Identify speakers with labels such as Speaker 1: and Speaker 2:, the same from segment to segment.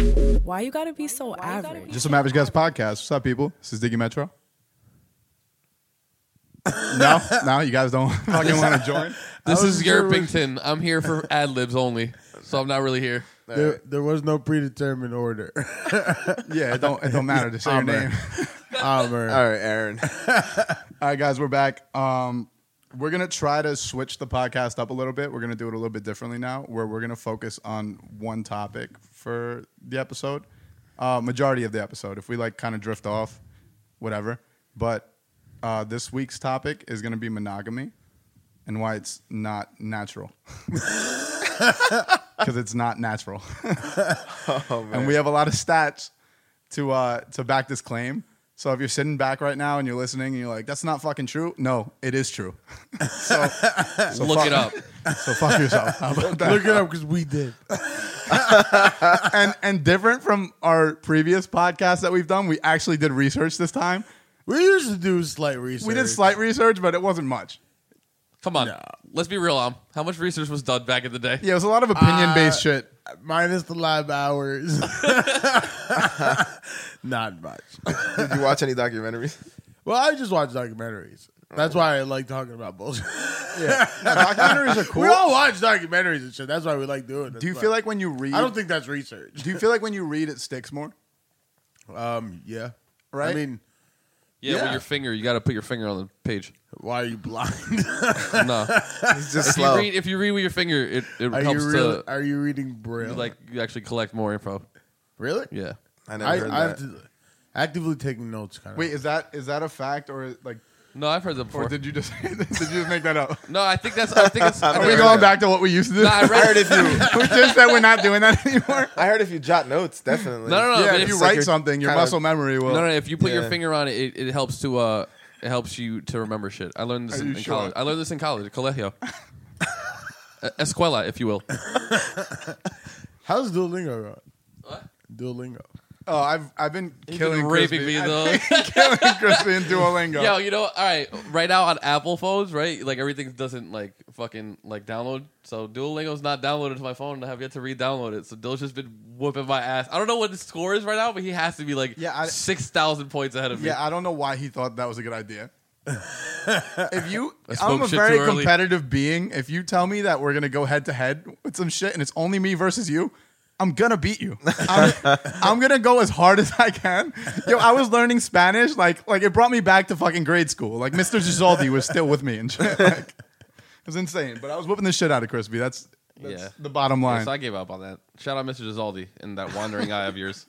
Speaker 1: you gotta be so average?
Speaker 2: Just some average guys podcast. What's up, people? This is Diggy Metro. no, no, you guys don't fucking want to join.
Speaker 3: This
Speaker 4: I was
Speaker 3: is
Speaker 4: sure we-
Speaker 3: Yerpington. I'm here for ad libs only, so I'm not really here.
Speaker 4: There, there was no predetermined order.
Speaker 2: Yeah, it don't it don't matter to say your name.
Speaker 4: Armor.
Speaker 5: All right, Aaron.
Speaker 2: All right, guys, we're back. Um, we're gonna try to switch the podcast up a little bit. We're gonna do it a little bit differently now, where we're gonna focus on one topic for the episode, uh, majority of the episode. If we like, kind of drift off, whatever. But uh, this week's topic is gonna be monogamy and why it's not natural. Because it's not natural, and we have a lot of stats to uh, to back this claim. So if you're sitting back right now and you're listening and you're like, "That's not fucking true," no, it is true. so, so
Speaker 3: Look
Speaker 2: fuck-
Speaker 3: it up.
Speaker 2: So fuck yourself. How about that?
Speaker 4: Look it up because we did.
Speaker 2: and and different from our previous podcast that we've done, we actually did research this time.
Speaker 4: We used to do slight research.
Speaker 2: We did slight research, but it wasn't much.
Speaker 3: Come on, let's be real. Um, how much research was done back in the day?
Speaker 2: Yeah, it was a lot of opinion based
Speaker 4: Uh,
Speaker 2: shit.
Speaker 4: minus the live hours. Not much.
Speaker 5: Did you watch any documentaries?
Speaker 4: Well, I just watch documentaries. That's why I like talking about bullshit.
Speaker 2: documentaries are cool.
Speaker 4: We all watch documentaries and shit. That's why we like doing. it.
Speaker 2: do you
Speaker 4: That's
Speaker 2: feel
Speaker 4: why-
Speaker 2: like when you read?
Speaker 4: I don't think that's research.
Speaker 2: Do you feel like when you read, it sticks more?
Speaker 4: Um, yeah,
Speaker 2: Right?
Speaker 4: I mean,
Speaker 3: Yeah,
Speaker 4: Yeah.
Speaker 3: with your finger, you got to put your finger on the page.
Speaker 4: why are you blind?
Speaker 3: No,
Speaker 5: It's just
Speaker 3: if
Speaker 5: slow.
Speaker 3: you read if you read with your finger, it, it
Speaker 4: are
Speaker 3: helps
Speaker 4: you real,
Speaker 3: to
Speaker 4: are you reading braille?
Speaker 3: like you actually collect more info.
Speaker 4: really?
Speaker 3: Yeah,
Speaker 5: I never
Speaker 4: I,
Speaker 5: heard
Speaker 4: I have
Speaker 5: that.
Speaker 4: to actively taking notes. Kind of.
Speaker 2: Wait, is that is that a fact or like,
Speaker 3: no, I've heard that
Speaker 2: or
Speaker 3: before.
Speaker 2: did you just did you just make that up?
Speaker 3: no, I think that's I think it's. I
Speaker 2: Are
Speaker 3: think
Speaker 2: we
Speaker 3: it's-
Speaker 2: going back to what we used to do?
Speaker 3: No, I
Speaker 5: I
Speaker 3: read
Speaker 5: heard if you.
Speaker 2: we just said we're not doing that anymore.
Speaker 5: I heard if you jot notes, definitely.
Speaker 3: No, no, no.
Speaker 2: yeah,
Speaker 3: but
Speaker 2: if you
Speaker 3: it's
Speaker 5: like
Speaker 2: write
Speaker 5: you're
Speaker 2: something, your
Speaker 5: kinda-
Speaker 2: muscle memory will.
Speaker 3: No, no. If you put your
Speaker 5: Yeah.
Speaker 3: finger on it, it, it helps to uh, it helps you to remember shit. I learned this
Speaker 2: Are
Speaker 3: in,
Speaker 2: you
Speaker 3: in
Speaker 2: sure?
Speaker 3: college. I learned this in college, at colegio, E- escuela, if you will.
Speaker 4: How's Duolingo going? Duolingo.
Speaker 2: Oh, I've I've been killing
Speaker 3: been
Speaker 2: Crispy.
Speaker 3: raping me,
Speaker 2: I've
Speaker 3: though.
Speaker 2: been killing Crispy and Duolingo.
Speaker 3: Yo, you know, all right. Right now on Apple phones, right, like everything doesn't like fucking like download. So Duolingo's not downloaded to my phone, and I have yet to re-download it. So Dill's just been whooping my ass. I don't know what his score is right now, but he has to be like
Speaker 2: Yeah, I-
Speaker 3: six thousand points ahead of me.
Speaker 2: yeah, I don't know why he thought that was a good idea. if you,
Speaker 3: I spoke
Speaker 2: I'm a
Speaker 3: shit
Speaker 2: very
Speaker 3: too early.
Speaker 2: competitive being. If you tell me that we're gonna go head to head with some shit and it's only me versus you. I'm gonna beat you. I'm, I'm gonna go as hard as I can. Yo, I was learning Spanish, like like it brought me back to fucking grade school. Like Mr. Gisoldi was still with me and shit. Like, it was insane. But I was whooping the shit out of Crispy. That's, that's
Speaker 3: Yeah.
Speaker 2: the bottom
Speaker 3: Yeah,
Speaker 2: line.
Speaker 3: so I gave up on that. Shout out, Mr. Gisaldi, and that wandering eye of yours.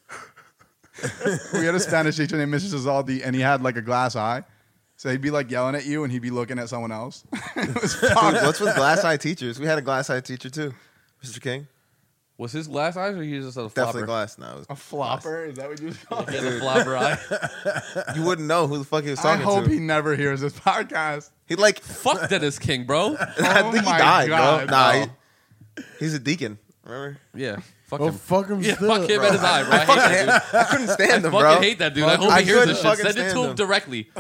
Speaker 2: we had a Spanish teacher named Mrs. Zaldi, and he had like a glass eye. So he'd be like yelling at you, and he'd be looking at someone else. it was
Speaker 5: Dude,
Speaker 2: fucked.
Speaker 5: what's with glass eye teachers? We had a glass eye teacher too, Mr. King.
Speaker 3: Was his glass eyes, or he was just a
Speaker 5: Definitely
Speaker 3: flopper?
Speaker 5: glass. No, it
Speaker 2: A flopper? Is that what you call
Speaker 3: He
Speaker 2: it?
Speaker 3: had a flopper eye.
Speaker 5: was- you wouldn't know who the fuck he was
Speaker 2: I
Speaker 5: talking
Speaker 2: hope
Speaker 5: to.
Speaker 2: he never hears this podcast.
Speaker 5: he like.
Speaker 3: Fuck Dennis King, bro.
Speaker 5: I
Speaker 2: Oh
Speaker 5: think he
Speaker 2: my
Speaker 5: died,
Speaker 2: God,
Speaker 5: bro. Nah,
Speaker 2: no.
Speaker 5: he- he's a deacon. Remember?
Speaker 3: Yeah, fuck
Speaker 4: Oh
Speaker 3: him.
Speaker 4: fuck him.
Speaker 3: Yeah,
Speaker 4: still,
Speaker 3: fuck him
Speaker 4: bro.
Speaker 3: and his eye, bro. I, hate that dude.
Speaker 5: I couldn't stand him,
Speaker 3: fucking
Speaker 5: bro.
Speaker 3: hate that dude. I hope
Speaker 5: I
Speaker 3: he hears
Speaker 5: couldn't
Speaker 3: this shit.
Speaker 5: fucking
Speaker 3: Send it
Speaker 5: stand
Speaker 3: to him,
Speaker 5: him.
Speaker 3: directly.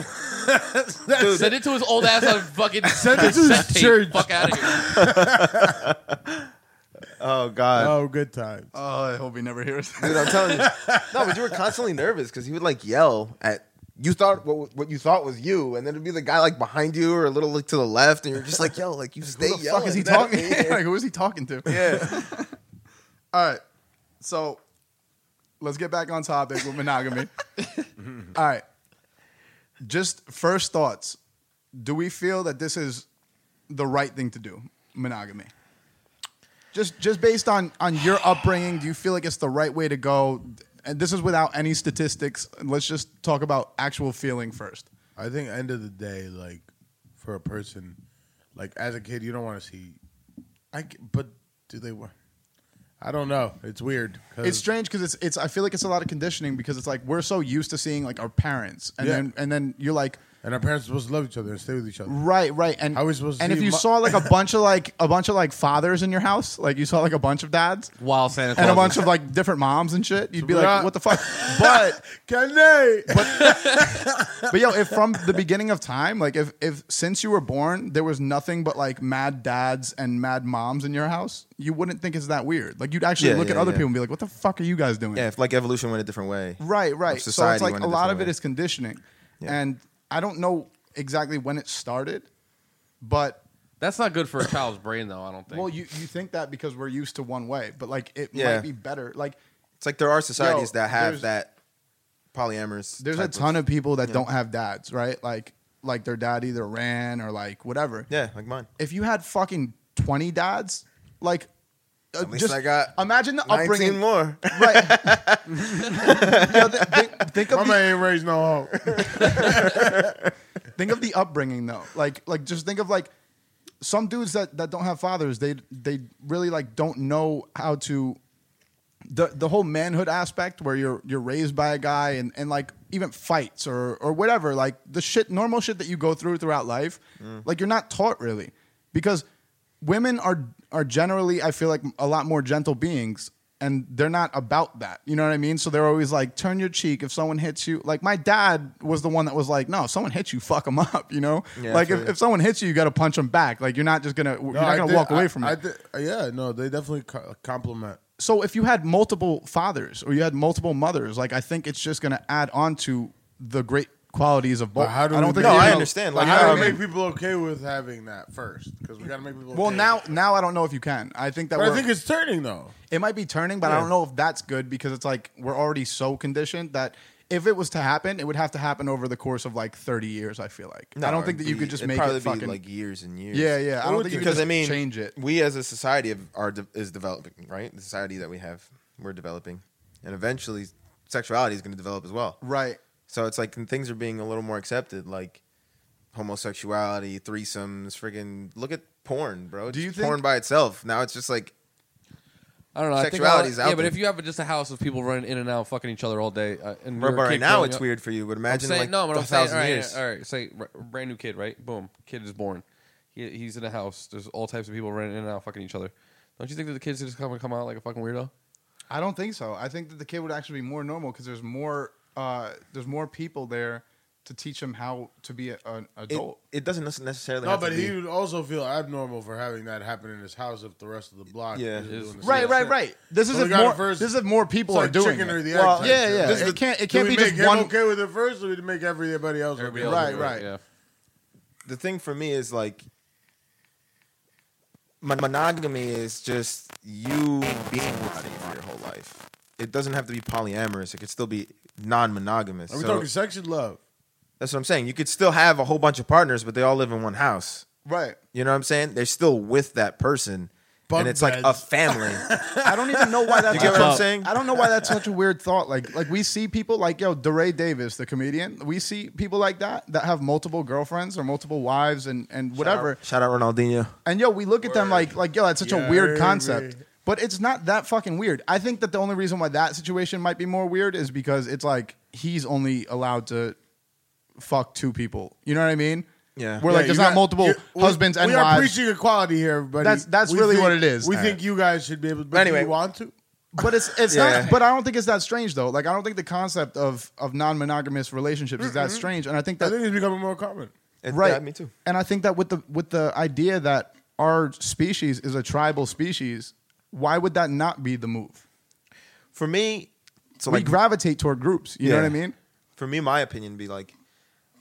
Speaker 3: Send it to his old ass on fucking send
Speaker 4: it to his church.
Speaker 3: Fuck out of here.
Speaker 5: Oh god.
Speaker 4: Oh, good time.
Speaker 2: Oh, I hope he never hears this.
Speaker 5: Dude, I'm telling you. No, but you were constantly nervous because he would like yell at you thought what what you thought was you, and then it'd be the guy like behind you or a little like to the left, and you're just like, yo, like you stay
Speaker 2: Who the
Speaker 5: yelling.
Speaker 2: fuck is he
Speaker 5: at me.
Speaker 2: talking? like, who is he talking to?
Speaker 5: yeah.
Speaker 2: All right. So let's get back on topic with monogamy. All right. Just first thoughts. Do we feel that this is the right thing to do, monogamy? Just just based on on your upbringing, do you feel like it's the right way to go? And this is without any statistics. Let's just talk about actual feeling first.
Speaker 4: I think end of the day, like for a person, like as a kid, you don't want to see. I g- but do they want? I don't know. It's weird. 'cause-
Speaker 2: It's strange because it's it's. I feel like it's a lot of conditioning because it's like we're so used to seeing like our parents, and
Speaker 4: Yeah.
Speaker 2: then and then you're like,
Speaker 4: And our parents are supposed to love each other and stay with each other.
Speaker 2: Right, right. And
Speaker 4: How are we supposed to
Speaker 2: And
Speaker 4: see
Speaker 2: if you
Speaker 4: mu-
Speaker 2: saw like a bunch of like a bunch of like fathers in your house, like you saw like a bunch of dads
Speaker 3: While Santa Claus
Speaker 2: and a
Speaker 3: is-
Speaker 2: bunch of like different moms and shit, you'd be
Speaker 4: Yeah.
Speaker 2: like, "What the fuck?" But
Speaker 4: Can they?
Speaker 2: but yo, if from the beginning of time, like if if since you were born, there was nothing but like mad dads and mad moms in your house, you wouldn't think it's that weird. Like you'd actually
Speaker 5: Yeah,
Speaker 2: look at
Speaker 5: yeah,
Speaker 2: other
Speaker 5: yeah.
Speaker 2: people and be like, "What the fuck are you guys doing?"
Speaker 5: Yeah, if like evolution went a different way.
Speaker 2: Right, right.
Speaker 5: Of
Speaker 2: So it's
Speaker 5: society
Speaker 2: like
Speaker 5: went
Speaker 2: a
Speaker 5: a
Speaker 2: lot of
Speaker 5: different
Speaker 2: it
Speaker 5: way.
Speaker 2: is conditioning,
Speaker 5: Yeah.
Speaker 2: and I don't know exactly when it started, but
Speaker 3: That's not good for a child's brain, though. I don't think.
Speaker 2: well, you you think that because we're used to one way, but like it
Speaker 5: Yeah.
Speaker 2: might be better. Like
Speaker 5: It's like there are societies
Speaker 2: Yo,
Speaker 5: that
Speaker 2: there's-
Speaker 5: have that polyamorous.
Speaker 2: there's a
Speaker 5: type
Speaker 2: ton of people that don't have dads, right? Like like their dad either ran or like whatever.
Speaker 5: yeah, like mine.
Speaker 2: If you had fucking twenty dads, like uh,
Speaker 5: At least
Speaker 2: just
Speaker 5: I got
Speaker 2: imagine the
Speaker 5: 19
Speaker 2: upbringing.
Speaker 5: more.
Speaker 2: Right. Yo, th- think, think
Speaker 4: My
Speaker 2: of the,
Speaker 4: man ain't raised no hoe.
Speaker 2: think of the upbringing though. Like like just think of like some dudes that that don't have fathers. They they really like don't know how to the the whole manhood aspect where you're you're raised by a guy and and like even fights or or whatever like the shit normal shit that you go through throughout life
Speaker 4: Mm.
Speaker 2: like you're not taught really because women are are generally I feel like a lot more gentle beings and they're not about that you know what I mean so they're always like turn your cheek if someone hits you like my dad was the one that was like no if someone hits you fuck them up you know
Speaker 5: Yeah,
Speaker 2: like
Speaker 5: I
Speaker 2: if,
Speaker 5: feel you.
Speaker 2: if someone hits you you got to punch them back like you're not just gonna you're
Speaker 4: I
Speaker 2: not gonna
Speaker 4: did-
Speaker 2: walk away
Speaker 4: I-
Speaker 2: from it
Speaker 4: I did- yeah, no, they definitely co- compliment.
Speaker 2: so if you had multiple fathers or you had multiple mothers, like I think it's just going to add on to the great qualities of both.
Speaker 4: But how do
Speaker 2: I don't
Speaker 4: we
Speaker 2: think
Speaker 4: make-
Speaker 5: No,
Speaker 2: you
Speaker 5: I
Speaker 2: know-
Speaker 5: understand.
Speaker 4: But
Speaker 5: Like,
Speaker 4: how
Speaker 5: I
Speaker 4: do we
Speaker 5: mean,
Speaker 4: make people okay with having that first? Because we got to make people.
Speaker 2: Well,
Speaker 4: okay.
Speaker 2: now now I don't know if you can. I think that
Speaker 4: But
Speaker 2: we're,
Speaker 4: I think it's turning though.
Speaker 2: it might be turning, but I
Speaker 4: Yeah.
Speaker 2: don't know if that's good because it's like we're already so conditioned that if it was to happen, it would have to happen over the course of like 30 years, I feel like. I
Speaker 5: no,
Speaker 2: don't think that
Speaker 5: it'd
Speaker 2: you
Speaker 5: be-
Speaker 2: could just
Speaker 5: it'd
Speaker 2: make
Speaker 5: probably
Speaker 2: it fucking
Speaker 5: be like years and years.
Speaker 2: Yeah, yeah. I don't
Speaker 4: would
Speaker 2: think you
Speaker 4: you-
Speaker 2: could
Speaker 5: because
Speaker 2: just
Speaker 5: I mean,
Speaker 2: change it.
Speaker 5: We as a society have, are de- is developing, right? The society that we have, we're developing, and eventually, sexuality is going to develop as well.
Speaker 2: Right.
Speaker 5: So it's like and things are being a little more accepted, like homosexuality, threesomes, friggin' look at porn, bro.
Speaker 2: Do you
Speaker 5: Just
Speaker 2: think-
Speaker 5: porn by itself now? It's just like
Speaker 3: I don't know. I think
Speaker 5: Sexuality's
Speaker 3: yeah,
Speaker 5: out
Speaker 3: but
Speaker 5: there.
Speaker 3: if you have just a house of people running in and out, fucking each other all day, uh, and
Speaker 5: Right,
Speaker 3: you're a
Speaker 5: but
Speaker 3: kid
Speaker 5: right now
Speaker 3: growing
Speaker 5: it's
Speaker 3: up-
Speaker 5: weird for you, but
Speaker 3: I'm
Speaker 5: imagine
Speaker 3: saying-
Speaker 5: like
Speaker 3: no, but
Speaker 5: a
Speaker 3: I'm saying,
Speaker 5: thousand
Speaker 3: all right,
Speaker 5: years.
Speaker 3: All right, all right, say r- brand new kid, right? Boom, kid is born. He, he's in a house. There's all types of people running in and out, fucking each other. Don't you think that the kids just come and come out like a fucking weirdo?
Speaker 2: I don't think so. I think that the kid would actually be more normal because there's more uh, there's more people there to teach him how to be a, an adult.
Speaker 5: It, it doesn't nece- necessarily.
Speaker 4: No,
Speaker 5: have
Speaker 4: but
Speaker 5: to
Speaker 4: he
Speaker 5: be-
Speaker 4: would also feel abnormal for having that happen in his house if the rest of the block.
Speaker 5: Yeah.
Speaker 4: is doing the
Speaker 3: Is-
Speaker 4: same
Speaker 2: Right,
Speaker 4: shit.
Speaker 2: right, right. This is
Speaker 4: So we
Speaker 2: if
Speaker 4: gotta
Speaker 2: more.
Speaker 4: first-
Speaker 2: this is if more people
Speaker 4: It's
Speaker 2: are
Speaker 4: like
Speaker 2: doing
Speaker 4: chicken
Speaker 2: it.
Speaker 4: or the egg
Speaker 2: well,
Speaker 4: type
Speaker 2: yeah,
Speaker 4: shit.
Speaker 2: yeah.
Speaker 4: This
Speaker 2: it
Speaker 4: is-
Speaker 2: can't. It
Speaker 4: Do
Speaker 2: can't
Speaker 4: we
Speaker 2: be
Speaker 4: make
Speaker 2: just
Speaker 4: him
Speaker 2: one.
Speaker 4: okay with it first, or we make everybody else
Speaker 3: Everybody else
Speaker 4: okay?
Speaker 2: Right,
Speaker 3: is weird,
Speaker 2: right.
Speaker 3: Yeah.
Speaker 5: the thing for me is like mon- monogamy is just you being somebody for your whole life. It doesn't have to be polyamorous. It could still be non-monogamous.
Speaker 4: Are we
Speaker 5: So
Speaker 4: talking sex or love?
Speaker 5: that's what I'm saying. You could still have a whole bunch of partners, but they all live in one house.
Speaker 2: Right.
Speaker 5: You know what I'm saying? They're still with that person,
Speaker 4: Bunk
Speaker 5: and it's like a
Speaker 4: beds.
Speaker 5: family.
Speaker 2: I don't even know why that's.
Speaker 5: You get
Speaker 2: such
Speaker 5: what I'm
Speaker 2: a-
Speaker 5: saying?
Speaker 2: I don't know why that's such a weird thought. Like, like we see people like yo, Deray Davis, the comedian. We see people like that that have multiple girlfriends or multiple wives and and whatever.
Speaker 5: Shout out Ronaldinho.
Speaker 2: And yo, we look at them like like yo, that's such a
Speaker 4: Yeah,
Speaker 2: weird
Speaker 4: baby.
Speaker 2: concept. But it's not that fucking weird. I think that the only reason why that situation might be more weird is because it's like he's only allowed to fuck two people. You know what I mean?
Speaker 5: Yeah.
Speaker 2: We're
Speaker 4: Yeah,
Speaker 2: like there's
Speaker 4: you
Speaker 2: not
Speaker 4: got-
Speaker 2: multiple
Speaker 4: you- we-
Speaker 2: husbands and
Speaker 4: we are
Speaker 2: wives.
Speaker 4: preaching equality here, everybody.
Speaker 2: That's- that's
Speaker 4: We
Speaker 2: really
Speaker 4: think-
Speaker 2: what it is.
Speaker 4: We
Speaker 2: All
Speaker 4: think
Speaker 2: right.
Speaker 4: you guys should be able. to But
Speaker 5: anyway-
Speaker 4: anyway, you want to?
Speaker 2: But it's it's
Speaker 5: Yeah.
Speaker 2: not. But I don't think it's that strange though. Like I don't think the concept of of non monogamous relationships is that strange. And I think that
Speaker 4: I think it's becoming more common.
Speaker 5: It-
Speaker 2: right
Speaker 5: yeah, me too.
Speaker 2: and i think that with the with the idea that our species is a tribal species why would that not be the move
Speaker 5: For me, so
Speaker 2: we
Speaker 5: like
Speaker 2: gravitate toward groups you know what i
Speaker 5: Yeah.
Speaker 2: mean
Speaker 5: for me, my opinion would be like,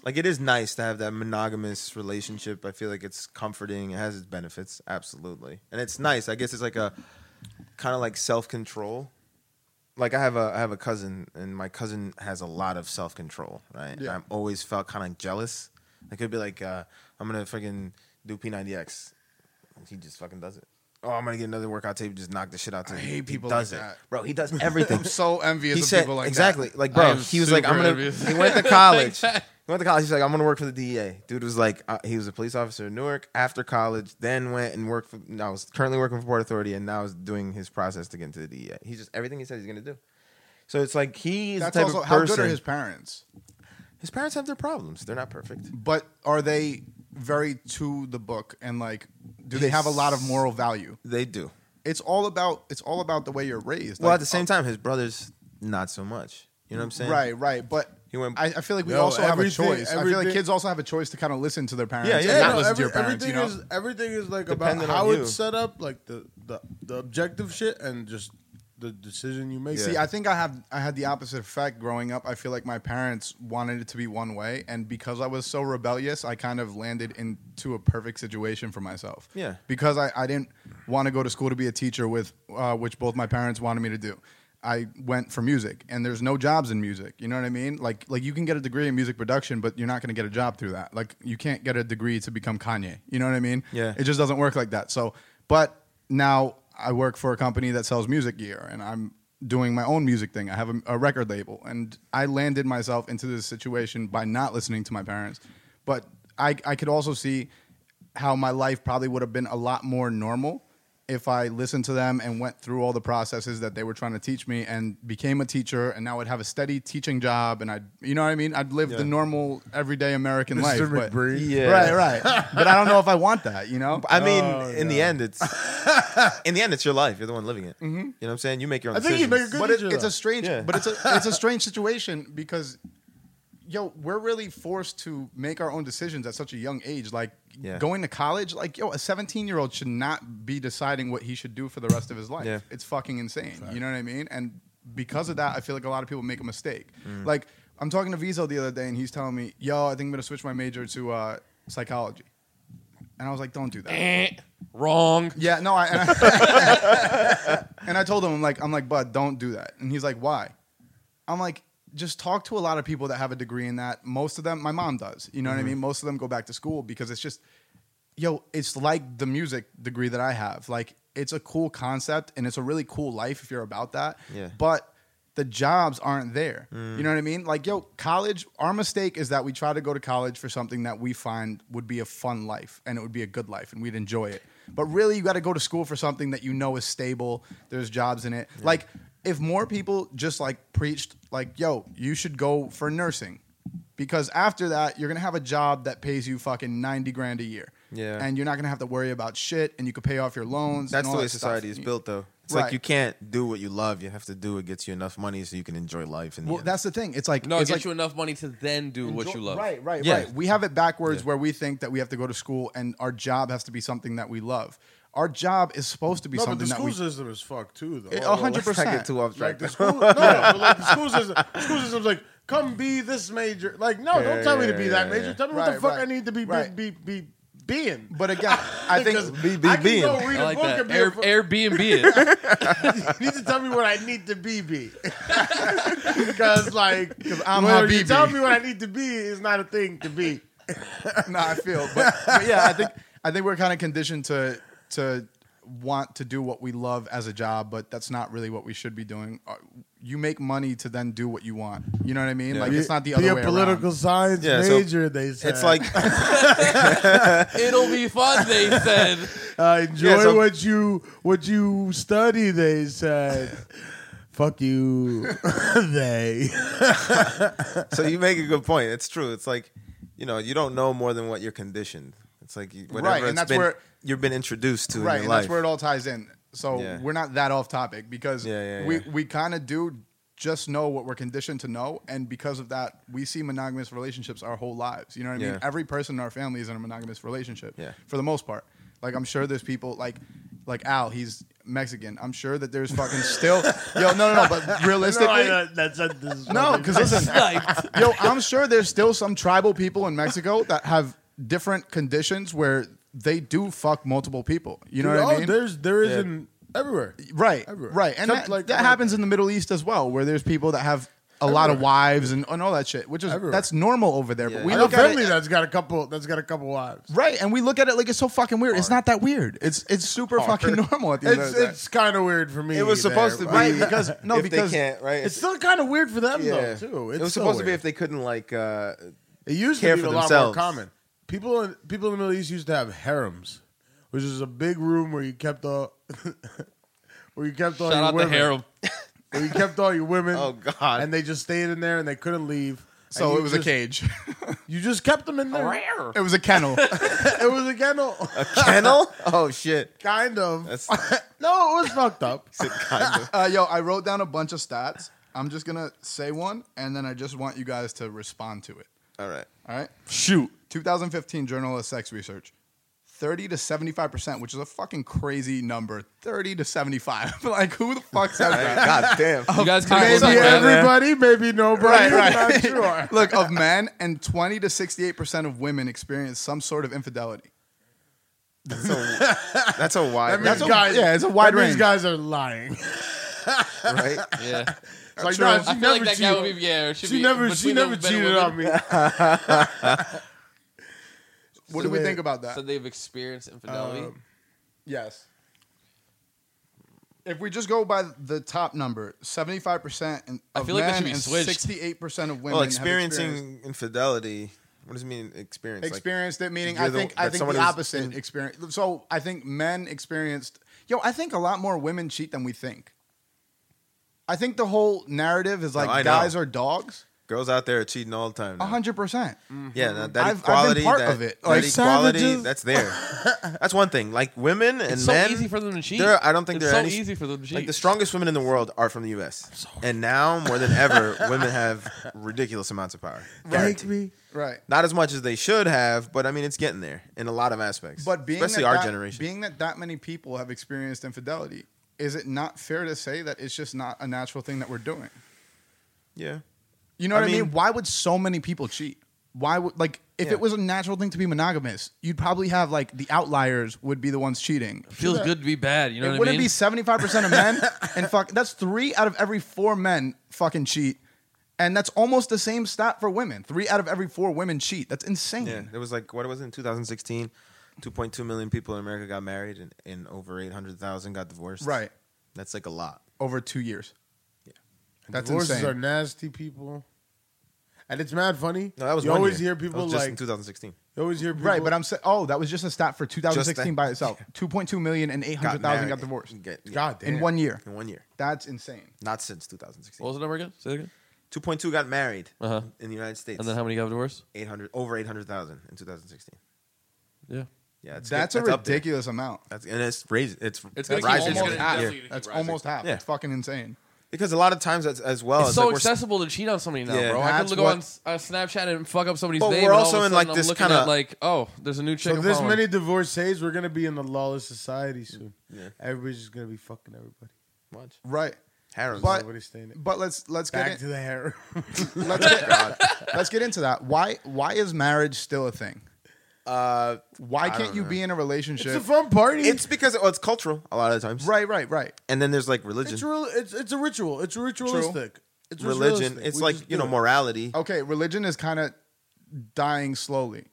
Speaker 5: like it is nice to have that monogamous relationship. I feel like it's comforting. It has its benefits, absolutely, and it's nice. I guess it's like a kind of like self control. Like I have a I have a cousin, and my cousin has a lot of self control. Right,
Speaker 2: Yeah.
Speaker 5: I'm always felt kind of jealous. I could be like, uh, I'm gonna freaking do P90X. He just fucking does it. Oh, I'm gonna get another workout tape. Just knock the shit out. To
Speaker 2: I
Speaker 5: him.
Speaker 2: hate
Speaker 5: He
Speaker 2: people
Speaker 5: does
Speaker 2: like
Speaker 5: it,
Speaker 2: that.
Speaker 5: bro. He does everything.
Speaker 2: so envious
Speaker 5: he said exactly like
Speaker 3: I
Speaker 5: bro.
Speaker 3: am
Speaker 5: He was like,
Speaker 3: super
Speaker 5: I'm gonna.
Speaker 3: envious.
Speaker 5: He went to college. he
Speaker 3: Like that.
Speaker 5: went to college. He's like, I'm gonna work for the DEA. Dude was like, uh, he was a police officer in Newark after college. Then went and worked for. I was currently working for Port Authority, and now is doing his process to get into the E DEA. He's just everything he said he's gonna do. So it's like he is
Speaker 2: that's
Speaker 5: the type
Speaker 2: also
Speaker 5: of
Speaker 2: how
Speaker 5: person.
Speaker 2: good are his parents
Speaker 5: His parents have their problems. They're not perfect.
Speaker 2: But are they very to the book and like do they have a lot of moral value?
Speaker 5: They do. uh,
Speaker 2: It's all about it's all about the way you're raised.
Speaker 5: Well,
Speaker 2: Like,
Speaker 5: at the same time, his brother's not so much. You know what I'm saying?
Speaker 2: Right, right. But
Speaker 5: He went-
Speaker 2: I, I feel like we
Speaker 4: Yo,
Speaker 2: also have a
Speaker 4: everything-
Speaker 2: choice. I feel like
Speaker 4: everything-
Speaker 2: kids also have a choice to kind of listen to their parents.
Speaker 5: Yeah,
Speaker 2: and
Speaker 5: yeah,
Speaker 2: not
Speaker 5: no,
Speaker 2: listen
Speaker 4: every-
Speaker 2: to your parents. You
Speaker 4: everything
Speaker 2: know,
Speaker 4: is everything is like
Speaker 5: Dependent
Speaker 4: about
Speaker 5: on
Speaker 4: how
Speaker 5: you.
Speaker 4: it's set up, like the the, the objective shit, and just the decision you make.
Speaker 5: Yeah.
Speaker 2: see, I think I have I had the opposite effect growing up. I feel like my parents wanted it to be one way, and because I was so rebellious, I kind of landed into a perfect situation for myself.
Speaker 5: Yeah.
Speaker 2: because I, I didn't want to go to school to be a teacher with uh, which both my parents wanted me to do. I went for music, and there's no jobs in music. You know what I mean? Like, like you can get a degree in music production, but you're not going to get a job through that. Like, you can't get a degree to become Kanye. You know what I mean?
Speaker 5: Yeah.
Speaker 2: It just doesn't work like that. So, but now I work for a company that sells music gear, and I'm doing my own music thing. I have a, a record label, and I landed myself into this situation by not listening to my parents. But I, I could also see how my life probably would have been a lot more normal if I listened to them and went through all the processes that they were trying to teach me and became a teacher and now I'd have a steady teaching job and I'd you know what I mean I'd live the normal everyday American life
Speaker 4: Mr.
Speaker 2: but-
Speaker 4: McBreen.
Speaker 5: Yeah.
Speaker 2: right right but I don't know if I want that you know
Speaker 5: I mean,
Speaker 4: Oh,
Speaker 5: in the end, it's in the end, it's your life. You're the one living it. You know what I'm saying? You make your own
Speaker 4: I think you
Speaker 5: decisions.
Speaker 4: make a good-
Speaker 2: but it,
Speaker 4: teacher,
Speaker 2: it's
Speaker 4: though.
Speaker 2: a strange
Speaker 5: Yeah.
Speaker 2: but it's a it's a strange situation because yo we're really forced to make our own decisions at such a young age like
Speaker 5: Yeah.
Speaker 2: going to college like yo a 17 year old should not be deciding what he should do for the rest of his life
Speaker 5: Yeah.
Speaker 2: it's fucking insane you know what i mean and because of that i feel like a lot of people make a mistake
Speaker 5: Mm.
Speaker 2: like i'm talking to vizo the other day and he's telling me yo i think i'm gonna switch my major to uh, psychology and i was like don't do that
Speaker 3: Wrong.
Speaker 2: yeah, no, I and, I and I told him I'm like I'm like bud, don't do that. And he's like, why? I'm like, just talk to a lot of people that have a degree in that. Most of them, my mom does. You know what I mean? Most of them go back to school because it's just, yo, it's like the music degree that I have. Like it's a cool concept and it's a really cool life if you're about that.
Speaker 5: Yeah.
Speaker 2: But the jobs aren't there.
Speaker 5: Mm.
Speaker 2: You know what I mean? Like, yo, college, our mistake is that we try to go to college for something that we find would be a fun life and it would be a good life and we'd enjoy it. But really, you got to go to school for something that you know is stable, there's jobs in it. Like, if more people just like preached, like, yo, you should go for nursing because after that, you're going to have a job that pays you fucking 90 grand a year.
Speaker 5: Yeah.
Speaker 2: And you're not going to have to worry about shit and you could pay off your loans. and
Speaker 5: That's the
Speaker 2: all
Speaker 5: way
Speaker 2: that stuff.
Speaker 5: society is built, though. It's
Speaker 2: Right.
Speaker 5: like you can't do what you love. You have to do what gets you enough money so you can enjoy life. And
Speaker 2: Well, that's the thing. It's like,
Speaker 3: No, it
Speaker 2: it's
Speaker 3: gets
Speaker 2: like,
Speaker 3: you enough money to then do what
Speaker 2: Enjoy-
Speaker 3: you love.
Speaker 2: Right, right,
Speaker 5: Yeah.
Speaker 2: right. We have it backwards where we think that we have to go to school and our job has to be something that we love. Our job is supposed to be
Speaker 4: No, but the
Speaker 2: something that
Speaker 4: school
Speaker 2: we.
Speaker 4: system is fucked too, though.
Speaker 2: It-
Speaker 4: Although,
Speaker 2: a hundred
Speaker 4: like-
Speaker 5: let's not get too off
Speaker 4: Like
Speaker 5: track.
Speaker 4: the school, no, no, but like the school system, school system's like, come be this major. Like, no,
Speaker 5: Yeah,
Speaker 4: don't tell me
Speaker 5: yeah,
Speaker 4: to be
Speaker 5: yeah,
Speaker 4: that
Speaker 5: yeah,
Speaker 4: major.
Speaker 5: yeah.
Speaker 4: Tell me what
Speaker 2: Right,
Speaker 4: the fuck
Speaker 2: right,
Speaker 4: I need to be
Speaker 2: right.
Speaker 4: be, be be being.
Speaker 2: but again, I
Speaker 4: Because
Speaker 2: think
Speaker 5: Be- be
Speaker 4: I can
Speaker 5: being.
Speaker 4: Go read
Speaker 3: I
Speaker 4: a
Speaker 3: like
Speaker 4: book
Speaker 3: that.
Speaker 4: and be
Speaker 3: Air,
Speaker 4: a fu-
Speaker 3: Airbnb it.
Speaker 4: you need to tell me what I need to be be. Because like, because
Speaker 2: I'm
Speaker 4: you
Speaker 2: Habibi.
Speaker 4: tell me what I need to be is not a thing to be.
Speaker 2: no, I feel, but, but yeah, I think I think we're kind of conditioned to to want to do what we love as a job, but that's not really what we should be doing. Uh, You make money to then do what you want. You know what I mean? Like it's not the other way around.
Speaker 4: science
Speaker 5: Yeah, so major,
Speaker 4: They said
Speaker 5: it's like
Speaker 3: It'll be fun, they said.
Speaker 4: Uh, enjoy
Speaker 5: Yeah, so-
Speaker 4: what you what you study. They said, "Fuck you." they.
Speaker 5: so you make a good point. It's true. It's like you know you don't know more than what you're conditioned. It's like you, whatever
Speaker 2: Right, and
Speaker 5: it's
Speaker 2: that's
Speaker 5: been-
Speaker 2: where-
Speaker 5: you've been introduced to
Speaker 2: right
Speaker 5: in
Speaker 2: and
Speaker 5: your life.
Speaker 2: that's where it all ties in so
Speaker 5: Yeah.
Speaker 2: we're not that off topic because
Speaker 5: Yeah, yeah,
Speaker 2: we
Speaker 5: yeah.
Speaker 2: we kind of do just know what we're conditioned to know and because of that we see monogamous relationships our whole lives you know what i mean
Speaker 5: Yeah.
Speaker 2: every person in our family is in a monogamous relationship
Speaker 5: Yeah.
Speaker 2: for the most part like i'm sure there's people like like al he's mexican i'm sure that there's fucking still yo no no no but
Speaker 4: No,
Speaker 2: realistically
Speaker 4: I- that's not- this is-
Speaker 2: no, because listen,
Speaker 3: Sniped.
Speaker 2: yo, I'm sure there's still some tribal people in Mexico that have different conditions where they do fuck multiple people. You know what
Speaker 4: Oh,
Speaker 2: I mean?
Speaker 4: There's there is in everywhere.
Speaker 2: Right,
Speaker 4: everywhere.
Speaker 2: right, and
Speaker 4: Except,
Speaker 2: that,
Speaker 4: like,
Speaker 2: that
Speaker 4: like-
Speaker 2: happens in the Middle East as well, where there's people that have a lot of wives and, and all that shit, which is
Speaker 4: Everywhere.
Speaker 2: that's normal over there. But
Speaker 5: Yeah.
Speaker 2: we
Speaker 4: I
Speaker 5: You
Speaker 4: know
Speaker 2: look at
Speaker 4: family
Speaker 2: it,
Speaker 4: that's got a couple that's got a couple wives.
Speaker 2: right, and we look at it like it's so fucking weird. It's not that weird. It's it's super fucking normal at the end
Speaker 4: It's
Speaker 2: of the day.
Speaker 4: it's kind of weird for me.
Speaker 5: it was supposed
Speaker 4: there,
Speaker 5: to
Speaker 4: but-
Speaker 5: be
Speaker 2: Right, because- no,
Speaker 5: if
Speaker 2: because
Speaker 5: they can't right.
Speaker 4: It's still kind of weird for them
Speaker 5: yeah.
Speaker 4: though too.
Speaker 5: it
Speaker 4: It's
Speaker 5: was
Speaker 4: so
Speaker 5: supposed to be
Speaker 4: weird.
Speaker 5: if they couldn't like uh,
Speaker 4: It used
Speaker 5: care
Speaker 4: to be
Speaker 5: for
Speaker 4: a
Speaker 5: themselves.
Speaker 4: lot more common. People in people in the Middle East used to have harems, which is a big room where you kept all where Oh, you kept all
Speaker 3: Shout
Speaker 4: your
Speaker 3: out to
Speaker 4: women.
Speaker 3: harem.
Speaker 4: where you kept all your women.
Speaker 5: Oh, God.
Speaker 4: And they just stayed in there and they couldn't leave.
Speaker 2: So
Speaker 4: you
Speaker 2: it was
Speaker 4: just-
Speaker 2: a cage.
Speaker 4: You just kept them in there.
Speaker 2: it was a kennel.
Speaker 4: it was a kennel.
Speaker 5: Kennel? Oh shit.
Speaker 4: kind of.
Speaker 5: That's
Speaker 4: no, it was fucked up.
Speaker 5: kind of.
Speaker 2: uh, yo, I wrote down a bunch of stats. I'm just gonna say one, and then I just want you guys to respond to it.
Speaker 5: All right.
Speaker 2: All right.
Speaker 3: Shoot.
Speaker 2: 2015 Journal of Sex Research. 30 to 75%, which is a fucking crazy number. 30 to 75. like, who the fuck says that?
Speaker 5: God damn.
Speaker 3: You guys can
Speaker 2: Maybe
Speaker 3: close that, man.
Speaker 4: everybody, maybe nobody.
Speaker 2: Right,
Speaker 4: I'm not sure.
Speaker 2: Look, of men and 20 to 68% of women experience some sort of infidelity.
Speaker 5: That's a, that's a wide
Speaker 4: That means
Speaker 5: range,
Speaker 2: a-
Speaker 4: guys,
Speaker 2: yeah, it's a wide
Speaker 4: that means
Speaker 2: range.
Speaker 4: guys are lying.
Speaker 5: right?
Speaker 3: Yeah.
Speaker 4: It's like,
Speaker 2: True.
Speaker 4: nah,
Speaker 2: I
Speaker 4: she
Speaker 3: I feel
Speaker 4: never
Speaker 3: like that guy
Speaker 4: cheated.
Speaker 3: would be yeah. it should
Speaker 4: she
Speaker 3: be
Speaker 4: never, she
Speaker 3: between
Speaker 4: never
Speaker 3: the men and
Speaker 4: cheated
Speaker 3: women.
Speaker 4: on me. Uh,
Speaker 2: What do we think about that?
Speaker 3: So they've experienced infidelity.
Speaker 4: Um,
Speaker 2: yes. If we just go by the top number, 75% and
Speaker 3: I
Speaker 2: of
Speaker 3: feel like that
Speaker 2: men
Speaker 3: should be
Speaker 2: and
Speaker 3: switched.
Speaker 2: 68% of women
Speaker 5: Well,
Speaker 2: have
Speaker 5: experiencing infidelity. What does it mean experience? Like,
Speaker 2: experienced it meaning
Speaker 5: you're
Speaker 2: i
Speaker 5: the-
Speaker 2: think i
Speaker 5: that
Speaker 2: think
Speaker 5: someone
Speaker 2: the
Speaker 5: who's
Speaker 2: opposite experience so i think men experienced yo i think a lot more women cheat than we think i think the whole narrative is like
Speaker 5: I know.
Speaker 2: guys are dogs
Speaker 5: girls out there are cheating all the time. now.
Speaker 2: 100%
Speaker 5: Yeah, now that
Speaker 2: I've- I've been
Speaker 5: equality,
Speaker 2: part
Speaker 5: that,
Speaker 2: of it.
Speaker 5: that
Speaker 2: Like,
Speaker 5: equality,
Speaker 4: savages-
Speaker 5: that's there. that's one thing. Like women and
Speaker 3: it's
Speaker 5: men,
Speaker 3: so easy for them to cheat.
Speaker 5: there- I don't think
Speaker 3: it's
Speaker 5: there
Speaker 3: so
Speaker 5: are any-
Speaker 3: easy for them to cheat.
Speaker 5: like the strongest women in the world are from the U.S. And now more than ever, women have ridiculous amounts of power.
Speaker 4: Take me.
Speaker 2: right
Speaker 5: Not as much as they should have, but I mean it's getting there in a lot of aspects.
Speaker 2: but being
Speaker 5: especially
Speaker 2: that
Speaker 5: our
Speaker 2: that-
Speaker 5: generation,
Speaker 2: being that that many people have experienced infidelity is it not fair to say that it's just not a natural thing that we're doing
Speaker 5: yeah,
Speaker 2: you know
Speaker 5: I
Speaker 2: what i mean,
Speaker 5: mean-
Speaker 2: why would so many people cheat why would like if
Speaker 5: Yeah.
Speaker 2: it was a natural thing to be monogamous you'd probably have like the outliers would be the ones cheating
Speaker 3: feels good to be bad. You know
Speaker 2: it
Speaker 3: what I
Speaker 2: wouldn't
Speaker 3: mean?
Speaker 2: be seventy five percent of men, and fuck, that's three out of every four men fucking cheat, and that's almost the same stat for women. Three out of every four women cheat. That's insane.
Speaker 5: yeah. There was like what was it in 2016, 2.2 million people in America got married, and, and over 800,000 got divorced.
Speaker 2: Right.
Speaker 5: That's like a lot.
Speaker 2: Over two years. That's
Speaker 4: Divorces
Speaker 2: insane.
Speaker 4: are nasty people, and it's mad funny.
Speaker 5: No, that was
Speaker 4: you
Speaker 5: one
Speaker 4: always
Speaker 5: year.
Speaker 4: hear
Speaker 5: That was
Speaker 4: people
Speaker 5: just in
Speaker 4: like
Speaker 5: 2016.
Speaker 4: you always hear people,
Speaker 2: Right, but I'm saying, oh, that was just a stat for 2016
Speaker 5: that.
Speaker 2: by itself. 2.2 million and 800,000 got
Speaker 5: married.
Speaker 2: divorced
Speaker 5: Get- yeah.
Speaker 4: God damn.
Speaker 2: in one year.
Speaker 5: in one year.
Speaker 2: That's insane.
Speaker 5: Not since 2016.
Speaker 3: what was the number again? Say it again.
Speaker 5: 2.2 got married
Speaker 3: Uh-huh.
Speaker 5: in the United States.
Speaker 3: And then how many got divorced?
Speaker 5: 800 over 800,000 in 2016.
Speaker 3: Yeah.
Speaker 5: Yeah, it's
Speaker 2: That's a
Speaker 5: good. up there.
Speaker 2: ridiculous amount.
Speaker 5: That's and it's raised. It's
Speaker 3: It's gonna keep
Speaker 5: it's rising.
Speaker 3: almost
Speaker 5: every
Speaker 3: half.
Speaker 5: year.
Speaker 3: Definitely
Speaker 2: That's
Speaker 3: rising.
Speaker 2: almost half.
Speaker 5: Yeah.
Speaker 2: It's fucking insane.
Speaker 5: because a lot of times as, as well
Speaker 3: It's
Speaker 5: as
Speaker 3: so
Speaker 5: Oh, like we're,
Speaker 3: accessible to cheat on somebody now,
Speaker 5: Yeah,
Speaker 3: bro. I
Speaker 2: that's
Speaker 3: can go
Speaker 2: what-
Speaker 3: on s- uh, Snapchat and fuck up somebody's
Speaker 5: But
Speaker 3: name.
Speaker 5: we're
Speaker 3: and all
Speaker 5: also
Speaker 3: of a
Speaker 5: in,
Speaker 3: sudden
Speaker 5: like,
Speaker 3: I'm
Speaker 5: this
Speaker 3: looking
Speaker 5: kinda-
Speaker 3: at, like, oh, there's a new chick.
Speaker 4: So
Speaker 3: I'm
Speaker 4: this
Speaker 3: following.
Speaker 4: many divorcees, we're gonna be in the lawless society soon.
Speaker 5: Yeah.
Speaker 4: Everybody's just gonna be fucking everybody.
Speaker 5: watch
Speaker 2: Right.
Speaker 5: Harrow.
Speaker 2: But-
Speaker 4: Nobody's staying. in-
Speaker 2: But let's let's get
Speaker 4: Back
Speaker 2: in-
Speaker 4: to the hair.
Speaker 2: let's get, let's get into that. Why why is marriage still a thing?
Speaker 5: uh,
Speaker 2: Why
Speaker 5: I
Speaker 2: can't
Speaker 5: don't
Speaker 2: you
Speaker 5: know.
Speaker 2: be in a
Speaker 4: it's
Speaker 2: relationship?
Speaker 4: a fun party.
Speaker 5: it's because well, it's cultural a lot of the times,
Speaker 2: right, right, right.
Speaker 5: And then there's like religion,
Speaker 4: it's real. It's it's a ritual. It's ritualistic. It's
Speaker 5: religion.
Speaker 4: ritualistic.
Speaker 5: It's
Speaker 4: We
Speaker 5: like
Speaker 4: just
Speaker 5: you
Speaker 4: do
Speaker 5: know
Speaker 4: it.
Speaker 5: morality
Speaker 4: Oh,
Speaker 2: Okay, religion is kind of dying slowly.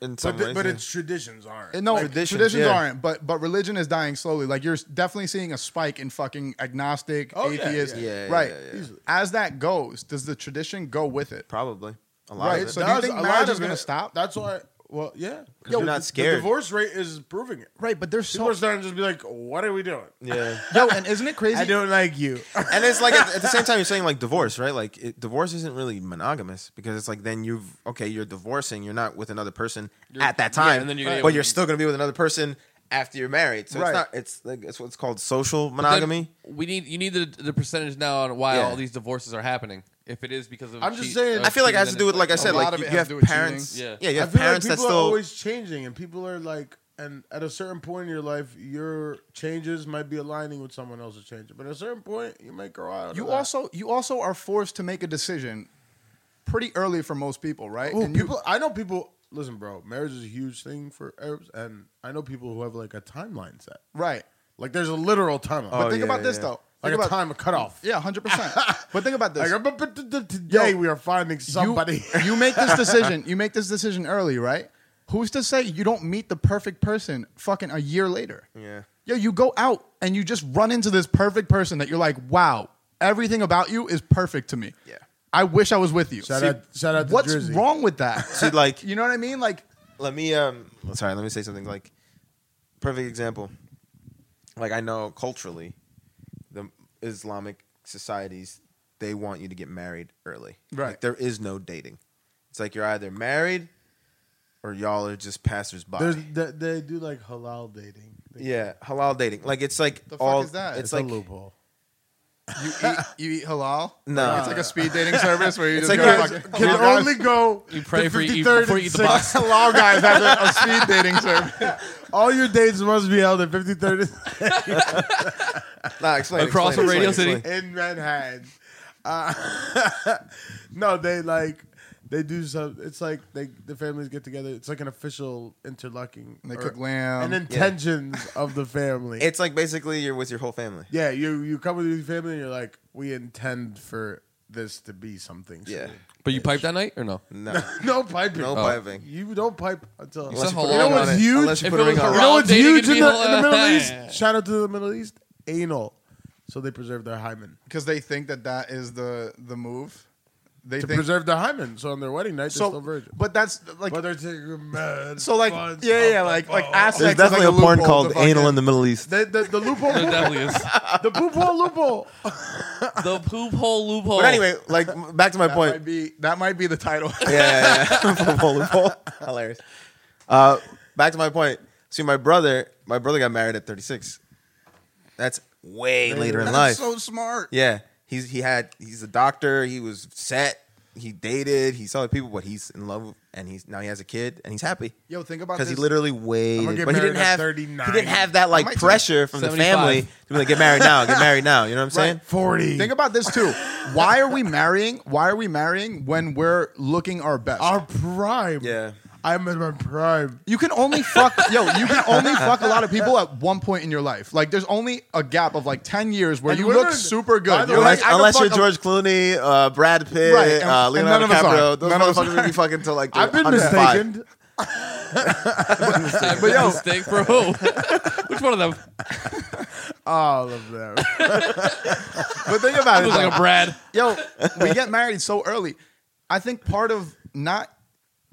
Speaker 5: in some
Speaker 4: But, th-
Speaker 5: ways.
Speaker 4: but
Speaker 5: yeah.
Speaker 4: its Uh, traditions aren't.
Speaker 2: And No,
Speaker 5: Traditions,
Speaker 2: traditions,
Speaker 5: yeah.
Speaker 2: aren't, but but religion is dying slowly. Like you're definitely seeing a spike in fucking agnostic,
Speaker 4: Oh, yeah,
Speaker 2: atheist.
Speaker 4: yeah.
Speaker 5: Yeah, yeah,
Speaker 2: right.
Speaker 5: yeah, yeah.
Speaker 2: As that goes, does the tradition go with it?
Speaker 5: probably a lot
Speaker 2: Right,
Speaker 5: of it.
Speaker 2: so do you think
Speaker 4: a lot
Speaker 2: marriage
Speaker 4: of
Speaker 2: is gonna
Speaker 4: it-
Speaker 2: stop?
Speaker 4: That's why. Well, yeah.
Speaker 5: 'Cause Yo, we're not
Speaker 4: the-
Speaker 5: scared.
Speaker 4: The divorce rate is proving it.
Speaker 2: Right, but there's
Speaker 4: People
Speaker 2: so
Speaker 4: are starting to just be like, "What are we doing?"
Speaker 5: yeah.
Speaker 2: yo, and isn't it crazy?
Speaker 4: don't like you.
Speaker 5: and it's like at, at the same time you're saying like divorce right like it, divorce isn't really monogamous because it's like then you've okay you're divorcing you're not with another person at that
Speaker 3: yeah,
Speaker 5: time
Speaker 3: and then you're gonna
Speaker 5: but
Speaker 3: get-
Speaker 5: you're still going to be with another person after you're married so
Speaker 2: Right.
Speaker 5: it's not it's like it's what's called social
Speaker 3: Then
Speaker 5: monogamy
Speaker 3: We need you need the, the percentage now on why
Speaker 5: Yeah.
Speaker 3: all these divorces are happening. If it is because of,
Speaker 4: I'm just
Speaker 3: cheat-
Speaker 4: saying-
Speaker 3: of
Speaker 5: i feel like
Speaker 3: Oh, cheating,
Speaker 5: it has to
Speaker 3: then
Speaker 5: do with
Speaker 3: it's
Speaker 5: like i said
Speaker 2: a
Speaker 5: like
Speaker 2: lot of
Speaker 5: you
Speaker 2: it
Speaker 5: you
Speaker 2: has
Speaker 5: have
Speaker 2: to do with
Speaker 5: parents
Speaker 3: cheating. Yeah.
Speaker 5: yeah you
Speaker 4: I
Speaker 5: have
Speaker 4: feel like
Speaker 5: parents
Speaker 4: people
Speaker 5: that
Speaker 4: are
Speaker 5: still
Speaker 4: always changing, and people are like, and at a certain point in your life, your changes might be aligning with someone else's changes. But at a certain point, you might grow out. of
Speaker 2: you
Speaker 4: that.
Speaker 2: also you also are forced to make a decision pretty early for most people, right?
Speaker 4: Ooh,
Speaker 2: And you-
Speaker 4: people. I know people. Listen, bro, marriage is a huge thing for Arabs, and I know people who have like a timeline set.
Speaker 2: right.
Speaker 4: Like, there's a literal timeline.
Speaker 5: Oh,
Speaker 2: But think
Speaker 5: yeah,
Speaker 2: about this
Speaker 5: yeah.
Speaker 2: though.
Speaker 4: like
Speaker 2: Think
Speaker 4: a
Speaker 2: about,
Speaker 4: time of cutoff.
Speaker 2: Yeah, hundred percent. But think about this.
Speaker 4: Like, but, but t- t- today
Speaker 2: Yo,
Speaker 4: we are finding somebody.
Speaker 2: You, you make this decision. You make this decision early, right? Who's to say you don't meet the perfect person fucking a year later?
Speaker 5: Yeah.
Speaker 2: Yo, you go out and you just run into this perfect person that you're like, wow, everything about you is perfect to me.
Speaker 5: Yeah.
Speaker 2: I wish I was with you.
Speaker 4: Shout out- shout out to
Speaker 2: what's
Speaker 4: Drizzy.
Speaker 2: wrong with that?
Speaker 5: See, like-
Speaker 2: you know what I mean? Like,
Speaker 5: let me um sorry let me say something like perfect example like i know culturally the islamic societies they want you to get married early.
Speaker 2: Right.
Speaker 5: Like, there is no dating. It's like you're either married or y'all are just passersby.
Speaker 4: There's, they, they do like halal dating.
Speaker 5: yeah, halal dating. Like it's like
Speaker 2: The fuck
Speaker 5: all
Speaker 2: is that?
Speaker 4: it's,
Speaker 5: it's, like
Speaker 4: a loophole.
Speaker 2: You eat, you eat halal?
Speaker 5: No.
Speaker 2: Like, it's like a speed dating service where you
Speaker 5: It's
Speaker 2: just
Speaker 5: like
Speaker 2: go
Speaker 5: guys-
Speaker 2: fuck-
Speaker 4: Can
Speaker 2: Halal guys-
Speaker 4: only
Speaker 3: oh,
Speaker 4: go.
Speaker 3: You pray
Speaker 4: to
Speaker 3: for e- you eat-
Speaker 4: 53rd
Speaker 3: before you
Speaker 4: and
Speaker 3: eat the box.
Speaker 2: halal guys have a, a speed dating service.
Speaker 4: All your dates must be held at 53rd
Speaker 5: nah, explain,
Speaker 3: Across
Speaker 5: explain,
Speaker 3: the Radio
Speaker 5: explain,
Speaker 3: City.
Speaker 5: explain.
Speaker 4: in Manhattan. Uh, no, they like they do some. It's like they the families get together. It's like an official interlocking.
Speaker 2: And they
Speaker 4: or-
Speaker 2: cook lamb.
Speaker 4: and intentions of the family.
Speaker 5: It's like basically you're with your whole family.
Speaker 4: yeah, you you come with your family and you're like, we intend for this to be something.
Speaker 5: Yeah.
Speaker 3: But you pipe that night or no?
Speaker 5: No.
Speaker 4: no piping.
Speaker 5: No
Speaker 4: No.
Speaker 5: piping.
Speaker 4: You don't pipe until
Speaker 3: Oh. You said
Speaker 5: put a
Speaker 3: halal
Speaker 5: ring
Speaker 3: on
Speaker 5: on
Speaker 3: it.
Speaker 5: it.
Speaker 4: Huge-
Speaker 5: Unless you
Speaker 3: If
Speaker 5: put a
Speaker 3: it was
Speaker 5: ring on
Speaker 4: You
Speaker 5: it.
Speaker 4: know
Speaker 3: Halal
Speaker 4: what's
Speaker 3: dating
Speaker 4: huge
Speaker 3: could
Speaker 4: in
Speaker 3: be
Speaker 4: the, in the
Speaker 3: halal.
Speaker 4: Middle East? Shout out to the Middle East. Anal. So they preserve their hymen.
Speaker 2: Because they think that that is the, the move. They
Speaker 4: To
Speaker 2: think.
Speaker 4: preserve their hymen. So on their wedding night, they're still
Speaker 2: so,
Speaker 4: virgin.
Speaker 2: but that's like.
Speaker 4: But they're taking mad
Speaker 2: so like
Speaker 4: fun
Speaker 2: yeah yeah
Speaker 4: stuff.
Speaker 2: like like ass
Speaker 5: There's
Speaker 2: sex is like
Speaker 5: definitely a porn
Speaker 2: loophole
Speaker 5: called
Speaker 2: to fucking-
Speaker 5: anal in the Middle East.
Speaker 4: The, the, the loophole,
Speaker 3: There definitely is.
Speaker 4: the poop hole loophole.
Speaker 3: The poop hole loophole.
Speaker 5: But anyway, like m- back to my
Speaker 2: That
Speaker 5: point.
Speaker 2: might be that might be the title.
Speaker 5: Yeah, yeah, yeah. Loophole, loophole. Hilarious. Uh, back to my point. See, my brother, my brother got married at 36. That's way later in
Speaker 2: That's
Speaker 5: life.
Speaker 2: so smart.
Speaker 5: yeah, he's he had he's a doctor. He was set. He dated. He saw the people, but he's in love, and he's now he has a kid, and he's happy
Speaker 2: Yo, think about
Speaker 5: because
Speaker 2: this.
Speaker 5: he literally waited.
Speaker 4: get
Speaker 5: But he
Speaker 4: married
Speaker 5: didn't
Speaker 4: at
Speaker 5: have
Speaker 4: 39.
Speaker 5: he didn't have that like
Speaker 2: might do it.
Speaker 5: pressure from the
Speaker 3: 75.
Speaker 5: family to be like get married now, get married now. You know what I'm saying?
Speaker 4: 40.
Speaker 2: Think about this too. Why are we marrying? Why are we marrying when we're looking our best?
Speaker 4: Our prime.
Speaker 5: Yeah.
Speaker 4: I'm in my prime.
Speaker 2: you can only fuck yo. You can only fuck a lot of people at one point in your life. Like there's only a gap of like ten years where
Speaker 4: And
Speaker 2: you
Speaker 4: women-
Speaker 2: look super
Speaker 4: by
Speaker 2: good.
Speaker 4: the
Speaker 2: You're
Speaker 4: way,
Speaker 2: like,
Speaker 5: Unless,
Speaker 2: I can
Speaker 5: unless
Speaker 2: fuck
Speaker 5: you're
Speaker 2: a-
Speaker 5: George Clooney, uh, Brad Pitt,
Speaker 2: Right, and-
Speaker 5: uh,
Speaker 2: and
Speaker 5: Leonardo
Speaker 2: none of us are.
Speaker 5: DiCaprio, those
Speaker 2: None of us
Speaker 5: motherfuckers would
Speaker 2: are.
Speaker 5: be fucking until like
Speaker 4: I've been
Speaker 5: 105.
Speaker 4: mistaken.
Speaker 3: but yo, mistake for who? Which one of them?
Speaker 4: All of them.
Speaker 2: But think about
Speaker 3: It
Speaker 2: it.
Speaker 3: was like a
Speaker 2: though.
Speaker 3: Brad.
Speaker 2: Yo, we get married so early. I think part of not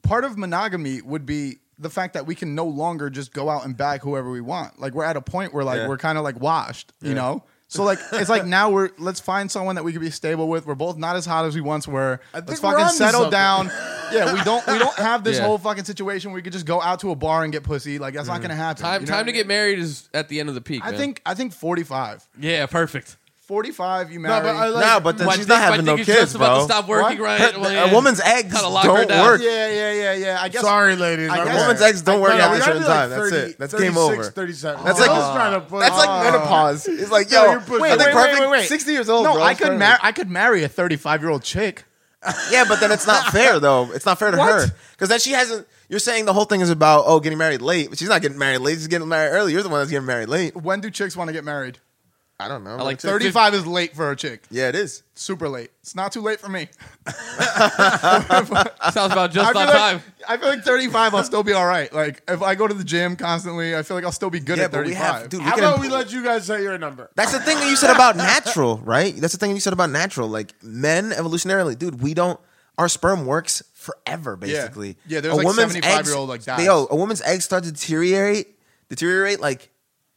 Speaker 2: part of monogamy would be the fact that we can no longer just go out and bag whoever we want. Like we're at a point where like
Speaker 5: Yeah.
Speaker 2: we're kind of like washed, you know. So like it's like now we're let's find someone that we can be stable with. We're both not as hot as we once were. Let's
Speaker 4: think we're
Speaker 2: fucking
Speaker 4: onto
Speaker 2: settle
Speaker 4: something.
Speaker 2: down. Yeah, we don't we don't have this
Speaker 3: Yeah.
Speaker 2: whole fucking situation where we could just go out to a bar and get pussy. Like that's
Speaker 4: Mm.
Speaker 2: not gonna happen.
Speaker 3: Time
Speaker 2: you know
Speaker 3: time
Speaker 2: what
Speaker 3: to
Speaker 2: I
Speaker 3: get
Speaker 2: mean?
Speaker 3: married is at the end of the peak.
Speaker 2: I
Speaker 3: man.
Speaker 2: think I think forty five.
Speaker 3: Yeah, perfect.
Speaker 2: Forty five you
Speaker 4: No,
Speaker 2: marry.
Speaker 4: but I like,
Speaker 5: No, but then
Speaker 3: My
Speaker 5: she's
Speaker 3: dick-
Speaker 5: not
Speaker 3: my
Speaker 5: having no
Speaker 3: dick is
Speaker 5: kids,
Speaker 3: just about
Speaker 5: bro.
Speaker 3: to stop working
Speaker 2: What?
Speaker 3: right.
Speaker 5: Her-
Speaker 3: Well,
Speaker 5: a
Speaker 3: yeah.
Speaker 5: woman's eggs
Speaker 3: Gotta lock her
Speaker 5: don't
Speaker 3: down.
Speaker 5: work.
Speaker 2: yeah, yeah, yeah, yeah. I guess
Speaker 4: sorry, ladies.
Speaker 2: I
Speaker 4: I'm
Speaker 2: guess-
Speaker 4: sorry.
Speaker 5: Woman's eggs don't
Speaker 4: I-
Speaker 5: work
Speaker 4: no,
Speaker 5: after
Speaker 4: we
Speaker 5: a
Speaker 4: gotta
Speaker 5: certain
Speaker 4: be like
Speaker 5: time. That's
Speaker 4: 30,
Speaker 5: it. That's game over.
Speaker 4: 37.
Speaker 5: That's
Speaker 4: Oh,
Speaker 5: like-
Speaker 4: I was trying to put-
Speaker 5: That's
Speaker 4: Oh.
Speaker 5: like menopause. It's like,
Speaker 4: No,
Speaker 5: yo,
Speaker 4: you're pushing-
Speaker 5: wait,
Speaker 4: Wait,
Speaker 5: like
Speaker 4: wait,
Speaker 5: perfect
Speaker 4: wait, wait.
Speaker 5: 60 years old.
Speaker 2: no,
Speaker 5: bro.
Speaker 2: I
Speaker 5: It's
Speaker 2: could
Speaker 5: perfect.
Speaker 2: marry. I could marry a thirty-five-year-old chick.
Speaker 5: Yeah, but then it's not fair though. It's not fair to
Speaker 2: What?
Speaker 5: her because then she hasn't. You're saying the whole thing is about oh getting married late, but she's not getting married late. She's getting married early. You're the one that's getting married late.
Speaker 2: When do chicks want to get married?
Speaker 5: I don't know.
Speaker 3: like
Speaker 5: What it is.
Speaker 2: Thirty-five is late for a chick.
Speaker 5: Yeah, it is.
Speaker 2: Super late. It's not too late for me.
Speaker 3: sounds about
Speaker 2: I
Speaker 3: just
Speaker 2: feel
Speaker 3: on
Speaker 2: like
Speaker 3: time.
Speaker 2: I feel like thirty-five. I'll still be all right. Like if I go to the gym constantly, I feel like I'll still be good
Speaker 5: Yeah,
Speaker 2: at
Speaker 5: but we
Speaker 2: thirty-five.
Speaker 5: have, dude. We
Speaker 4: How
Speaker 5: can
Speaker 4: about
Speaker 5: imp-
Speaker 4: we let you guys say your number?
Speaker 5: That's the thing that you said about natural, right? That's the thing you said about natural. Like men, evolutionarily, dude, we don't. Our sperm works forever, basically.
Speaker 2: Yeah, there's like 75
Speaker 5: eggs-
Speaker 2: year old, like, dies.
Speaker 5: They, yo, a woman's eggs start to deteriorate, deteriorate like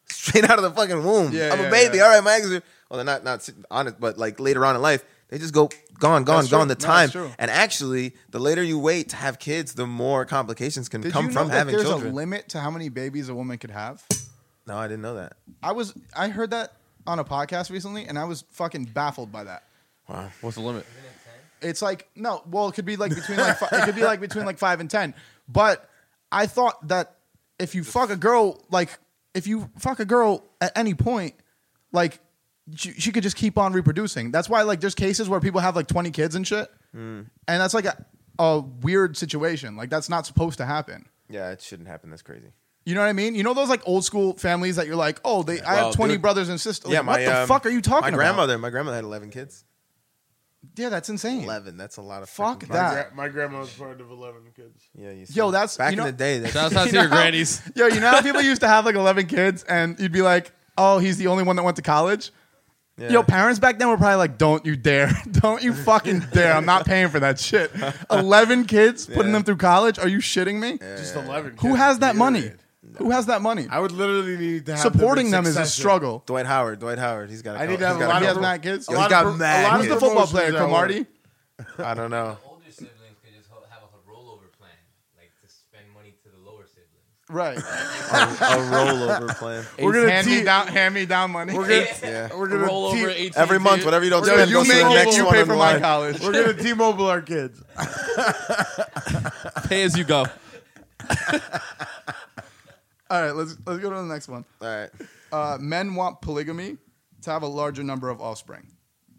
Speaker 5: straight out of the fucking womb.
Speaker 2: Yeah,
Speaker 5: I'm
Speaker 2: yeah,
Speaker 5: a baby.
Speaker 2: yeah.
Speaker 5: All right, my eggs are. Well, they're not not honest, but like later on in life, they just go gone, gone,
Speaker 2: That's
Speaker 5: gone.
Speaker 2: true.
Speaker 5: The
Speaker 2: No,
Speaker 5: time
Speaker 2: that's true.
Speaker 5: and actually, the later you wait to have kids, the more complications can
Speaker 2: Did
Speaker 5: come
Speaker 2: you know
Speaker 5: from
Speaker 2: that
Speaker 5: having
Speaker 2: there's
Speaker 5: children.
Speaker 2: a limit to how many babies a woman could have?
Speaker 5: no, I didn't know that.
Speaker 2: I was I heard that on a podcast recently, and I was fucking baffled by that.
Speaker 3: What's the limit?
Speaker 2: It's like no, well, it could be like between like fi- it could be like between like five and ten. But I thought that if you fuck a girl, like if you fuck a girl at any point, like she, she could just keep on reproducing. That's why like there's cases where people have like twenty kids and shit,
Speaker 5: Hmm.
Speaker 2: and that's like a, a weird situation. Like that's not supposed to happen.
Speaker 5: Yeah, it shouldn't happen. That's crazy.
Speaker 2: You know what I mean? You know those like old school families that you're like, oh, they I
Speaker 5: Well,
Speaker 2: have twenty
Speaker 5: dude.
Speaker 2: brothers and sisters.
Speaker 5: yeah,
Speaker 2: Like,
Speaker 5: my,
Speaker 2: what the
Speaker 5: um,
Speaker 2: fuck are you talking
Speaker 5: My
Speaker 2: about?
Speaker 5: grandmother, my grandmother had eleven kids.
Speaker 2: Yeah, that's insane.
Speaker 5: Eleven. That's a lot of
Speaker 2: Fuck
Speaker 5: freaking-
Speaker 4: My,
Speaker 2: that.
Speaker 4: gra- my grandma was part of 11 kids.
Speaker 5: Yeah, you see.
Speaker 2: Yo, that's-
Speaker 5: back
Speaker 2: you know-
Speaker 5: in the day. That's,
Speaker 3: Shout out to
Speaker 2: You
Speaker 3: your
Speaker 2: know how-
Speaker 3: grannies.
Speaker 2: Yo, you know how people used to have like 11 kids and you'd be like, oh, he's the only one that went to college?
Speaker 5: yeah.
Speaker 2: Yo, parents back then were probably like, don't you dare. don't you fucking dare. I'm not paying for that shit. 11 kids, putting
Speaker 5: Yeah.
Speaker 2: them through college? Are you shitting me?
Speaker 4: Just 11
Speaker 2: Who
Speaker 4: kids,
Speaker 2: has that money?
Speaker 4: period.
Speaker 2: Who has that money?
Speaker 4: I would literally need to have
Speaker 2: Supporting them
Speaker 4: them, in
Speaker 2: is a
Speaker 4: succession.
Speaker 2: struggle.
Speaker 5: Dwight Howard. Dwight Howard. He's got.
Speaker 4: I need to have
Speaker 5: he's
Speaker 4: a
Speaker 5: got
Speaker 4: lot
Speaker 2: He
Speaker 4: of
Speaker 2: has mad kids.
Speaker 5: Yo,
Speaker 4: a
Speaker 5: he's
Speaker 4: lot
Speaker 5: got
Speaker 4: of, pro-
Speaker 5: mad
Speaker 4: A lot
Speaker 2: Who's
Speaker 4: of
Speaker 2: the
Speaker 5: kids.
Speaker 2: football
Speaker 4: promotions
Speaker 2: player?
Speaker 4: that I want.
Speaker 2: Cromartie.
Speaker 5: I don't know.
Speaker 1: older siblings could just ho- have a rollover plan, like to spend money to the lower siblings.
Speaker 2: Right.
Speaker 5: a rollover plan.
Speaker 2: We're gonna
Speaker 4: hand me
Speaker 2: teach-
Speaker 4: down, hand me down money. We're
Speaker 3: Eight-
Speaker 4: gonna,
Speaker 5: Yeah.
Speaker 4: we're gonna
Speaker 3: roll over
Speaker 4: te-
Speaker 3: eighteen.
Speaker 5: Every month,
Speaker 3: kids.
Speaker 5: whatever you don't
Speaker 2: Yo,
Speaker 5: spend
Speaker 2: you
Speaker 5: goes to
Speaker 2: make
Speaker 5: the next
Speaker 2: you
Speaker 5: one.
Speaker 2: pay
Speaker 5: on
Speaker 2: for
Speaker 5: the
Speaker 2: my
Speaker 5: line.
Speaker 2: college.
Speaker 4: We're gonna T-Mobile our kids.
Speaker 3: pay as you go.
Speaker 2: All right, let's let's go to the next one.
Speaker 5: All right.
Speaker 2: Uh, men want polygamy to have a larger number of offspring.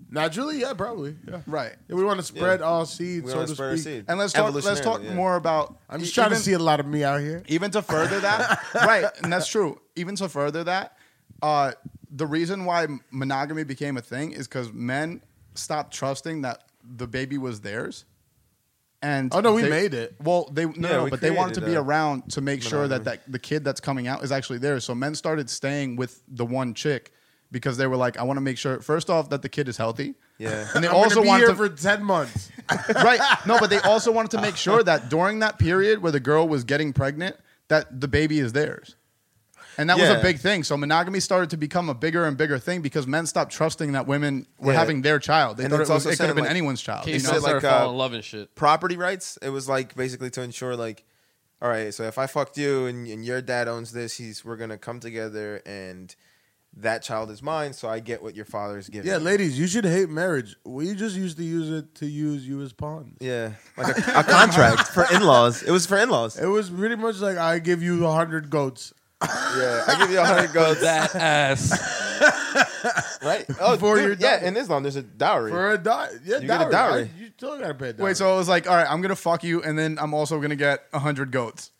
Speaker 4: Naturally, yeah, probably. Yeah.
Speaker 2: Right.
Speaker 4: Yeah, we want to spread
Speaker 5: Yeah.
Speaker 4: all seeds,
Speaker 5: We
Speaker 4: so
Speaker 5: want
Speaker 4: to
Speaker 5: to spread our
Speaker 4: speak.
Speaker 5: seed.
Speaker 2: And let's talk. Let's talk
Speaker 5: Evolutionarily, yeah.
Speaker 2: more about. e-,
Speaker 4: I'm just trying
Speaker 2: even,
Speaker 4: to see a lot of me out here.
Speaker 2: even to further that. right, and that's true. Even to further that, uh, the reason why monogamy became a thing is because men stopped trusting that the baby was theirs. And
Speaker 4: Oh, no, we
Speaker 2: they-
Speaker 4: made it.
Speaker 2: Well, they no,
Speaker 5: Yeah,
Speaker 2: no
Speaker 5: we
Speaker 2: but they wanted to
Speaker 5: created
Speaker 2: be
Speaker 5: a
Speaker 2: around to make sure that,
Speaker 5: monogamy.
Speaker 2: that the kid that's coming out is actually theirs. So men started staying with the one chick because they were like, I want to make sure first off that the kid is healthy.
Speaker 5: Yeah.
Speaker 2: And they
Speaker 4: I'm
Speaker 2: also
Speaker 4: gonna be
Speaker 2: wanted
Speaker 4: here
Speaker 2: to
Speaker 4: for ten months.
Speaker 2: right. No, but they also wanted to make sure that during that period where the girl was getting pregnant, that the baby is theirs. And that was
Speaker 5: Yeah.
Speaker 2: a big thing. So monogamy started to become a bigger and bigger thing because men stopped trusting that women were
Speaker 5: Yeah.
Speaker 2: having their child. They
Speaker 5: And
Speaker 2: thought it,
Speaker 5: it's
Speaker 2: was,
Speaker 5: also
Speaker 2: it could have
Speaker 5: saying,
Speaker 2: been
Speaker 5: like,
Speaker 2: anyone's child.
Speaker 3: Kids
Speaker 2: You
Speaker 5: said,
Speaker 2: know?
Speaker 3: start
Speaker 5: like,
Speaker 3: falling
Speaker 5: uh,
Speaker 3: in love and shit.
Speaker 5: Property rights. It was like basically to ensure like, all right, so if I fucked you and, and your dad owns this, he's we're gonna come together and that child is mine, so I get what your father's giving.
Speaker 4: Yeah, ladies, you should hate marriage. We just used to use it to use you as pawns.
Speaker 5: Yeah, like a, a contract for in-laws. It was for in-laws.
Speaker 4: It was pretty much like I give you a hundred goats.
Speaker 5: Yeah, I give you a hundred goats,
Speaker 3: That ass.
Speaker 5: right? Oh,
Speaker 4: For
Speaker 5: dude,
Speaker 4: your
Speaker 5: yeah.
Speaker 4: dowry.
Speaker 5: In Islam, there's a dowry.
Speaker 4: For a di- yeah,
Speaker 5: You
Speaker 4: dowry.
Speaker 5: get a dowry.
Speaker 4: I- you still gotta pay a
Speaker 5: uh,
Speaker 4: dowry.
Speaker 2: Wait, so it was like, all right, I'm gonna fuck you, and then I'm also gonna get hundred goats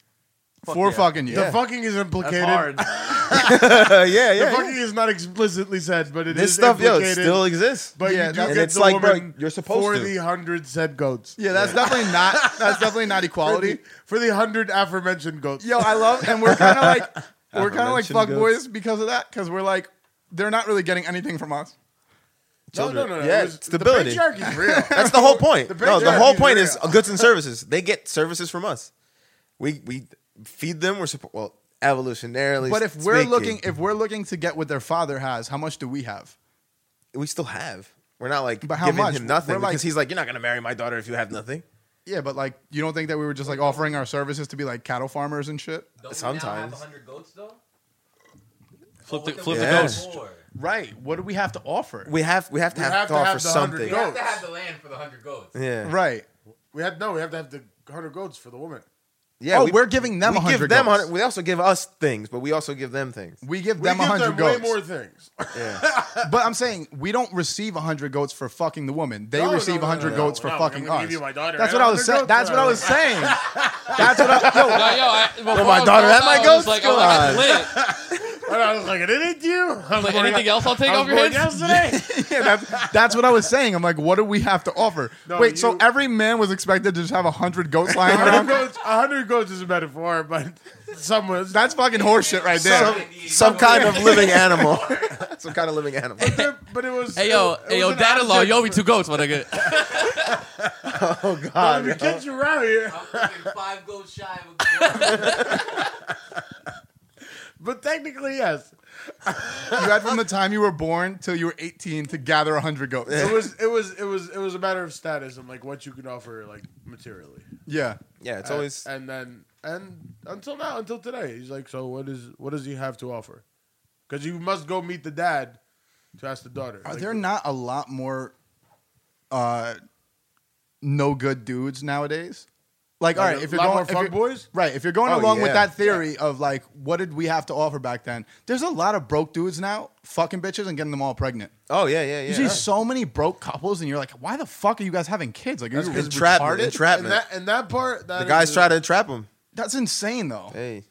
Speaker 2: for
Speaker 5: yeah.
Speaker 2: fucking you.
Speaker 4: the fucking is implicated.
Speaker 5: yeah, yeah.
Speaker 4: The
Speaker 5: yeah.
Speaker 4: fucking is not explicitly said, but it is
Speaker 5: This stuff, yo, it
Speaker 4: implicated.
Speaker 5: still exists.
Speaker 4: but
Speaker 2: Yeah,
Speaker 4: you do
Speaker 2: that's-
Speaker 4: get
Speaker 5: and it's
Speaker 4: the
Speaker 5: like, bro,
Speaker 4: woman
Speaker 5: you're supposed
Speaker 4: for
Speaker 5: to.
Speaker 4: the hundred said goats.
Speaker 2: Yeah, that's definitely not. That's definitely not
Speaker 4: for the,
Speaker 2: equality.
Speaker 4: for the hundred aforementioned goats.
Speaker 2: Yo, I love, and we're kind of like we're kind of like
Speaker 5: Aforementioned
Speaker 2: fuck
Speaker 5: goats.
Speaker 2: boys because of that, because we're like they're not really getting anything from us.
Speaker 4: no, no,
Speaker 5: children.
Speaker 4: no, no.
Speaker 5: Yeah,
Speaker 4: Uh, it was-
Speaker 5: stability.
Speaker 4: The patriarchy's real.
Speaker 5: That's the whole point.
Speaker 4: The
Speaker 5: no, the whole
Speaker 4: patriarchy's
Speaker 5: point is
Speaker 4: real.
Speaker 5: goods and services. They get services from us. We we feed them. We're support. Well, evolutionarily,
Speaker 2: But if we're
Speaker 5: speaking,
Speaker 2: looking, if we're looking to get what their father has, how much do we have?
Speaker 5: we still have. We're not like
Speaker 2: But how
Speaker 5: giving
Speaker 2: much?
Speaker 5: him nothing
Speaker 2: We're like-
Speaker 5: because he's like, you're not gonna marry my daughter if you have nothing.
Speaker 2: Yeah, but like, you don't think that we were just like offering our services to be like cattle farmers and shit?
Speaker 1: Don't
Speaker 5: Sometimes.
Speaker 1: we now have 100 goats though?
Speaker 3: Flip
Speaker 1: Oh,
Speaker 3: the,
Speaker 1: what
Speaker 3: flip
Speaker 5: Yeah.
Speaker 3: the
Speaker 1: we
Speaker 3: ghost.
Speaker 1: have for?
Speaker 2: Right. What do we have to offer?
Speaker 5: We have we have to
Speaker 4: We
Speaker 5: have,
Speaker 4: have
Speaker 5: to
Speaker 4: to
Speaker 5: offer
Speaker 4: have the
Speaker 5: something.
Speaker 1: We have to
Speaker 4: Goats.
Speaker 1: have the land for the 100 goats.
Speaker 5: Yeah,
Speaker 2: Right.
Speaker 4: We have no. We have to have the hundred goats for the woman.
Speaker 5: Yeah,
Speaker 2: Oh, we're giving them
Speaker 5: we
Speaker 2: 100
Speaker 5: Give them
Speaker 2: goats.
Speaker 5: 100 We also give us things, but we also give them things.
Speaker 2: We give
Speaker 4: We
Speaker 2: them a
Speaker 4: give
Speaker 2: hundred
Speaker 4: them
Speaker 2: goats,
Speaker 4: way more things.
Speaker 5: Yeah,
Speaker 2: but I'm saying we don't receive a hundred goats for fucking the woman. They
Speaker 4: No, no,
Speaker 2: receive
Speaker 4: no,
Speaker 2: a hundred
Speaker 4: no,
Speaker 2: goats
Speaker 4: no,
Speaker 2: for
Speaker 4: no, I'm
Speaker 2: fucking
Speaker 4: gonna
Speaker 2: us.
Speaker 4: give you my daughter
Speaker 2: That's
Speaker 4: and
Speaker 2: what I was saying.
Speaker 4: 100
Speaker 2: That's what I was
Speaker 4: goats.
Speaker 2: saying. That's what I.
Speaker 3: No, yo, I, before I was
Speaker 5: daughter, that
Speaker 3: going out,
Speaker 5: my
Speaker 3: I was
Speaker 5: goats?
Speaker 3: Like, oh, that's lit.
Speaker 4: And I was like, it ain't you. I was
Speaker 3: Like,
Speaker 4: born-
Speaker 3: anything else I'll take
Speaker 4: I was
Speaker 3: off your
Speaker 4: born
Speaker 3: hands?
Speaker 4: yesterday.
Speaker 2: Yeah, that's, that's what I was saying. I'm like, what do we have to offer?
Speaker 4: No,
Speaker 2: Wait, so
Speaker 4: you-
Speaker 2: every man was expected to just have a hundred goats lying
Speaker 4: hundred
Speaker 2: around?
Speaker 4: goats. hundred goats is a metaphor, but someone
Speaker 2: That's fucking horseshit right there.
Speaker 5: some, some kind of living animal. some kind of living animal.
Speaker 4: But it was.
Speaker 3: Hey yo,
Speaker 4: it
Speaker 3: hey yo,
Speaker 4: was an
Speaker 3: dad in law,
Speaker 4: object
Speaker 3: yo, me
Speaker 4: for-
Speaker 3: two goats, my nigga.
Speaker 4: Let me get you out of here.
Speaker 1: I'm freaking five goats shy of a goat.
Speaker 4: But technically, yes.
Speaker 2: You had from the time you were born till you were 18 to gather 100 goats.
Speaker 4: It was. It was. It was. It was a matter of status and like what you can offer, like materially.
Speaker 2: Yeah.
Speaker 5: Yeah, it's always
Speaker 4: Uh, And then and until now, until today, he's like, so what is what does he have to offer? Because you must go meet the dad to ask the daughter.
Speaker 2: Are
Speaker 4: Like,
Speaker 2: there not a lot more uh, no good dudes nowadays? Like, all
Speaker 4: Like,
Speaker 2: right,
Speaker 4: a
Speaker 2: if you're
Speaker 4: lot
Speaker 2: going
Speaker 4: more
Speaker 2: if you're-
Speaker 4: fuckboys?
Speaker 2: right? If you're going
Speaker 5: Oh,
Speaker 2: along with
Speaker 5: yeah.
Speaker 2: that theory of like, what did we have to offer back then? There's a lot of broke dudes now, fucking bitches and getting them all pregnant.
Speaker 5: oh yeah yeah yeah.
Speaker 2: You see so many broke couples, and you're like, why the fuck are you guys having kids? Like, are
Speaker 4: That's
Speaker 2: you
Speaker 4: 'cause
Speaker 5: entrapment,
Speaker 2: retarded?
Speaker 4: and
Speaker 5: entrapment.
Speaker 4: that and that part? That
Speaker 5: the guys
Speaker 4: is-
Speaker 5: try to entrap him.
Speaker 2: That's insane, though.
Speaker 5: Hey,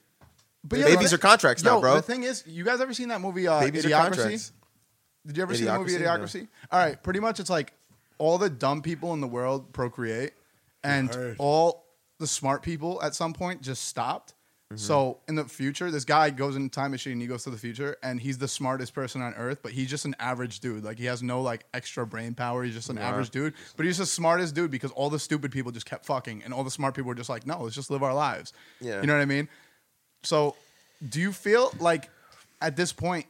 Speaker 2: But
Speaker 5: babies
Speaker 2: the-
Speaker 5: are contracts now,
Speaker 2: yo,
Speaker 5: bro.
Speaker 2: The thing is, you guys ever seen that movie? Uh,
Speaker 5: babies are
Speaker 2: Idiocracy?
Speaker 5: contracts.
Speaker 2: Did you ever see the movie
Speaker 5: Idiocracy?
Speaker 2: Idiocracy? All right, pretty much it's like all the dumb people in the world procreate, and
Speaker 4: heard.
Speaker 2: all the smart people at some point just stopped.
Speaker 5: Mm-hmm.
Speaker 2: So in the future, this guy goes in a time machine. He goes to the future, and he's the smartest person on earth, but he's just an average dude. Like he has no like extra brain power. He's just an average dude, but he's the smartest dude because all the stupid people just kept fucking, and all the smart people were just like, no, let's just live our lives.
Speaker 5: Yeah.
Speaker 2: you know what I mean. So Do you feel like at this point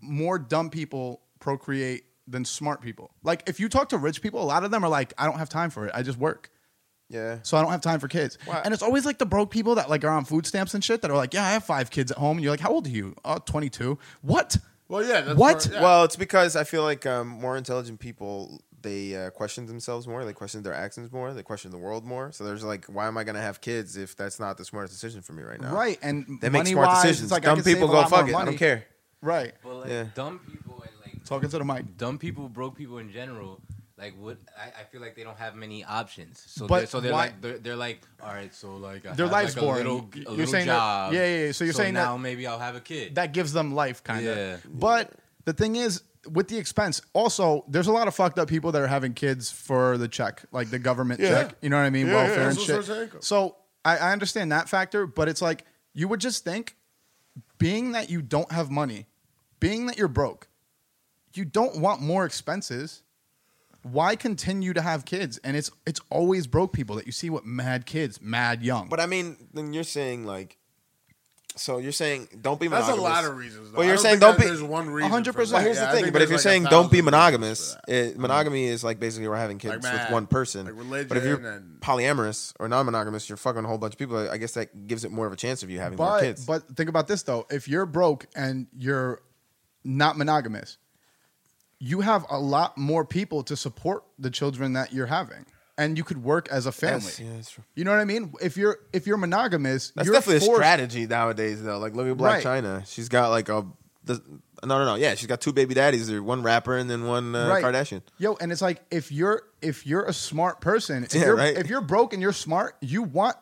Speaker 2: more dumb people procreate than smart people? Like if you talk to rich people, a lot of them are like, I don't have time for it. I just work.
Speaker 5: Yeah.
Speaker 2: So I don't have time for kids. And it's always like the broke people that like are on food stamps and shit that are like, Yeah, I have five kids at home. And you're like, How old are you? Oh, 22. What?
Speaker 4: Well, yeah. That's
Speaker 2: What?
Speaker 4: part- yeah.
Speaker 5: Well, it's because I feel like um, more intelligent people they uh, question themselves more, they question their actions more, they question the world more. So there's like, why am I gonna have kids if that's not the smartest decision for me right now?
Speaker 2: Right. And
Speaker 5: They make
Speaker 2: money
Speaker 5: smart
Speaker 2: wise,
Speaker 5: decisions.
Speaker 2: It's like I
Speaker 5: Dumb
Speaker 2: could save
Speaker 5: people
Speaker 2: a
Speaker 5: go
Speaker 2: lot more
Speaker 5: fuck it. I
Speaker 2: money."
Speaker 5: don't care.
Speaker 2: Right.
Speaker 1: But like
Speaker 5: Yeah.
Speaker 1: dumb people and like
Speaker 2: Talking to the mic.
Speaker 1: dumb people, broke people in general, like what I, I feel like they don't have many options. So
Speaker 2: But
Speaker 1: they're, so they're
Speaker 2: why-
Speaker 1: like they're, they're like all right. So like I
Speaker 2: Their
Speaker 1: have,
Speaker 2: life's
Speaker 1: like, a
Speaker 2: boring.
Speaker 1: little,
Speaker 2: Y-
Speaker 1: a
Speaker 2: you're
Speaker 1: little
Speaker 2: saying that-
Speaker 1: job.
Speaker 2: yeah, yeah, yeah. So you're saying that-
Speaker 1: now maybe I'll have a kid.
Speaker 2: that gives them life kind of
Speaker 1: Yeah.
Speaker 2: but the thing is with the expense also there's a lot of fucked up people that are having kids for the check like the government
Speaker 4: Yeah.
Speaker 2: check you know what i mean
Speaker 4: Yeah, yeah,
Speaker 2: welfare
Speaker 4: that's
Speaker 2: and
Speaker 4: what
Speaker 2: shit
Speaker 4: I'm saying.
Speaker 2: so I, I understand that factor but it's like you would just think being that you don't have money being that you're broke you don't want more expenses why continue to have kids and it's it's always broke people that you see with mad kids mad young
Speaker 5: But I mean, then you're saying like, so you're saying don't be
Speaker 4: That's
Speaker 5: monogamous.
Speaker 4: a lot of reasons. though.
Speaker 5: But
Speaker 4: I
Speaker 5: you're
Speaker 4: don't
Speaker 5: saying
Speaker 4: think
Speaker 5: don't
Speaker 4: that
Speaker 5: be-
Speaker 4: There's one reason. for
Speaker 2: 100%.
Speaker 4: that.
Speaker 5: Well, here's
Speaker 4: Yeah, I
Speaker 5: the thing.
Speaker 4: think
Speaker 5: But if you're
Speaker 4: there's
Speaker 5: saying
Speaker 4: like a
Speaker 5: don't be
Speaker 4: thousand reasons for
Speaker 5: monogamous,
Speaker 4: that. Mm-hmm.
Speaker 5: it, monogamy is like basically we're having kids
Speaker 4: Like
Speaker 5: with
Speaker 4: mad,
Speaker 5: one person.
Speaker 4: like
Speaker 5: but if you're
Speaker 4: religion and-
Speaker 5: polyamorous or non-monogamous, you're fucking a whole bunch of people. I guess that gives it more of a chance of you having more
Speaker 2: but,
Speaker 5: kids.
Speaker 2: But think about this though: if you're broke and you're not monogamous, you have a lot more people to support the children that you're having, and you could work as a family.
Speaker 5: Yes, yeah, that's true.
Speaker 2: You know what I mean? If you're if you're monogamous,
Speaker 5: That's
Speaker 2: you're
Speaker 5: definitely
Speaker 2: forced-
Speaker 5: a strategy nowadays, though. Like look at Black
Speaker 2: Right.
Speaker 5: China. She's got like a the, no, no, no. Yeah, she's got two baby daddies. There, one rapper and then one uh,
Speaker 2: Right.
Speaker 5: Kardashian.
Speaker 2: Yo, and it's like if you're if you're a smart person, if,
Speaker 5: Yeah,
Speaker 2: you're,
Speaker 5: right.
Speaker 2: if you're broke and you're smart, you want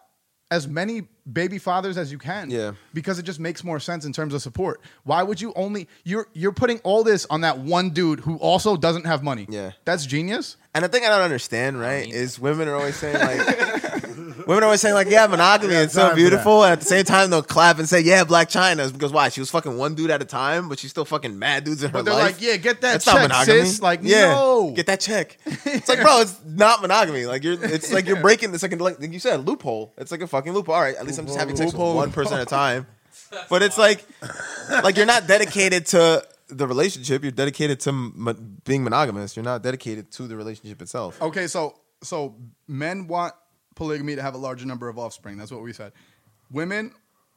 Speaker 2: as many baby fathers as you can.
Speaker 5: Yeah.
Speaker 2: Because it just makes more sense in terms of support. Why would you only you're you're putting all this on that one dude who also doesn't have money.
Speaker 5: Yeah.
Speaker 2: That's genius.
Speaker 5: And the thing I don't understand, right,
Speaker 1: mean-
Speaker 5: is women are always saying like, women are always saying like, yeah, monogamy, it's
Speaker 4: time
Speaker 5: so
Speaker 4: for
Speaker 5: beautiful. And at the same time, they'll clap and say, yeah, Black China, It's because why? She was fucking one dude at a time, but she's still fucking mad dudes in her
Speaker 2: But they're
Speaker 5: life.
Speaker 2: like, yeah, get that
Speaker 5: That's
Speaker 2: check,
Speaker 5: not monogamy.
Speaker 2: sis. Like,
Speaker 5: yeah,
Speaker 2: no.
Speaker 5: get that check. It's like, bro, it's not monogamy. Like you're, it's like you're breaking. It's like, like you said, loophole. It's like a fucking loophole. All right, at least I'm just having sex with
Speaker 2: Loophole,
Speaker 5: one person at a time. But it's like, like you're not dedicated to the relationship. You're dedicated to mo- being monogamous. You're not dedicated to the relationship itself.
Speaker 2: Okay, so so men want polygamy to have a larger number of offspring. That's what we said. Women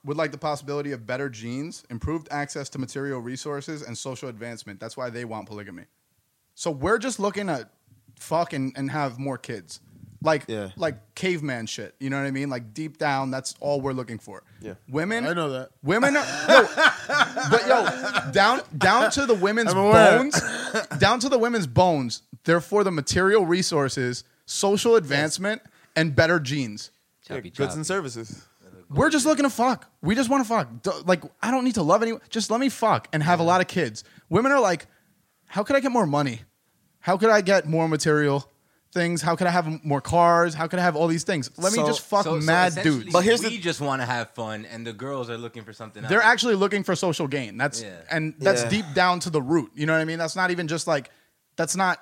Speaker 2: would like the possibility of better genes, improved access to material resources, and social advancement. That's why they want polygamy. So we're just looking to fuck and, and have more kids. Like
Speaker 5: Yeah.
Speaker 2: like caveman shit. You know what I mean? Like deep down, that's all we're looking for.
Speaker 5: Yeah.
Speaker 2: Women
Speaker 4: I know that.
Speaker 2: Women are yo, but yo, down down to the women's
Speaker 4: I'm aware.
Speaker 2: bones, down to the women's bones. They're for the material resources, social advancement, and better genes.
Speaker 5: Yeah, goods and services.
Speaker 2: We're just looking to fuck. We just want to fuck. D- Like I don't need to love anyone. Just let me fuck and have a lot of kids. Women are like, how could I get more money? How could I get more material things? How could I have more cars? How could I have all these things? Let me
Speaker 5: So-
Speaker 2: just fuck mad dudes.
Speaker 1: But
Speaker 5: But
Speaker 1: here's
Speaker 5: here's
Speaker 1: we
Speaker 5: the-
Speaker 1: just want to have fun, and the girls are looking for something.
Speaker 2: They're
Speaker 1: else.
Speaker 2: actually looking for social gain. That's
Speaker 1: Yeah.
Speaker 2: and that's
Speaker 5: Yeah.
Speaker 2: deep down to the root. You know what I mean? That's not even just like that's not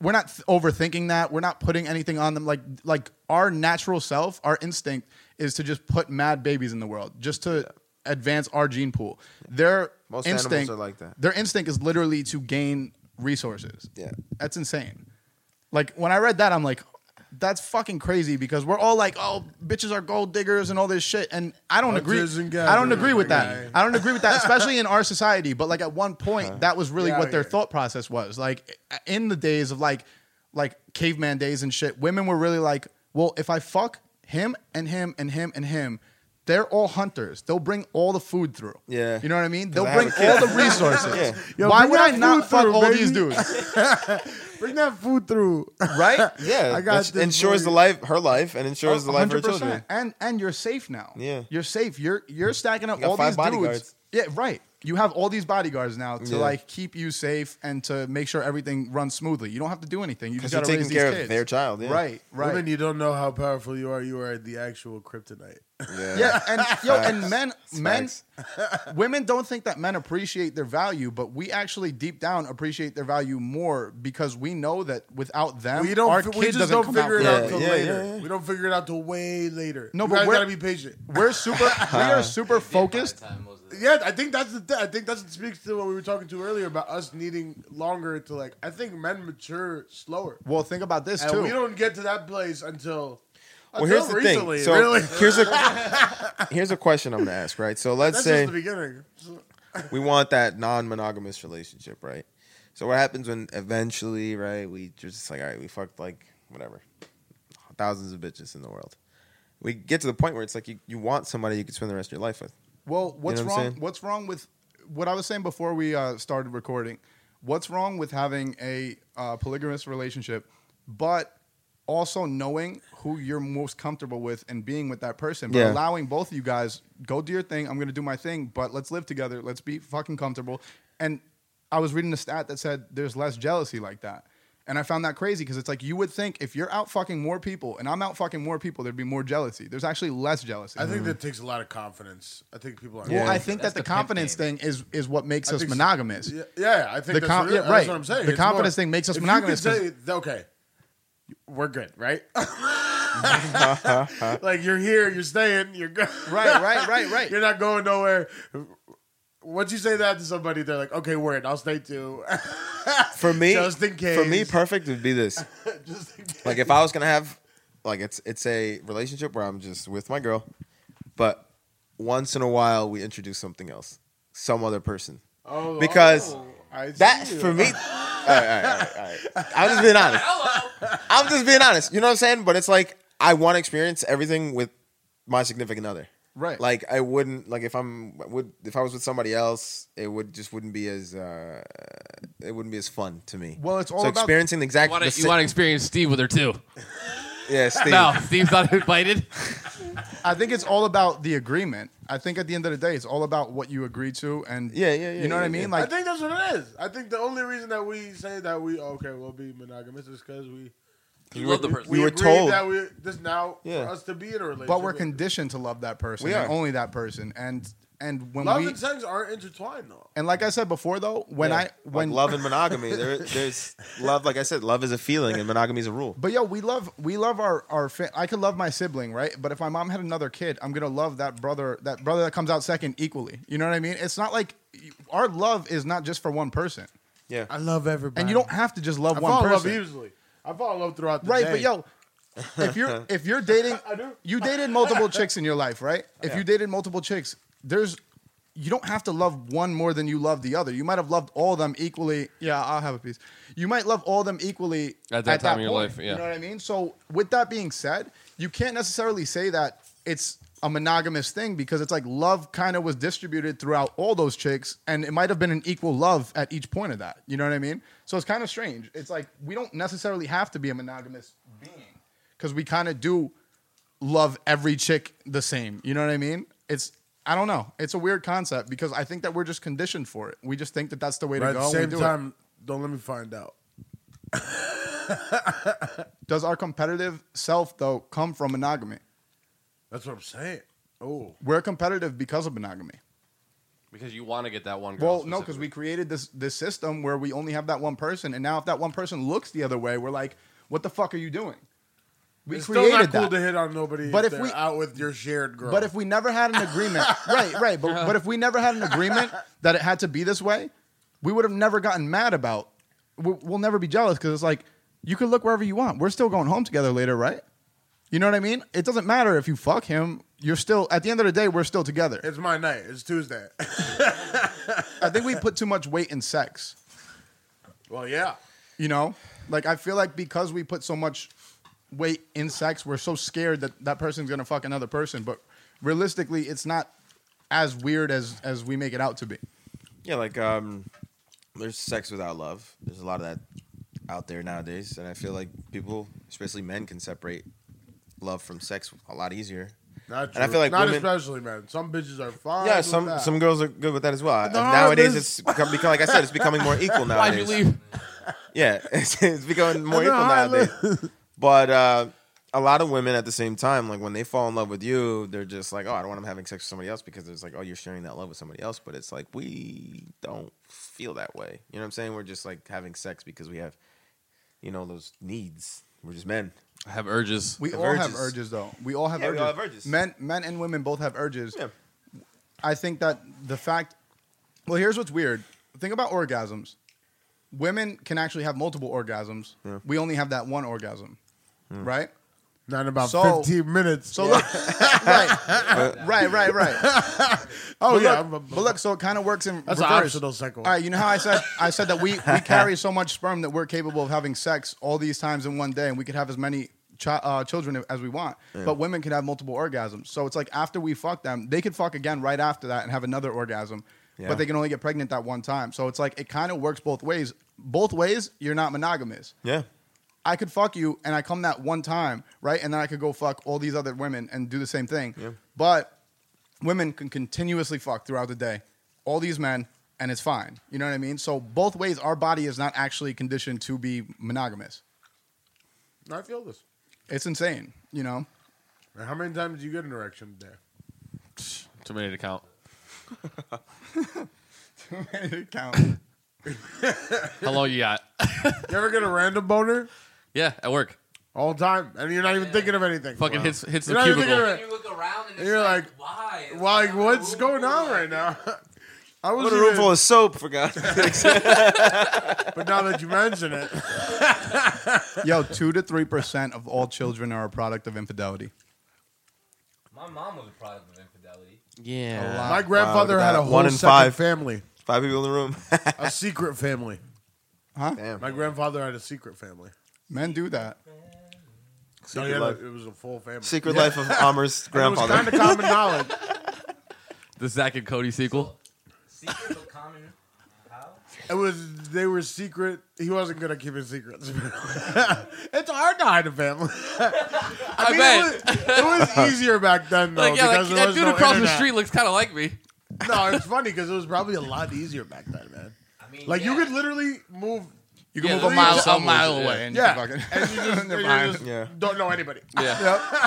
Speaker 2: we're not th- overthinking that. We're not putting anything on them like like our natural self, our instinct is to just put mad babies in the world just to advance our gene pool. Their
Speaker 5: Most animals
Speaker 2: instinct
Speaker 5: are like that.
Speaker 2: Their instinct is literally to gain resources.
Speaker 5: Yeah.
Speaker 2: That's insane. Like when I read that, I'm like, that's fucking crazy because we're all like, oh, bitches are gold diggers and all this shit, and I don't agree.
Speaker 4: Hunters and
Speaker 2: I don't
Speaker 4: gatherers,
Speaker 2: agree with that.
Speaker 4: right.
Speaker 2: I don't agree with that, especially in our society. But like at one point, that was really
Speaker 4: Yeah,
Speaker 2: what their
Speaker 4: yeah.
Speaker 2: thought process was. Like in the days of like like caveman days and shit, women were really like, well, if I fuck him and him and him and him. They're all hunters. They'll bring all the food through.
Speaker 5: Yeah.
Speaker 2: you know what I mean. They'll
Speaker 5: I
Speaker 2: bring
Speaker 5: have a
Speaker 2: all
Speaker 5: kid.
Speaker 2: the resources.
Speaker 5: Yeah.
Speaker 4: Yo,
Speaker 2: Why
Speaker 4: bring
Speaker 2: would I
Speaker 4: that
Speaker 2: not
Speaker 4: food
Speaker 2: fuck
Speaker 4: through,
Speaker 2: all
Speaker 4: baby.
Speaker 2: these dudes?
Speaker 4: Bring that food through.
Speaker 2: Right?
Speaker 5: Yeah,
Speaker 4: I got
Speaker 5: which
Speaker 4: this
Speaker 5: ensures
Speaker 4: for
Speaker 5: the
Speaker 4: you.
Speaker 5: life, her life, and
Speaker 2: Oh,
Speaker 5: ensures the life of her
Speaker 2: 100%.
Speaker 5: children.
Speaker 2: And and you're safe now.
Speaker 5: Yeah.
Speaker 2: you're safe. You're you're stacking up
Speaker 5: You got
Speaker 2: all
Speaker 5: five
Speaker 2: these
Speaker 5: bodyguards.
Speaker 2: dudes. Yeah, right. you have all these bodyguards now to
Speaker 5: Yeah.
Speaker 2: like keep you safe and to make sure everything runs smoothly. You don't have to do anything. You just
Speaker 5: Because you're
Speaker 2: got to
Speaker 5: taking
Speaker 2: raise these
Speaker 5: care
Speaker 2: kids.
Speaker 5: of their child. Yeah.
Speaker 2: Right, right.
Speaker 4: Women, you don't know how powerful you are. You are the actual kryptonite.
Speaker 5: Yeah.
Speaker 2: yeah, and yo, and
Speaker 5: Facts.
Speaker 2: men, men,
Speaker 5: Facts.
Speaker 2: women don't think that men appreciate their value, but we actually deep down appreciate their value more because we know that without them,
Speaker 4: We don't.
Speaker 2: our
Speaker 4: fi-
Speaker 2: kid
Speaker 4: we just
Speaker 2: doesn't
Speaker 4: don't
Speaker 2: come
Speaker 4: figure
Speaker 2: out
Speaker 4: it
Speaker 2: right.
Speaker 4: out
Speaker 5: Yeah,
Speaker 4: till
Speaker 5: yeah,
Speaker 4: later.
Speaker 5: yeah, yeah.
Speaker 4: We don't figure it out till way later.
Speaker 2: No,
Speaker 4: you
Speaker 2: but
Speaker 4: guys
Speaker 2: we're-
Speaker 4: gotta be patient.
Speaker 2: We're super, we are super focused.
Speaker 1: Time most of the-
Speaker 4: Yeah, I think that's the. Th- I think that speaks to what we were talking to earlier about us needing longer to like. I think men mature slower,
Speaker 2: Well, think about this
Speaker 4: and
Speaker 2: too.
Speaker 4: we don't get to that place until.
Speaker 5: Well,
Speaker 4: until
Speaker 5: here's the
Speaker 4: recently,
Speaker 5: thing. So
Speaker 4: really,
Speaker 5: here's a here's a question I'm gonna ask. Right. So let's
Speaker 4: that's
Speaker 5: say
Speaker 4: just the beginning. So-
Speaker 5: we want that non-monogamous relationship, right? So what happens when eventually, right? We just like, all right, we fucked like whatever, thousands of bitches in the world. We get to the point where it's like you, you want somebody you can spend the rest of your life with.
Speaker 2: Well, what's
Speaker 5: what I'm
Speaker 2: wrong?
Speaker 5: saying?
Speaker 2: What's wrong with what I was saying before we uh, started recording? What's wrong with having a uh, polygamous relationship, but also knowing who you're most comfortable with and being with that person, but
Speaker 5: Yeah.
Speaker 2: allowing both of you guys go do your thing. I'm gonna do my thing, but let's live together. Let's be fucking comfortable. And I was reading a stat that said there's less jealousy like that. And I found that crazy because it's like you would think if you're out fucking more people and I'm out fucking more people, there'd be more jealousy. There's actually less jealousy.
Speaker 4: I
Speaker 5: Mm-hmm.
Speaker 4: think that takes a lot of confidence. I think people. Are
Speaker 2: Well, I
Speaker 5: Yeah.
Speaker 2: think
Speaker 1: That's
Speaker 2: that the,
Speaker 1: the pimp
Speaker 2: confidence
Speaker 1: game.
Speaker 2: thing is is what makes
Speaker 4: I
Speaker 2: us
Speaker 4: think so.
Speaker 2: monogamous.
Speaker 4: Yeah, yeah, I think
Speaker 2: The
Speaker 4: that's,
Speaker 2: com-
Speaker 4: really-
Speaker 2: yeah,
Speaker 4: that's
Speaker 2: right.
Speaker 4: what I'm saying.
Speaker 2: The
Speaker 4: It's
Speaker 2: confidence thing makes us
Speaker 4: if
Speaker 2: monogamous
Speaker 4: You can say, okay, we're good, right? like you're here, you're staying, you're good.
Speaker 2: Right, right, right, right.
Speaker 4: You're not going nowhere. Once you say that to somebody, they're like, "Okay, word, I'll stay too."
Speaker 5: For me,
Speaker 4: Just in case.
Speaker 5: For me, perfect would be this.
Speaker 4: Just in case.
Speaker 5: like if I was gonna have, like it's it's a relationship where I'm just with my girl, but once in a while we introduce something else, some other person.
Speaker 4: Oh,
Speaker 5: because
Speaker 4: oh, I see
Speaker 5: That
Speaker 4: you.
Speaker 5: for me. all right, all right, all right, all right. I'm just being honest. I'm just being honest. You know what I'm saying? But it's like I want to experience everything with my significant other.
Speaker 2: Right.
Speaker 5: Like I wouldn't like if I'm would if I was with somebody else, it would just wouldn't be as uh it wouldn't be as fun to me.
Speaker 2: Well, it's all
Speaker 5: so
Speaker 2: about-
Speaker 5: experiencing the exact.
Speaker 3: You want
Speaker 5: the
Speaker 3: to
Speaker 5: sa-
Speaker 3: experience Steve with her too?
Speaker 5: yeah, Steve.
Speaker 3: No, Steve's not invited.
Speaker 2: I think it's all about the agreement. I think at the end of the day, it's all about what you agree to, and
Speaker 5: Yeah, yeah, yeah,
Speaker 2: You know what I
Speaker 5: yeah,
Speaker 2: mean?
Speaker 5: yeah.
Speaker 2: Like,
Speaker 4: I think that's what it is. I think the only reason that we say that we oh, okay we'll be monogamous is because we
Speaker 3: You love the person.
Speaker 5: We were
Speaker 4: agreed
Speaker 5: told.
Speaker 4: that we this now
Speaker 5: Yeah.
Speaker 4: for us to be in a relationship.
Speaker 2: but we're conditioned to love that person,
Speaker 5: We
Speaker 2: and
Speaker 5: are.
Speaker 2: only that person, and and when
Speaker 4: love
Speaker 2: we
Speaker 4: and sex aren't intertwined though.
Speaker 2: and like I said before, though, when
Speaker 5: Yeah.
Speaker 2: I when
Speaker 5: like love and monogamy, there, there's love. Like I said, love is a feeling, and monogamy is a rule.
Speaker 2: But yo, we love we love our our. Fa- I could love my sibling, right? But if my mom had another kid, I'm gonna love that brother that brother that comes out second equally. You know what I mean? It's not like our love is not just for one person,
Speaker 5: Yeah,
Speaker 4: I love everybody.
Speaker 2: and you don't have to just love
Speaker 4: I
Speaker 2: one
Speaker 4: fall in love
Speaker 2: person,
Speaker 4: easily. I fall in love throughout the
Speaker 2: right?
Speaker 4: day.
Speaker 2: But yo, if you're if you're dating,
Speaker 4: I do.
Speaker 2: you dated multiple chicks in your life, right? If you dated multiple chicks, there's you don't have to love one more than you love the other. You might have loved all of them equally. Yeah, I'll have a piece. You might love all of them equally
Speaker 3: At that time in your life, yeah.
Speaker 2: You know what I mean? So with that being said, you can't necessarily say that it's a monogamous thing because it's like love kind of was distributed throughout all those chicks and it might have been an equal love at each point of that. You know what I mean? So it's kind of strange. It's like we don't necessarily have to be a monogamous being because we kind of do love every chick the same. You know what I mean? It's I don't know. It's a weird concept because I think that we're just conditioned for it. We just think that that's the way
Speaker 4: But
Speaker 2: to go.
Speaker 4: at the
Speaker 2: and we
Speaker 4: same
Speaker 2: do it.
Speaker 4: time, don't let me find out.
Speaker 2: does our competitive self though come from monogamy?
Speaker 4: That's what I'm saying. Oh,
Speaker 2: We're competitive because of monogamy.
Speaker 3: Because you want to get that one girl.
Speaker 2: Well, no, because we created this this system where we only have that one person, and now if that one person looks the other way, we're like, "What the fuck are you doing?" We
Speaker 4: it's still
Speaker 2: created
Speaker 4: not cool
Speaker 2: that.
Speaker 4: to hit on nobody.
Speaker 2: But
Speaker 4: But
Speaker 2: if
Speaker 4: if, they're
Speaker 2: we-
Speaker 4: out with your shared girl,
Speaker 2: But if we never had an agreement, right, right. But but if we never had an agreement that it had to be this way, we would have never gotten mad about. we- We'll never be jealous because it's like you can look wherever you want. We're still going home together later, right? You know what I mean? It doesn't matter if you fuck him. You're still at the end of the day, we're still together.
Speaker 4: it's my night. It's Tuesday.
Speaker 2: I think we put too much weight in sex.
Speaker 4: well, yeah.
Speaker 2: You know, like I feel like because we put so much weight in sex, we're so scared that that person's gonna fuck another person. But realistically, it's not as weird as as we make it out to be.
Speaker 5: yeah. Like um, there's sex without love. There's a lot of that out there nowadays, and I feel like people, especially men, can separate love from sex a lot easier.
Speaker 4: Not
Speaker 5: And I
Speaker 4: true.
Speaker 5: feel like
Speaker 4: not
Speaker 5: women-
Speaker 4: especially man. Some bitches are fine.
Speaker 5: Yeah,
Speaker 4: with
Speaker 5: some
Speaker 4: that.
Speaker 5: some girls are good with that as well.
Speaker 4: The
Speaker 5: nowadays,
Speaker 4: hardest-
Speaker 5: it's become, become like I said, it's becoming more equal
Speaker 3: Why'd
Speaker 5: nowadays.
Speaker 3: you leave?
Speaker 5: Yeah, it's, it's becoming more
Speaker 4: The
Speaker 5: equal nowadays.
Speaker 4: hardest-
Speaker 5: But uh, a lot of women at the same time, like when they fall in love with you, they're just like, oh, I don't want them having sex with somebody else because it's like, oh, you're sharing that love with somebody else. But it's like, we don't feel that way. You know what I'm saying? We're just like having sex because we have, you know, those needs. We're just men.
Speaker 3: I have urges.
Speaker 2: We
Speaker 5: Have
Speaker 2: all have
Speaker 5: urges.
Speaker 2: urges, though. We all have
Speaker 5: Yeah, we
Speaker 2: urges.
Speaker 5: all have urges.
Speaker 2: Men, men and women both have urges.
Speaker 5: Yeah.
Speaker 2: I think that the fact. Well, here's what's weird. Think about orgasms. Women can actually have multiple orgasms.
Speaker 5: Yeah.
Speaker 2: We only have that one orgasm, right?
Speaker 4: Not in about
Speaker 2: So-
Speaker 4: 15 minutes.
Speaker 2: So look, right, right, right, right.
Speaker 4: oh
Speaker 2: But,
Speaker 4: yeah,
Speaker 2: look,
Speaker 4: I'm a-
Speaker 2: but look, so it kind of works in
Speaker 4: that's an
Speaker 2: reverse.
Speaker 4: optional second.
Speaker 2: All right, you know how I said I said that we, we carry so much sperm that we're capable of having sex all these times in one day, and we could have as many chi- uh, children as we want. But women can have multiple orgasms, so it's like after we fuck them, they could fuck again right after that and have another orgasm,
Speaker 5: Yeah.
Speaker 2: but they can only get pregnant that one time. So it's like it kind of works both ways. Both ways, you're not monogamous.
Speaker 5: Yeah.
Speaker 2: I could fuck you and I come that one time, right? And then I could go fuck all these other women and do the same thing.
Speaker 5: Yeah.
Speaker 2: But women can continuously fuck throughout the day, all these men, and it's fine. You know what I mean? So both ways, our body is not actually conditioned to be monogamous.
Speaker 4: I feel this.
Speaker 2: It's insane, you know?
Speaker 4: Man, How many times do you get an erection a day?
Speaker 3: Too many to count.
Speaker 2: Count.
Speaker 3: How long you got?
Speaker 4: You ever get a random boner?
Speaker 3: yeah, at work.
Speaker 4: All the time, and you're not even thinking of anything.
Speaker 3: Fucking hits hits the
Speaker 4: You're not even
Speaker 3: cubicle.
Speaker 4: thinking
Speaker 1: And you look around and
Speaker 4: And
Speaker 1: it's
Speaker 4: you're
Speaker 1: like, "Oh,
Speaker 4: like,
Speaker 1: why? It's
Speaker 4: Like,
Speaker 1: not
Speaker 4: what's
Speaker 1: cool.
Speaker 4: going on right now? I was
Speaker 5: What a room full of soap, for God's sakes.
Speaker 4: but now that you mention it,
Speaker 2: Yo, 2 to 3% of all children are a product of infidelity.
Speaker 1: My mom was a product of infidelity.
Speaker 3: Yeah.
Speaker 2: A lot.
Speaker 4: my grandfather
Speaker 5: Wow,
Speaker 4: had
Speaker 5: look at
Speaker 4: a
Speaker 5: that.
Speaker 4: whole
Speaker 5: One in
Speaker 4: second
Speaker 5: five.
Speaker 4: family,
Speaker 5: Five people in the room.
Speaker 4: a secret family.
Speaker 5: Damn.
Speaker 4: My grandfather had a secret family.
Speaker 2: Men do that.
Speaker 4: No, he
Speaker 5: Secret,
Speaker 4: had
Speaker 5: life.
Speaker 4: a, it was a full family.
Speaker 5: Secret life of Amr's
Speaker 4: And It was
Speaker 5: grandfather.
Speaker 4: kind of common knowledge.
Speaker 3: The Zach and Cody sequel.
Speaker 1: Secret but common. How?
Speaker 4: It was they were secret. He wasn't good at keeping secrets. it's hard to hide a family. I, mean,
Speaker 3: bet.
Speaker 4: It, was, it was easier back then though
Speaker 3: like, yeah, like,
Speaker 4: because there
Speaker 3: that
Speaker 4: was
Speaker 3: dude
Speaker 4: no
Speaker 3: across the
Speaker 4: internet.
Speaker 3: street looks kind of like me.
Speaker 4: No, it's funny because it was probably a lot easier back then, man.
Speaker 1: I mean,
Speaker 4: Like
Speaker 1: yeah.
Speaker 4: you could literally move.
Speaker 2: You can
Speaker 3: Yeah,
Speaker 2: move a
Speaker 3: leave
Speaker 2: mile, a
Speaker 3: yourself
Speaker 2: mile
Speaker 3: alone,
Speaker 2: away
Speaker 3: yeah.
Speaker 2: and you
Speaker 4: Yeah,
Speaker 2: fucking.
Speaker 4: and you just, and you just
Speaker 5: Yeah.
Speaker 4: don't know anybody.
Speaker 3: Yeah.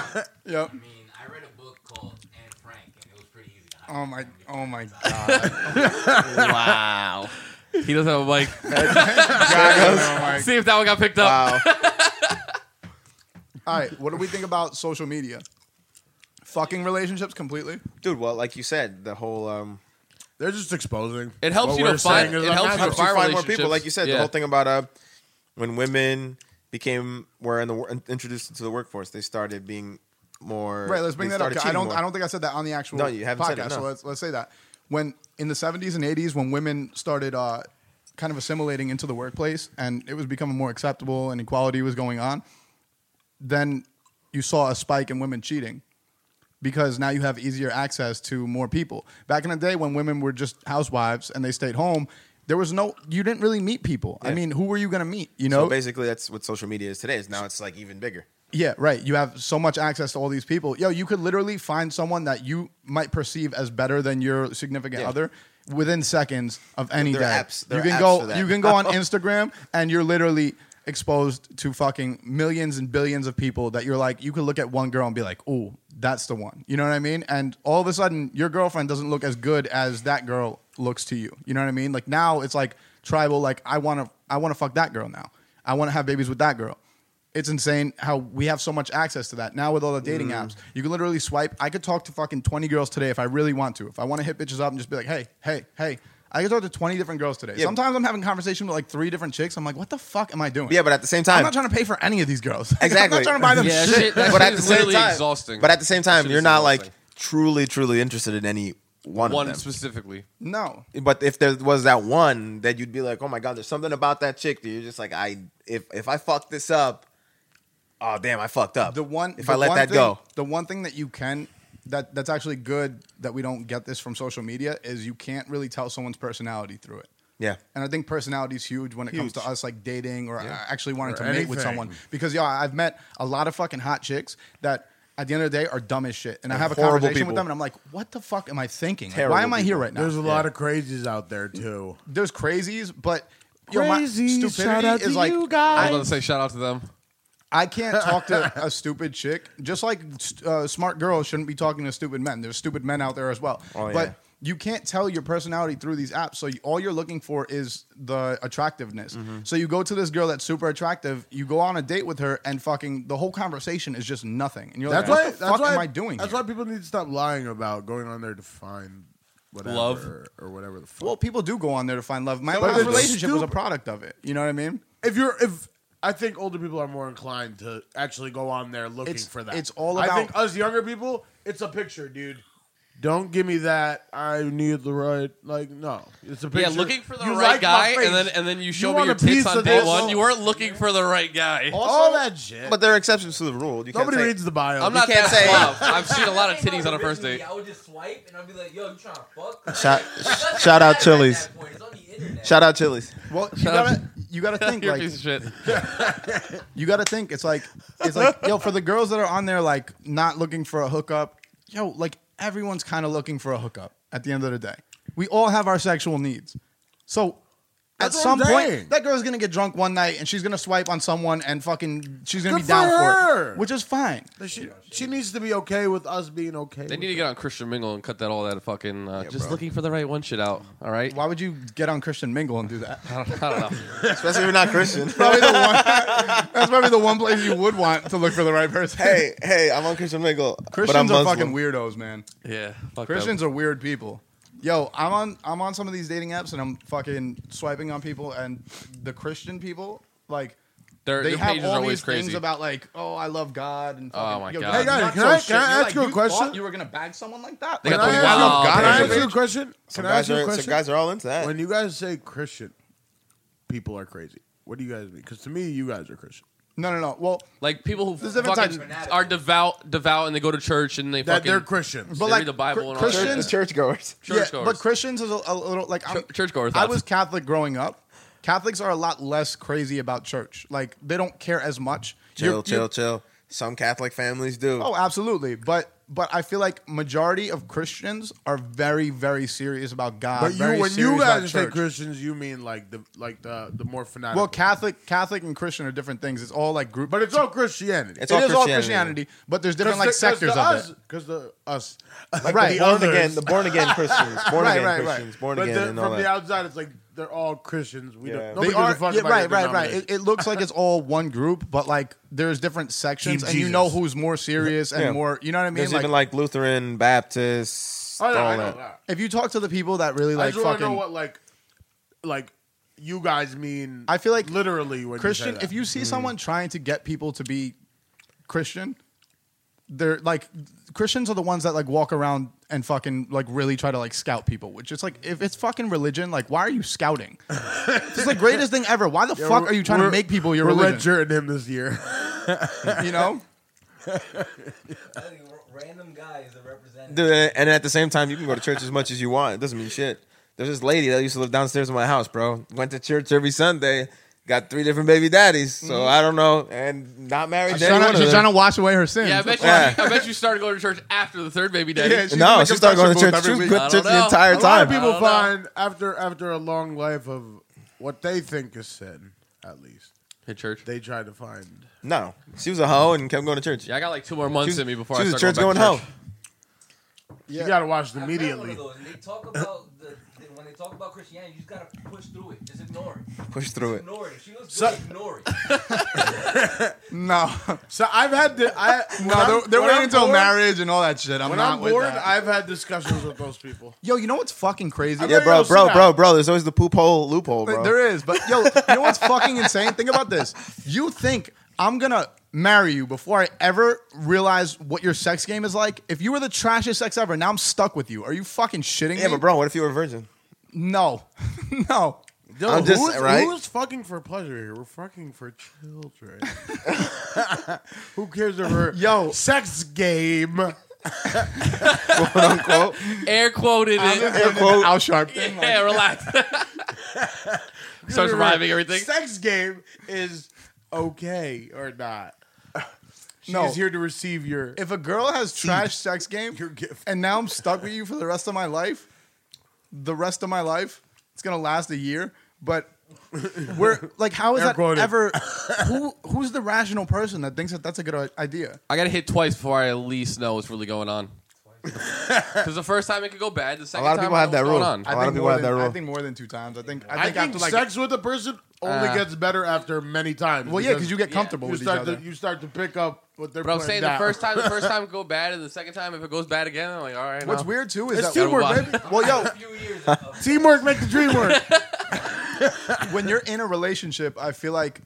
Speaker 2: Yep.
Speaker 1: I mean, I read a book called Anne Frank, and it was pretty easy to hide.
Speaker 2: Oh my, oh my God.
Speaker 3: wow. He doesn't have a mic.
Speaker 2: oh my
Speaker 3: See if that one got picked up.
Speaker 5: Wow.
Speaker 2: All right, what do we think about social media? Fucking relationships completely.
Speaker 5: Dude, well, like you said, the whole um,
Speaker 4: They're just exposing.
Speaker 3: It helps
Speaker 4: What
Speaker 3: you to
Speaker 4: we're
Speaker 3: find.
Speaker 4: saying is
Speaker 3: It
Speaker 4: I'm
Speaker 3: helps
Speaker 4: not
Speaker 3: you to
Speaker 5: helps you
Speaker 3: find,
Speaker 5: find more people. Like you said,
Speaker 3: yeah.
Speaker 5: the whole thing about uh, when women became were in the wor- introduced into the workforce, they started being more.
Speaker 2: Right, let's bring
Speaker 5: they
Speaker 2: that up.
Speaker 5: started
Speaker 2: 'cause I
Speaker 5: cheating
Speaker 2: don't,
Speaker 5: more.
Speaker 2: I don't think I said that on the actual
Speaker 5: No, you haven't
Speaker 2: podcast.
Speaker 5: said it,
Speaker 2: So
Speaker 5: no.
Speaker 2: let's let's say that when in the seventies and eighties, when women started uh, kind of assimilating into the workplace and it was becoming more acceptable and equality was going on, then you saw a spike in women cheating because now you have easier access to more people. Back in the day when women were just housewives and they stayed home, there was no you didn't really meet people. I
Speaker 5: Yeah.
Speaker 2: mean, who were you going to meet? You know,
Speaker 5: So basically, that's what social media is today. Is now it's like even bigger.
Speaker 2: Yeah, right. You have so much access to all these people. Yo, you could literally find someone that you might perceive as better than your significant
Speaker 5: Yeah.
Speaker 2: other within seconds of any
Speaker 5: There are
Speaker 2: day.
Speaker 5: apps- there
Speaker 2: You
Speaker 5: are
Speaker 2: can
Speaker 5: apps
Speaker 2: go
Speaker 5: for that.
Speaker 2: you can go on Instagram and you're literally exposed to fucking millions and billions of people that you're like you could look at one girl and be like, "Ooh, that's the one." You know what I mean? And all of a sudden your girlfriend doesn't look as good as that girl looks to you. You know what I mean? Like now it's like tribal like I want to I want to fuck that girl now. I want to have babies with that girl it's insane how we have so much access to that now with all the dating
Speaker 5: Mm.
Speaker 2: apps. You can literally swipe. I could talk to fucking twenty girls today if I really want to. If I want to hit bitches up and just be like, hey, hey, hey, I could talk to twenty different girls today.
Speaker 5: Yeah.
Speaker 2: Sometimes I'm having conversation with like three different chicks. I'm like, what the fuck am I doing?
Speaker 5: But yeah, but at the same
Speaker 2: I'm
Speaker 5: time,
Speaker 2: not trying to pay for any of these girls. I'm
Speaker 5: Exactly.
Speaker 2: not trying to buy them
Speaker 3: Yeah,
Speaker 2: shit.
Speaker 3: shit- that
Speaker 5: but
Speaker 3: shit
Speaker 5: at the
Speaker 3: is
Speaker 5: same
Speaker 3: literally
Speaker 5: time,
Speaker 3: exhausting.
Speaker 5: but at the same time,
Speaker 3: shit is
Speaker 5: you're not like
Speaker 3: exhausting.
Speaker 5: truly, truly interested in any one,
Speaker 3: One
Speaker 5: of them.
Speaker 3: specifically.
Speaker 2: No,
Speaker 5: but if there was that one, that you'd be like, oh my god, there's something about that chick that you're just like, I if if I fuck this up, oh damn, I fucked up.
Speaker 2: the one
Speaker 5: if
Speaker 2: the
Speaker 5: I let
Speaker 2: one
Speaker 5: that
Speaker 2: thing-
Speaker 5: go,
Speaker 2: the one thing that you can that that's actually good that we don't get this from social media is you can't really tell someone's personality through it.
Speaker 5: yeah,
Speaker 2: And I think personality is huge when it comes to
Speaker 5: Huge.
Speaker 2: us like dating or uh, actually wanting
Speaker 4: Or
Speaker 2: to mate with
Speaker 4: anything.
Speaker 2: someone. Because yeah, I've met a lot of fucking hot chicks that at the end of the day are dumb as shit. And I
Speaker 5: And
Speaker 2: have a
Speaker 5: horrible
Speaker 2: conversation with
Speaker 5: people.
Speaker 2: them, and I'm like, what the fuck am I thinking? Like,
Speaker 5: Terrible
Speaker 2: why am I here
Speaker 5: people.
Speaker 2: right now?
Speaker 4: There's a lot of crazies out there too.
Speaker 2: there's crazies, but yo, my
Speaker 4: Crazy.
Speaker 2: stupidity
Speaker 4: Shout out
Speaker 2: is
Speaker 4: to
Speaker 2: like
Speaker 4: you
Speaker 3: I was about
Speaker 4: guys.
Speaker 3: to say shout out to them.
Speaker 2: I can't talk to a stupid chick. Just like uh, smart girls shouldn't be talking to stupid men. There's stupid men out there as well.
Speaker 5: Oh,
Speaker 2: But
Speaker 5: yeah.
Speaker 2: you can't tell your personality through these apps. So you, all you're looking for is the attractiveness.
Speaker 4: Mm-hmm.
Speaker 2: So you go to this girl that's super attractive. You go on a date with her, and fucking the whole conversation is just nothing. And you're
Speaker 4: That's
Speaker 2: like,
Speaker 4: why.
Speaker 2: what the
Speaker 4: that's
Speaker 2: fuck
Speaker 4: why
Speaker 2: am I doing?
Speaker 4: That's
Speaker 2: here?
Speaker 4: why people need to stop lying about going on there to find whatever
Speaker 3: Love.
Speaker 4: or, or whatever the fuck.
Speaker 2: well, people do go on there to find love. My
Speaker 4: But
Speaker 2: last
Speaker 4: it's
Speaker 2: relationship was a
Speaker 4: stupid.
Speaker 2: product of it. You know what I mean?
Speaker 4: if you're if I think older people are more inclined to actually go on there looking
Speaker 2: It's-
Speaker 4: for that.
Speaker 2: it's all
Speaker 4: I
Speaker 2: about-
Speaker 4: think us younger people, it's a picture, dude. Don't give me that. I need the right. Like no, it's a picture.
Speaker 3: Yeah, looking for the
Speaker 4: You
Speaker 3: right
Speaker 4: like my
Speaker 3: guy,
Speaker 4: face.
Speaker 3: and then and then you show
Speaker 4: You
Speaker 3: me
Speaker 4: want
Speaker 3: your
Speaker 4: a piece
Speaker 3: tits on
Speaker 4: of
Speaker 3: day
Speaker 4: this?
Speaker 3: one. You weren't looking for the right guy.
Speaker 4: all that shit.
Speaker 5: But there are exceptions to the rule.
Speaker 4: Nobody
Speaker 5: You can't say,
Speaker 4: reads the bio.
Speaker 3: I'm not
Speaker 5: can't
Speaker 3: that
Speaker 5: say-
Speaker 3: suave. I've seen a lot of
Speaker 1: If I
Speaker 3: titties on a
Speaker 1: was
Speaker 3: first
Speaker 1: originally,
Speaker 3: date.
Speaker 1: I would just swipe and I'd be like, yo, you trying to fuck? Like,
Speaker 5: Shout-
Speaker 1: it doesn't
Speaker 5: shout out
Speaker 1: matter at
Speaker 5: Chili's.
Speaker 1: that point, it's on the internet.
Speaker 5: Shout out Chili's.
Speaker 2: Well, you gotta you gotta think
Speaker 3: You're a
Speaker 2: like
Speaker 3: piece of shit.
Speaker 2: you got to think it's like it's like yo for the girls that are on there like not looking for a hookup yo like everyone's kind of looking for a hookup at the end of the day we all have our sexual needs so
Speaker 4: That's
Speaker 2: at
Speaker 4: what
Speaker 2: some
Speaker 4: I'm
Speaker 2: point
Speaker 4: saying.
Speaker 2: that girl's gonna get drunk one night and she's gonna swipe on someone and fucking she's gonna
Speaker 4: Good
Speaker 2: be down
Speaker 4: for
Speaker 2: for,
Speaker 4: her.
Speaker 2: it which is fine
Speaker 4: She, she needs to be okay with us being okay.
Speaker 3: They
Speaker 4: with
Speaker 3: need to
Speaker 4: it.
Speaker 3: get on Christian Mingle and cut that all that fucking uh, just
Speaker 5: bro.
Speaker 3: looking for the right one shit out. All right.
Speaker 2: why would you get on christian mingle and do that
Speaker 3: I don't, I don't know.
Speaker 5: Especially if you're not Christian.
Speaker 2: probably the one, that's probably the one place you would want to look for the right person
Speaker 5: hey, hey, I'm on Christian Mingle. but I'm
Speaker 2: christians are
Speaker 5: Muslim.
Speaker 2: fucking weirdos man
Speaker 3: Yeah. Fuck
Speaker 2: Christians are weird people. Yo, I'm on I'm on some of these dating apps and I'm fucking swiping on people and the Christian people like
Speaker 3: Their,
Speaker 2: they
Speaker 3: their
Speaker 2: have
Speaker 3: pages are
Speaker 2: all
Speaker 3: always
Speaker 2: these
Speaker 3: crazy.
Speaker 2: things about like oh I love God and
Speaker 3: Oh
Speaker 2: fucking,
Speaker 3: my
Speaker 2: yo,
Speaker 3: God.
Speaker 2: that's
Speaker 3: Hey, guys,
Speaker 2: not
Speaker 4: can
Speaker 2: your
Speaker 4: I-
Speaker 2: shit.
Speaker 4: can I
Speaker 2: You're
Speaker 4: ask
Speaker 2: like,
Speaker 4: you a
Speaker 2: thought
Speaker 4: question?
Speaker 2: you were gonna bag someone like that.
Speaker 3: They
Speaker 2: Like,
Speaker 3: got
Speaker 2: I
Speaker 3: the
Speaker 2: love
Speaker 3: wow
Speaker 2: God.
Speaker 4: Can I
Speaker 3: page.
Speaker 4: ask you a question?
Speaker 5: Some
Speaker 4: Can I
Speaker 5: guys,
Speaker 4: ask you a
Speaker 5: are, some
Speaker 4: question?
Speaker 5: guys are all into that.
Speaker 4: When you guys say Christian, people are crazy. What do you guys mean? Because to me, you guys are Christian.
Speaker 2: No, no, no. Well,
Speaker 3: like people who
Speaker 2: There's different
Speaker 3: fucking
Speaker 1: types.
Speaker 3: are devout, devout, and they go to church and they
Speaker 4: That
Speaker 3: fucking
Speaker 4: they're Christians.
Speaker 2: but
Speaker 3: They
Speaker 2: like
Speaker 3: read the Bible and all that.
Speaker 2: Christians,
Speaker 5: churchgoers.
Speaker 2: yeah,
Speaker 3: churchgoers.
Speaker 2: but Christians is a, a little like I'm,
Speaker 3: Chur- churchgoer
Speaker 2: I
Speaker 3: thoughts.
Speaker 2: was Catholic growing up. Catholics are a lot less crazy about church. Like they don't care as much.
Speaker 5: Chill,
Speaker 2: You're-
Speaker 5: chill,
Speaker 2: you're-
Speaker 5: chill. Some Catholic families do.
Speaker 2: Oh, absolutely. But but I feel like majority of Christians are very very serious about God.
Speaker 4: But you,
Speaker 2: very
Speaker 4: when
Speaker 2: serious
Speaker 4: you
Speaker 2: about
Speaker 4: guys say
Speaker 2: church.
Speaker 4: Christians, you mean like the like the the more fanatical.
Speaker 2: well, Catholic Catholic and Christian are different things. It's all like group.
Speaker 4: but it's all Christianity.
Speaker 5: It's
Speaker 2: it
Speaker 5: all
Speaker 2: is all
Speaker 5: Christianity.
Speaker 2: Christianity. But there's different like sectors of it.
Speaker 4: Because the us,
Speaker 5: Like
Speaker 2: Right.
Speaker 5: the born
Speaker 4: others.
Speaker 5: again, the born again Christians, born
Speaker 2: Right,
Speaker 5: again
Speaker 2: right, right.
Speaker 5: Christians, born
Speaker 4: but
Speaker 5: again,
Speaker 4: the,
Speaker 5: and all
Speaker 4: from the
Speaker 5: that.
Speaker 4: outside, it's like they're all Christians. We
Speaker 5: Yeah.
Speaker 4: don't.
Speaker 2: They
Speaker 4: Nobody gives
Speaker 2: are
Speaker 4: a fuck
Speaker 2: yeah,
Speaker 4: about
Speaker 2: right,
Speaker 4: your
Speaker 2: right, right.
Speaker 4: denomination.
Speaker 2: It, it looks like it's all one group, but like there's different sections,
Speaker 4: Team
Speaker 2: and you
Speaker 4: Jesus.
Speaker 2: know who's more serious and
Speaker 5: Yeah.
Speaker 2: more. You know what I mean?
Speaker 5: There's even like Lutheran, Baptist,
Speaker 4: Oh, no, I
Speaker 5: all
Speaker 4: know
Speaker 5: that.
Speaker 4: that.
Speaker 2: if you talk to the people that really
Speaker 4: I
Speaker 2: like
Speaker 4: just want to
Speaker 2: fucking
Speaker 4: know what like, like you guys mean.
Speaker 2: I feel like
Speaker 4: literally when
Speaker 2: Christian,
Speaker 4: You say
Speaker 2: if you see someone trying to get people to be Christian, they're like Christians are the ones that like walk around and fucking like really try to like scout people, which is like if it's fucking religion, like why are you scouting? it's the greatest thing ever. Why the fuck are you trying to make people your
Speaker 4: we're red
Speaker 2: religion?
Speaker 4: shirting him this year.
Speaker 2: You know?
Speaker 1: I think a r- Random guy is a representative.
Speaker 5: Dude, and and at the same time, you can go to church as much as you want. It doesn't mean shit. There's this lady that used to live downstairs in my house, bro. Went to church every Sunday. Got three different baby daddies, so I don't know, and not married.
Speaker 2: She's
Speaker 5: to any
Speaker 2: trying
Speaker 5: one
Speaker 2: to,
Speaker 5: of
Speaker 2: she's
Speaker 5: them.
Speaker 2: trying to wash away her sins.
Speaker 3: yeah, I bet you.
Speaker 5: Yeah.
Speaker 3: I bet you started going to church after the third baby daddy.
Speaker 2: Yeah, she's in
Speaker 5: no,
Speaker 2: the
Speaker 5: she started going to
Speaker 2: confession booth every week.
Speaker 5: church. She was good
Speaker 3: I
Speaker 5: church
Speaker 3: don't
Speaker 5: the
Speaker 3: know.
Speaker 5: entire
Speaker 4: a lot of
Speaker 5: time.
Speaker 4: people
Speaker 3: I don't know.
Speaker 4: find after after a long life of what they think is sin, at least
Speaker 3: Hey, church.
Speaker 4: they try to find.
Speaker 5: No, she was a hoe and kept going to church.
Speaker 3: Yeah, I got like two more months in me before
Speaker 5: she
Speaker 3: I
Speaker 5: was a
Speaker 3: start
Speaker 5: church
Speaker 3: going,
Speaker 5: going
Speaker 3: back to
Speaker 5: hoe.
Speaker 3: church.
Speaker 4: You gotta watch them
Speaker 1: I've met
Speaker 4: immediately.
Speaker 1: One of those, and they talk about the, the- when they talk about Christianity, you just gotta push through it. Just ignore it.
Speaker 5: Push through it.
Speaker 1: Ignore it. If she looks
Speaker 4: So-
Speaker 1: good, ignore it.
Speaker 2: No.
Speaker 4: So I've had the I
Speaker 2: No, they're, they're waiting until
Speaker 4: married.
Speaker 2: marriage and all that shit. I'm
Speaker 4: When
Speaker 2: not
Speaker 4: I'm
Speaker 2: with
Speaker 4: bored,
Speaker 2: that.
Speaker 4: I've had discussions with those people.
Speaker 2: Yo, you know what's fucking crazy?
Speaker 5: Yeah,
Speaker 4: There you
Speaker 5: bro,
Speaker 4: go,
Speaker 5: bro,
Speaker 4: Sinai.
Speaker 5: bro, bro. There's always the poop hole loophole, bro.
Speaker 2: There is, but yo, you know what's fucking insane? Think about this. You think I'm gonna marry you before I ever realize what your sex game is like? If you were the trashiest sex ever, now I'm stuck with you. Are you fucking shitting
Speaker 5: Yeah,
Speaker 2: me?
Speaker 5: but bro, what if you were a virgin?
Speaker 2: No, no.
Speaker 4: Yo,
Speaker 5: I'm just-
Speaker 4: who's,
Speaker 5: right?
Speaker 4: who's fucking for pleasure here? We're fucking for children. Who cares if we're
Speaker 2: Yo.
Speaker 4: sex game?
Speaker 5: Quote unquote.
Speaker 3: Air quoted it.
Speaker 5: Air quote.
Speaker 2: Al Sharpton. like,
Speaker 3: Yeah, relax. Starts rhyming everything.
Speaker 4: Sex game is okay or not? She
Speaker 2: No.
Speaker 4: is here to receive your.
Speaker 2: If a girl has trash sex game,
Speaker 4: Your gift.
Speaker 2: and now I'm stuck with you for the rest of my life, the rest of my life, it's gonna last a year. But we're like, how is
Speaker 4: Air
Speaker 2: that
Speaker 4: quoted.
Speaker 2: ever? Who who's the rational person that thinks that that's a good i- idea?
Speaker 3: I got to hit twice before I at least know what's really going on. Because the first time it could go bad. The
Speaker 5: A
Speaker 3: second
Speaker 5: lot of
Speaker 3: time
Speaker 5: people
Speaker 3: I
Speaker 5: have
Speaker 3: know
Speaker 5: that
Speaker 3: what's
Speaker 5: rule.
Speaker 3: going
Speaker 5: A
Speaker 3: on.
Speaker 5: lot of people
Speaker 2: more
Speaker 5: have
Speaker 2: than,
Speaker 5: that
Speaker 2: I
Speaker 5: rule.
Speaker 2: think more than two times. I think I
Speaker 4: I
Speaker 2: think,
Speaker 4: think
Speaker 2: after like
Speaker 4: sex with a person only
Speaker 3: Uh,
Speaker 4: gets better after many times.
Speaker 2: well, yeah, because you get comfortable
Speaker 4: you
Speaker 2: with each
Speaker 4: start
Speaker 2: other.
Speaker 4: to you start to pick up what they're.
Speaker 3: But I'm
Speaker 4: putting
Speaker 3: saying
Speaker 4: down.
Speaker 3: the first time, the first time it go bad, and the second time if it goes bad again, I'm like, all right.
Speaker 2: What's
Speaker 3: no.
Speaker 2: weird too is
Speaker 4: It's
Speaker 2: that
Speaker 4: teamwork,
Speaker 3: Gotta
Speaker 4: baby.
Speaker 2: well, yo,
Speaker 1: A few years of
Speaker 4: Teamwork make the dream work.
Speaker 2: when you're in a relationship, I feel like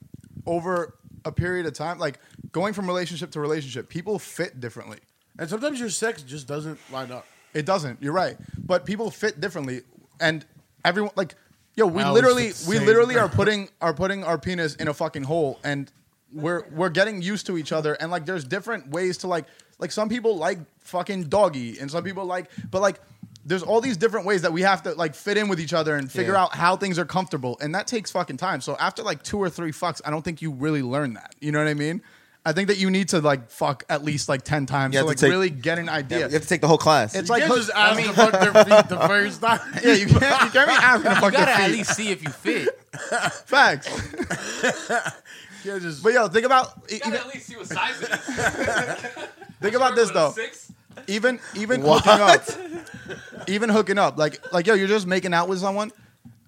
Speaker 2: over a period of time, like going from relationship to relationship, people fit differently.
Speaker 4: and sometimes your sex just doesn't line up.
Speaker 2: It doesn't. You're right. But people fit differently, and everyone like, yo, we
Speaker 4: Alex
Speaker 2: literally,
Speaker 4: fits the
Speaker 2: we
Speaker 4: same.
Speaker 2: literally are putting are putting our penis in a fucking hole, and we're we're getting used to each other, and like, there's different ways to like, like some people like fucking doggy, and some people like, but like. There's all these different ways that we have to like fit in with each other and figure
Speaker 3: Yeah.
Speaker 2: out how things are comfortable, and that takes fucking time. So after like two or three fucks, I don't think you really learn that. You know what I mean? I think that you need to like fuck at least like ten times
Speaker 5: You
Speaker 2: to
Speaker 5: have to
Speaker 2: like
Speaker 5: take-
Speaker 2: really get an
Speaker 5: You
Speaker 2: idea.
Speaker 5: have to take the whole class.
Speaker 2: It's
Speaker 4: You
Speaker 2: like
Speaker 4: can't
Speaker 2: hook-
Speaker 4: just ask to fuck their feet the first time.
Speaker 2: yeah, you can't you can't be asking to
Speaker 1: you
Speaker 2: fuck their
Speaker 1: gotta at
Speaker 2: feet.
Speaker 1: least see if you fit.
Speaker 2: Facts.
Speaker 4: Yeah, just
Speaker 2: But yo, think about e-,
Speaker 3: You
Speaker 2: even,
Speaker 3: gotta at least see what size it is.
Speaker 2: think about this
Speaker 3: What, a
Speaker 2: though.
Speaker 3: Six?
Speaker 2: Even even hooking up, even hooking up, like like yo, you're just making out with someone.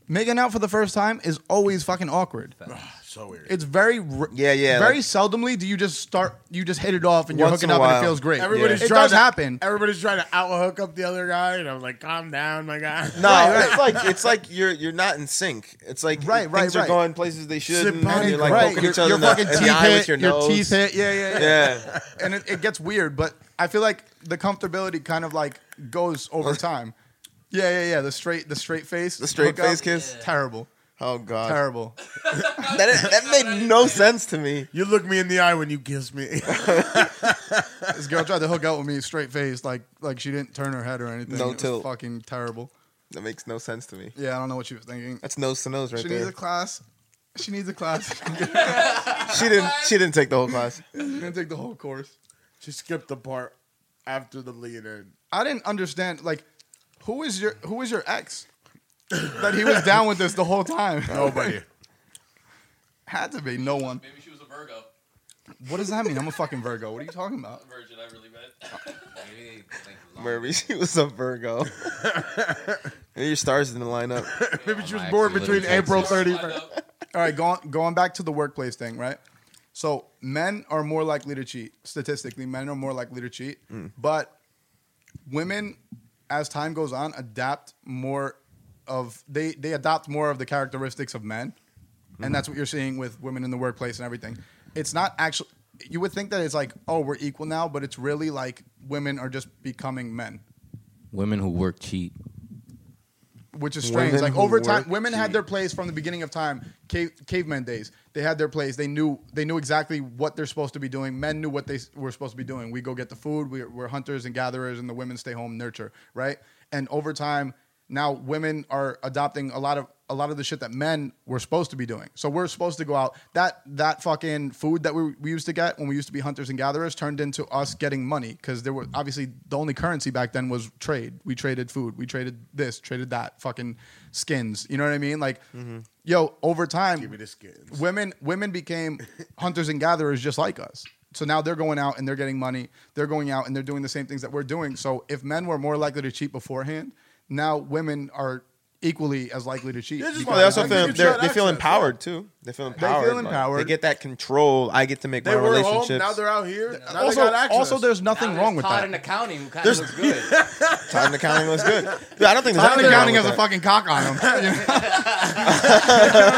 Speaker 2: Making out for the first time is always fucking awkward.
Speaker 4: so weird.
Speaker 2: It's very r-
Speaker 5: Yeah, yeah,
Speaker 2: Very
Speaker 5: like-
Speaker 2: seldomly do you just start you just hit it off and you're
Speaker 5: Once
Speaker 2: hooking
Speaker 5: in a
Speaker 2: up and
Speaker 5: while.
Speaker 2: it feels great.
Speaker 4: Everybody's
Speaker 2: it
Speaker 4: trying
Speaker 2: does
Speaker 4: to,
Speaker 2: happen.
Speaker 4: Everybody's trying to out hook up the other guy, and I'm like, calm down, my guy.
Speaker 5: no, it's like it's like you're you're not in sync. It's like
Speaker 2: Right,
Speaker 5: things
Speaker 2: right,
Speaker 5: are
Speaker 2: right.
Speaker 5: going places they shouldn't.
Speaker 4: on
Speaker 5: And you're
Speaker 4: it,
Speaker 5: like
Speaker 4: right.
Speaker 5: poking
Speaker 2: your,
Speaker 5: each other
Speaker 2: your
Speaker 5: in the,
Speaker 2: fucking
Speaker 5: in the
Speaker 2: teeth
Speaker 5: eye
Speaker 2: hit,
Speaker 5: with your,
Speaker 2: your
Speaker 5: nose.
Speaker 2: teeth hit. Yeah, yeah, yeah.
Speaker 5: Yeah,
Speaker 2: and it, it gets weird, but I feel like the comfortability kind of like goes over time. Yeah, yeah, yeah. The straight, the straight face,
Speaker 5: The straight
Speaker 2: hookup,
Speaker 5: face kiss?
Speaker 2: terrible,
Speaker 5: Oh god,
Speaker 2: terrible.
Speaker 5: that that made no sense to me.
Speaker 4: You look me in the eye when you kiss me.
Speaker 2: This girl tried to hook out with me straight face, like like she didn't turn her head or anything.
Speaker 5: No
Speaker 2: it was
Speaker 5: tilt.
Speaker 2: fucking terrible.
Speaker 5: That makes no sense to me.
Speaker 2: Yeah, I don't know what she was thinking.
Speaker 5: That's nose to nose right
Speaker 2: she needs
Speaker 5: there.
Speaker 2: a class. She needs a class.
Speaker 5: she didn't. She didn't take the whole class.
Speaker 2: I'm gonna take the whole course.
Speaker 4: she skipped the part after the lead in.
Speaker 2: I didn't understand like who is your who is your ex that he was down with this the whole time.
Speaker 4: Nobody.
Speaker 2: Had to be no one.
Speaker 3: Maybe she was a Virgo
Speaker 2: What does that mean? I'm a fucking Virgo. What are you talking about?
Speaker 3: virgin. I really meant.
Speaker 1: Maybe like
Speaker 5: Murphy, she was a Virgo. Maybe your stars didn't line up.
Speaker 4: Maybe she was
Speaker 1: I
Speaker 4: born
Speaker 1: actually
Speaker 4: between
Speaker 1: live in
Speaker 4: April
Speaker 1: Texas.
Speaker 4: 31st.
Speaker 2: All right, going going back to the workplace thing, right? So men are more likely to cheat statistically. Men are more likely to cheat,
Speaker 1: Mm.
Speaker 2: but women, as time goes on, adapt more of they they adopt more of the characteristics of men,
Speaker 1: Mm-hmm.
Speaker 2: and that's what you're seeing with women in the workplace and everything. It's not actually you would think that it's like oh we're equal now, but it's really like women are just becoming men.
Speaker 6: Women who work cheat.
Speaker 2: which is strange.
Speaker 5: Women
Speaker 2: like
Speaker 5: who
Speaker 2: over time,
Speaker 5: work
Speaker 2: women had their place from the beginning of time. Cave, caveman days, they had their place. They knew they knew exactly what they're supposed to be doing. Men knew what they s- were supposed to be doing. We go get the food. We're, we're hunters and gatherers, and the women stay home nurture. Right. And over time, now women are adopting a lot of a lot of the shit that men were supposed to be doing. So we're supposed to go out. That that fucking food that we, we used to get when we used to be hunters and gatherers turned into us getting money because there were obviously the only currency back then was trade. We traded food. We traded this. Traded that. Fucking skins. You know what I mean? Like, yo, over time,
Speaker 4: Mm-hmm. Give me the skins.
Speaker 2: women women became hunters and gatherers just like us. So now they're going out and they're getting money. They're going out and they're doing the same things that we're doing. So if men were more likely to cheat beforehand, now women are equally as likely to cheat.
Speaker 4: This is
Speaker 2: because
Speaker 4: why
Speaker 5: Well, they also
Speaker 2: of
Speaker 4: I
Speaker 5: feel
Speaker 4: think
Speaker 2: language.
Speaker 4: you
Speaker 5: they're-
Speaker 4: should
Speaker 5: they feel
Speaker 4: access
Speaker 5: empowered too. They feel empowered. like,
Speaker 2: empowered.
Speaker 5: they get that control. I get to make
Speaker 4: They
Speaker 5: my
Speaker 4: were
Speaker 5: relationships.
Speaker 4: home. Now they're out here. Now they
Speaker 2: Also,
Speaker 4: got access.
Speaker 2: also, there's nothing wrong with
Speaker 1: Todd
Speaker 2: that.
Speaker 1: in accounting who kind of looks good.
Speaker 5: Time to counting looks good. Dude, I don't think there's
Speaker 2: Todd in
Speaker 5: anything wrong
Speaker 2: accounting has
Speaker 5: with
Speaker 2: a
Speaker 5: that.
Speaker 2: fucking cock on him. You know?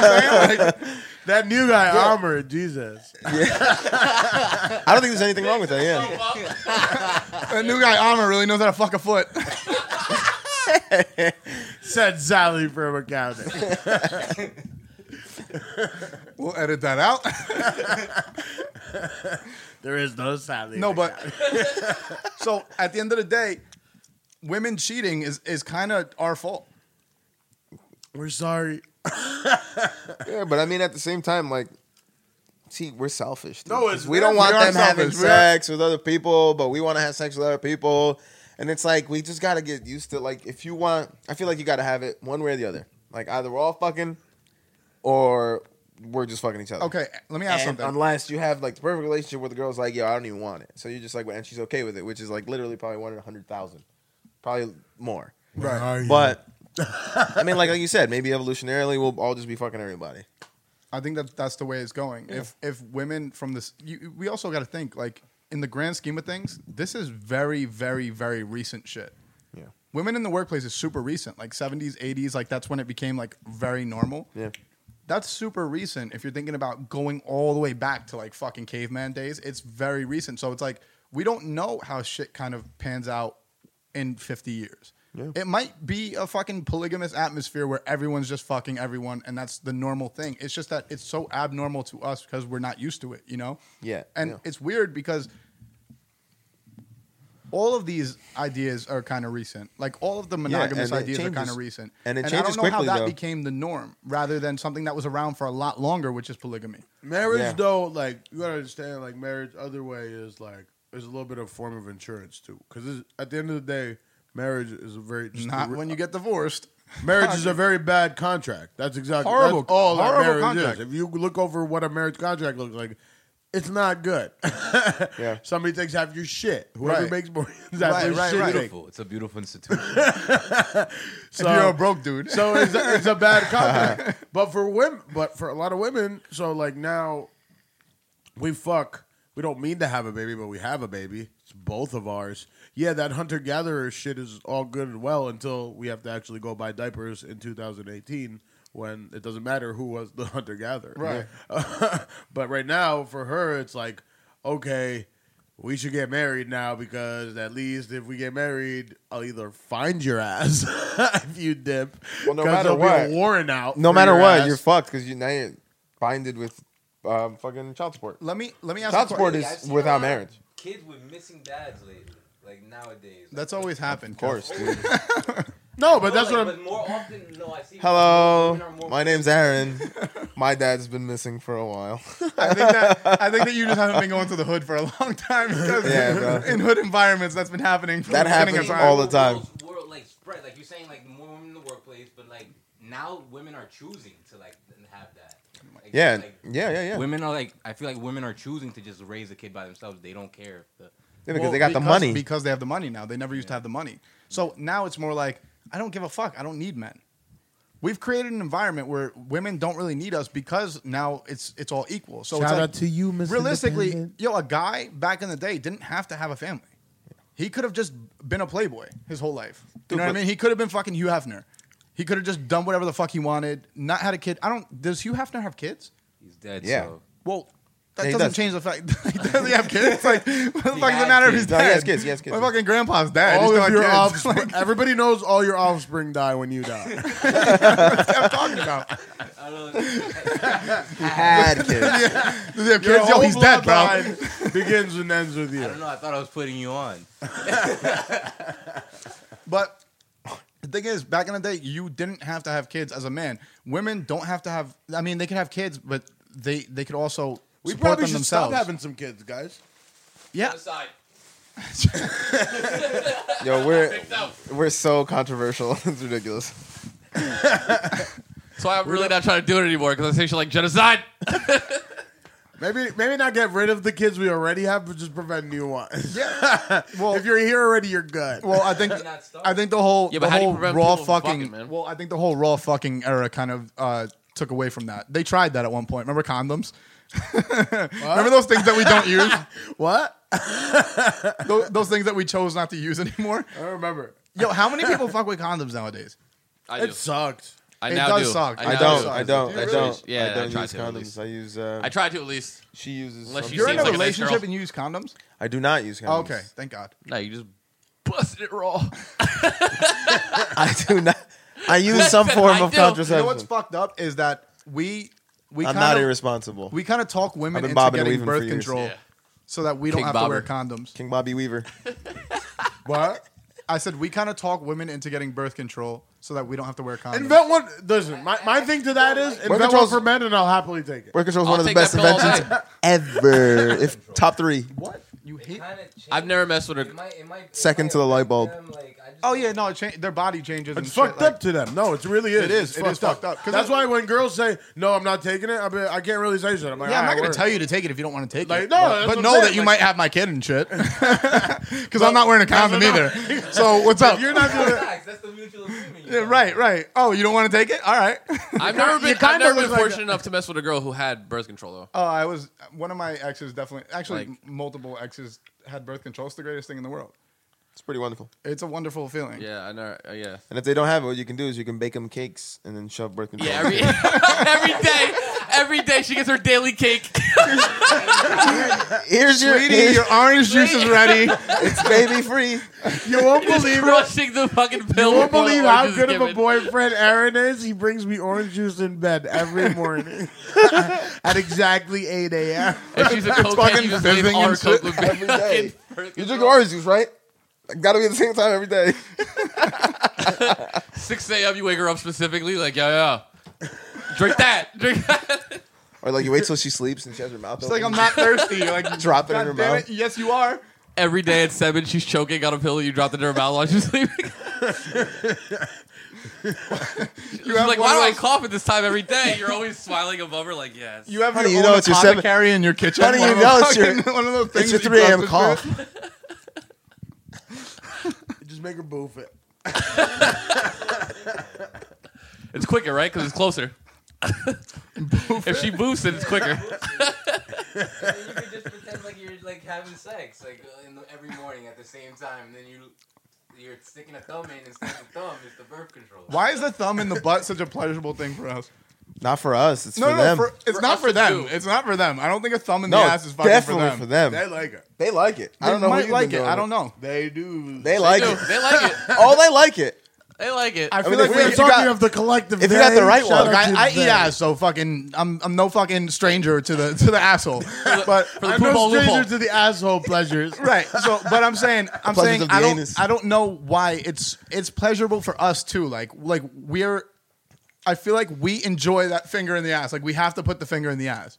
Speaker 4: that new guy, Armor, Jesus.
Speaker 5: I don't think there's anything wrong with that. Yeah.
Speaker 2: that new guy Armor really knows how to fuck a foot.
Speaker 4: Said Sally from accounting.
Speaker 2: We'll edit that out.
Speaker 4: There is no Sally.
Speaker 2: No, but so at the end of the day, women cheating is is kind of our fault.
Speaker 4: we're sorry.
Speaker 5: Yeah, but I mean, at the same time, like, See, we're selfish. Dude.
Speaker 4: No, it's-
Speaker 5: we don't want
Speaker 4: we are
Speaker 5: them having
Speaker 4: selfish. We are-
Speaker 5: sex with other people, but we want to have sex with other people. And it's like we just gotta get used to like if you want. I feel like you gotta have it one way or the other. Like either we're all fucking, or we're just fucking each other.
Speaker 2: Okay, let me ask
Speaker 5: And
Speaker 2: something.
Speaker 5: unless you have like the perfect relationship where the girl's like, "Yo, I don't even want it," so you're just like, and she's okay with it, which is like literally probably one in a hundred thousand, probably more.
Speaker 4: Right.
Speaker 5: But I mean, like like you said, maybe evolutionarily we'll all just be fucking everybody.
Speaker 2: I think that that's the way it's going. If if women from this, you, we also got to think like in the grand scheme of things, this is very, very, very recent shit.
Speaker 5: Yeah.
Speaker 2: Women in the workplace is super recent, like seventies, eighties. Like that's when it became like very normal.
Speaker 5: Yeah.
Speaker 2: That's super recent. If you're thinking about going all the way back to like fucking caveman days, it's very recent. So it's like we don't know how shit kind of pans out in 50 years.
Speaker 5: Yeah.
Speaker 2: It might be a fucking polygamous atmosphere where everyone's just fucking everyone and that's the normal thing. It's just that it's so abnormal to us because we're not used to it, you know?
Speaker 5: Yeah,
Speaker 2: And
Speaker 5: yeah.
Speaker 2: it's weird because all of these ideas are kind of recent. Like all of the monogamous
Speaker 5: and it
Speaker 2: ideas are
Speaker 5: changes.
Speaker 2: kind of recent.
Speaker 5: And it
Speaker 2: I don't
Speaker 5: changes
Speaker 2: know
Speaker 5: quickly,
Speaker 2: how that
Speaker 5: though.
Speaker 2: became the norm rather than something that was around for a lot longer, which is polygamy.
Speaker 4: Marriage,
Speaker 5: Yeah.
Speaker 4: though, like you gotta understand, like marriage, other way is like there's a little bit of form of insurance too, because at the end of the day, marriage is a very just
Speaker 2: Not
Speaker 4: the-
Speaker 2: Uh, when you get divorced.
Speaker 4: marriage is a very bad contract. That's exactly
Speaker 2: Horrible-
Speaker 4: that's all that
Speaker 2: horrible
Speaker 4: marriage
Speaker 2: contract.
Speaker 4: is. If you look over what a marriage contract looks like, it's not good.
Speaker 5: Yeah.
Speaker 4: somebody takes half your shit. Whoever
Speaker 2: Right.
Speaker 4: makes more, is
Speaker 2: Right,
Speaker 4: right,
Speaker 2: right, right.
Speaker 4: shit. Right.
Speaker 1: Beautiful. It's a beautiful institution.
Speaker 2: if you're a broke dude.
Speaker 4: So it's a, it's a bad contract. but for women, but for a lot of women, so like now, we fuck. We don't mean to have a baby, but we have a baby. It's both of ours. Yeah, that hunter gatherer shit is all good and well until we have to actually go buy diapers in 2018 when it doesn't matter who was the hunter gatherer.
Speaker 2: Right.
Speaker 4: but right now, for her, it's like, okay, we should get married now because at least if we get married, I'll either find your ass if you dip.
Speaker 5: Well, no
Speaker 4: 'cause
Speaker 5: matter
Speaker 4: there'll
Speaker 5: what-
Speaker 4: be a warrant out.
Speaker 5: No
Speaker 4: for
Speaker 5: matter
Speaker 4: your
Speaker 5: what,
Speaker 4: ass.
Speaker 5: you're fucked because you now you're binded with um, fucking child support.
Speaker 2: let me let me ask. a
Speaker 5: Child
Speaker 2: que-
Speaker 5: support is
Speaker 1: I've seen a lot
Speaker 5: without
Speaker 1: of
Speaker 5: marriage.
Speaker 1: Kids with missing dads lately, like nowadays. Like,
Speaker 2: That's always happened.
Speaker 5: Of course,
Speaker 1: dude.
Speaker 5: dude.
Speaker 4: no, but that's
Speaker 1: like,
Speaker 4: what I'm.
Speaker 1: But more often, no, I see.
Speaker 5: Hello,
Speaker 1: women are more-
Speaker 5: my name's Aaron. My dad's been missing for a while.
Speaker 2: I think that I think that you just haven't been going to the hood for a long time because
Speaker 5: Yeah, bro.
Speaker 2: in hood environments that's been happening. From
Speaker 5: That
Speaker 2: the beginning
Speaker 5: happens
Speaker 2: of time.
Speaker 5: all the time.
Speaker 1: World, world, like spread, like you're saying, like more women in the workplace, but like now women are choosing to like have that. Like,
Speaker 5: Yeah,
Speaker 1: like,
Speaker 5: yeah, yeah, yeah.
Speaker 1: Women are like, I feel like women are choosing to just raise a kid by themselves. They don't care. If the,
Speaker 5: Yeah, because
Speaker 2: Well,
Speaker 5: they got the money.
Speaker 2: because they have the money now. They never used to have the money, so now it's more like I don't give a fuck. I don't need men. We've created an environment where women don't really need us because now it's it's all equal. So it's
Speaker 4: Shout
Speaker 2: like,
Speaker 4: out to you, Miss
Speaker 2: Realistically,
Speaker 4: Independent.
Speaker 2: yo, a guy back in the day didn't have to have a family. He could have just been a playboy his whole life. You know what I mean? He could have been fucking Hugh Hefner. He could have just done whatever the fuck he wanted, not had a kid. I don't. Does Hugh Hefner have kids?
Speaker 1: he's dead.
Speaker 5: Yeah.
Speaker 1: So.
Speaker 2: Well, that
Speaker 5: He
Speaker 2: doesn't
Speaker 5: does.
Speaker 2: change the fact that he doesn't have kids. Like, what the fuck does it
Speaker 1: has
Speaker 2: matter if he's
Speaker 5: kids. No,
Speaker 2: dead?
Speaker 5: he has kids, he has kids.
Speaker 2: My fucking grandpa's dad.
Speaker 4: all
Speaker 2: All
Speaker 4: of your
Speaker 2: kids.
Speaker 4: offspring. everybody knows all your offspring die when you die.
Speaker 2: I'm talking about.
Speaker 1: I don't know.
Speaker 5: Had kids.
Speaker 2: Does he have
Speaker 4: Your
Speaker 2: kids? Yo,
Speaker 4: whole
Speaker 2: he's dead, bro.
Speaker 4: bloodline begins and ends with
Speaker 1: I
Speaker 4: you.
Speaker 1: don't know. I thought I was putting you on.
Speaker 2: But the thing is, back in the day, you didn't have to have kids as a man. Women don't have to have. I mean, they could have kids, but they they could also
Speaker 4: We
Speaker 2: support
Speaker 4: probably
Speaker 2: them
Speaker 4: should
Speaker 2: themselves.
Speaker 4: stop having some kids, guys.
Speaker 2: yeah,
Speaker 1: Aside.
Speaker 5: Yo, we're we're so controversial. it's ridiculous.
Speaker 3: So I'm really not trying to do it anymore because I say shit like genocide.
Speaker 4: Maybe maybe not get rid of the kids we already have, but just prevent new ones.
Speaker 2: yeah. Well,
Speaker 4: if you're here already, you're good.
Speaker 2: well, I think
Speaker 1: not stop.
Speaker 2: I think the whole
Speaker 3: Yeah, but
Speaker 2: the
Speaker 3: how do you
Speaker 2: whole
Speaker 3: prevent
Speaker 2: raw
Speaker 3: people from
Speaker 2: fucking,
Speaker 3: fucking, man?
Speaker 2: well, I think the whole raw fucking era kind of uh, took away from that. They tried that at one point. Remember condoms? Remember those things that we don't use?
Speaker 4: what?
Speaker 2: those, those things that we chose not to use anymore.
Speaker 4: I don't remember.
Speaker 2: Yo, how many people fuck with condoms nowadays?
Speaker 3: I do.
Speaker 4: It sucked.
Speaker 3: I
Speaker 2: it
Speaker 3: now
Speaker 2: does
Speaker 3: do.
Speaker 2: suck.
Speaker 5: I
Speaker 3: now
Speaker 5: don't.
Speaker 3: do.
Speaker 5: I don't. I
Speaker 3: That's
Speaker 5: don't.
Speaker 3: right. Yeah,
Speaker 5: I don't
Speaker 3: try
Speaker 5: use
Speaker 3: to at least.
Speaker 5: condoms. I use. Uh,
Speaker 3: I try to at least.
Speaker 5: she uses.
Speaker 3: Unless
Speaker 5: some-
Speaker 3: you
Speaker 2: You're in
Speaker 3: seems
Speaker 2: a
Speaker 3: like a nice
Speaker 2: relationship
Speaker 3: girl.
Speaker 2: and you use condoms.
Speaker 5: I do not use condoms.
Speaker 2: Oh, okay, thank God.
Speaker 3: No, you just busted it raw.
Speaker 5: I do not. I use some
Speaker 3: I
Speaker 5: form of
Speaker 3: do. You know
Speaker 2: You
Speaker 5: contraception.
Speaker 2: know what's fucked up is that we we
Speaker 5: I'm
Speaker 2: kind
Speaker 5: not
Speaker 2: of
Speaker 5: irresponsible.
Speaker 2: we kind of talk
Speaker 5: I've
Speaker 2: women
Speaker 5: been
Speaker 2: into
Speaker 5: bobbing and
Speaker 2: getting
Speaker 5: weaving for
Speaker 2: birth
Speaker 5: years.
Speaker 2: control
Speaker 3: Yeah.
Speaker 2: so that we don't
Speaker 3: King
Speaker 2: have to
Speaker 3: bobber.
Speaker 2: wear condoms.
Speaker 5: King Bobby Weaver.
Speaker 2: What? I said we kind of talk women into getting birth control so that we don't have to wear condoms.
Speaker 4: Invent one. Listen, my, my thing to that is invent one
Speaker 5: controls-
Speaker 4: for men, and I'll happily take it.
Speaker 5: Birth control is
Speaker 3: I'll
Speaker 5: one of the
Speaker 3: take that
Speaker 5: best
Speaker 3: pill all
Speaker 5: inventions
Speaker 3: day.
Speaker 5: ever. if top three.
Speaker 2: what you hate?
Speaker 3: I've never messed with
Speaker 1: It
Speaker 3: her.
Speaker 1: might, it might, it
Speaker 5: Second
Speaker 1: might
Speaker 5: to the light
Speaker 1: affect
Speaker 5: bulb.
Speaker 1: them, like, I just
Speaker 2: Oh
Speaker 1: don't
Speaker 2: yeah,
Speaker 1: know.
Speaker 2: no, it cha- their body changes.
Speaker 4: It's
Speaker 2: and shit,
Speaker 4: fucked
Speaker 2: like-
Speaker 4: up to them. No, it really is.
Speaker 2: It is.
Speaker 4: It's
Speaker 2: It
Speaker 4: fucked
Speaker 2: is fucked up. 'Cause
Speaker 4: That's
Speaker 2: it-
Speaker 4: why when girls say, "No, I'm not taking it," I be, I can't really say shit. I'm like,
Speaker 2: Yeah, I'm not
Speaker 4: "Alright,
Speaker 2: gonna
Speaker 4: word."
Speaker 2: tell you to take it if you don't want to take
Speaker 4: Like,
Speaker 2: it.
Speaker 4: no, that's
Speaker 2: but, but
Speaker 4: what I'm
Speaker 2: know
Speaker 4: saying,
Speaker 2: that you
Speaker 4: like-
Speaker 2: might have my kid and shit. Because I'm not wearing a condom either. So what's up?
Speaker 4: You're not gonna.
Speaker 1: Facts, That's the mutual agreement. you
Speaker 2: Yeah,
Speaker 1: have.
Speaker 2: right, right. Oh, you don't want to take it? All right.
Speaker 3: I've never
Speaker 2: You
Speaker 3: been,
Speaker 2: kinda
Speaker 3: I've never
Speaker 2: look
Speaker 3: been
Speaker 2: like
Speaker 3: fortunate enough to mess with a girl who had birth control though.
Speaker 2: Oh, I was one of my exes definitely actually
Speaker 3: Like-
Speaker 2: multiple exes had birth control. It's the greatest thing in the world.
Speaker 5: It's pretty wonderful.
Speaker 2: It's a wonderful feeling.
Speaker 3: Yeah, I know. uh, yeah.
Speaker 5: And if they don't have it, what you can do is you can bake them cakes and then shove birth control.
Speaker 3: Yeah, every every day, every day she gets her daily cake.
Speaker 5: here's your,
Speaker 2: Sweetie,
Speaker 5: here's
Speaker 2: your orange juice is ready.
Speaker 5: it's baby free.
Speaker 4: You won't believe it.
Speaker 3: crushing the fucking pill.
Speaker 4: You won't
Speaker 3: before the
Speaker 4: believe how
Speaker 3: orange is
Speaker 4: good of a
Speaker 3: given.
Speaker 4: boyfriend Aaron is. He brings me orange juice in bed every morning at exactly 8 a.m.
Speaker 3: If she's a cokehead,
Speaker 5: fucking
Speaker 3: you just leave
Speaker 5: fizzing
Speaker 3: all her
Speaker 5: and
Speaker 3: coke
Speaker 5: shit
Speaker 3: with
Speaker 5: every day.
Speaker 3: fucking
Speaker 5: You drink orange juice, right? Got to be at the same time every day.
Speaker 3: 6 a.m. You wake her up specifically, like, yeah, yeah. Drink that. Drink that.
Speaker 5: Or like you wait till she sleeps and she has her mouth
Speaker 2: It's
Speaker 5: open.
Speaker 2: like I'm not thirsty. You're like
Speaker 5: drop it in
Speaker 2: God
Speaker 5: her
Speaker 2: damn it.
Speaker 5: mouth.
Speaker 2: Yes, you are.
Speaker 3: Every day at 7, she's choking on a pill that you dropped into her mouth while she's sleeping.
Speaker 2: You
Speaker 3: She's
Speaker 2: have
Speaker 3: like,
Speaker 2: one
Speaker 3: why do
Speaker 2: of
Speaker 3: I
Speaker 2: those-
Speaker 3: cough at this time every day? You're always smiling above her, like, yes.
Speaker 2: You have
Speaker 5: Honey,
Speaker 2: your
Speaker 5: you
Speaker 2: own
Speaker 5: know it's your seven-
Speaker 2: apothecary in your kitchen.
Speaker 5: Honey,
Speaker 2: One
Speaker 5: you
Speaker 2: of those
Speaker 5: know it's your-
Speaker 2: fucking- one of those
Speaker 5: It's
Speaker 2: things.
Speaker 5: your
Speaker 2: that you
Speaker 5: 3 a.m.
Speaker 2: process
Speaker 5: cough.
Speaker 2: with.
Speaker 4: Just make her boof it.
Speaker 3: it's quicker, right? Because it's closer. if she boosts it, it's quicker.
Speaker 1: And then you could just pretend like you're like having sex like uh, in the, every morning at the same time, and then you you're sticking a thumb in instead of the thumb. It's the birth control.
Speaker 2: Why is the thumb in the butt such a pleasurable thing for us?
Speaker 5: Not for us. It's
Speaker 2: No,
Speaker 5: for
Speaker 2: no,
Speaker 5: them.
Speaker 2: for, it's
Speaker 3: For
Speaker 2: not
Speaker 3: us
Speaker 2: for
Speaker 3: to
Speaker 2: them.
Speaker 3: do.
Speaker 2: It's not for them. I don't think a thumb in
Speaker 5: no,
Speaker 2: the ass is fucking
Speaker 5: definitely
Speaker 2: for
Speaker 5: for
Speaker 2: them.
Speaker 5: them.
Speaker 4: They like it.
Speaker 5: They like it. I don't
Speaker 2: They
Speaker 5: know.
Speaker 2: might
Speaker 5: who
Speaker 2: like it. I don't know.
Speaker 4: They do.
Speaker 5: They like
Speaker 3: Dude,
Speaker 5: it.
Speaker 3: they like it.
Speaker 5: Oh, they like it.
Speaker 3: They like it.
Speaker 2: I feel
Speaker 5: mean,
Speaker 2: like
Speaker 5: if
Speaker 2: we're
Speaker 5: you
Speaker 4: We're
Speaker 5: got-
Speaker 4: talking of the collective.
Speaker 5: if you got the
Speaker 4: they.
Speaker 5: right
Speaker 4: Shout
Speaker 5: one.
Speaker 4: out
Speaker 2: Like,
Speaker 4: to
Speaker 2: I, I eat
Speaker 4: they.
Speaker 2: ass, so fucking, I'm I'm no fucking stranger to the to the asshole. But
Speaker 3: For the
Speaker 4: I'm
Speaker 3: poop
Speaker 4: no
Speaker 3: hole loophole.
Speaker 4: stranger to the asshole pleasures.
Speaker 2: right, so but I'm saying I'm
Speaker 5: pleasures
Speaker 2: saying
Speaker 5: of the
Speaker 2: I don't
Speaker 5: anus.
Speaker 2: I don't know why it's it's pleasurable for us too. Like like we're, I feel like we enjoy that finger in the ass. Like we have to put the finger in the ass.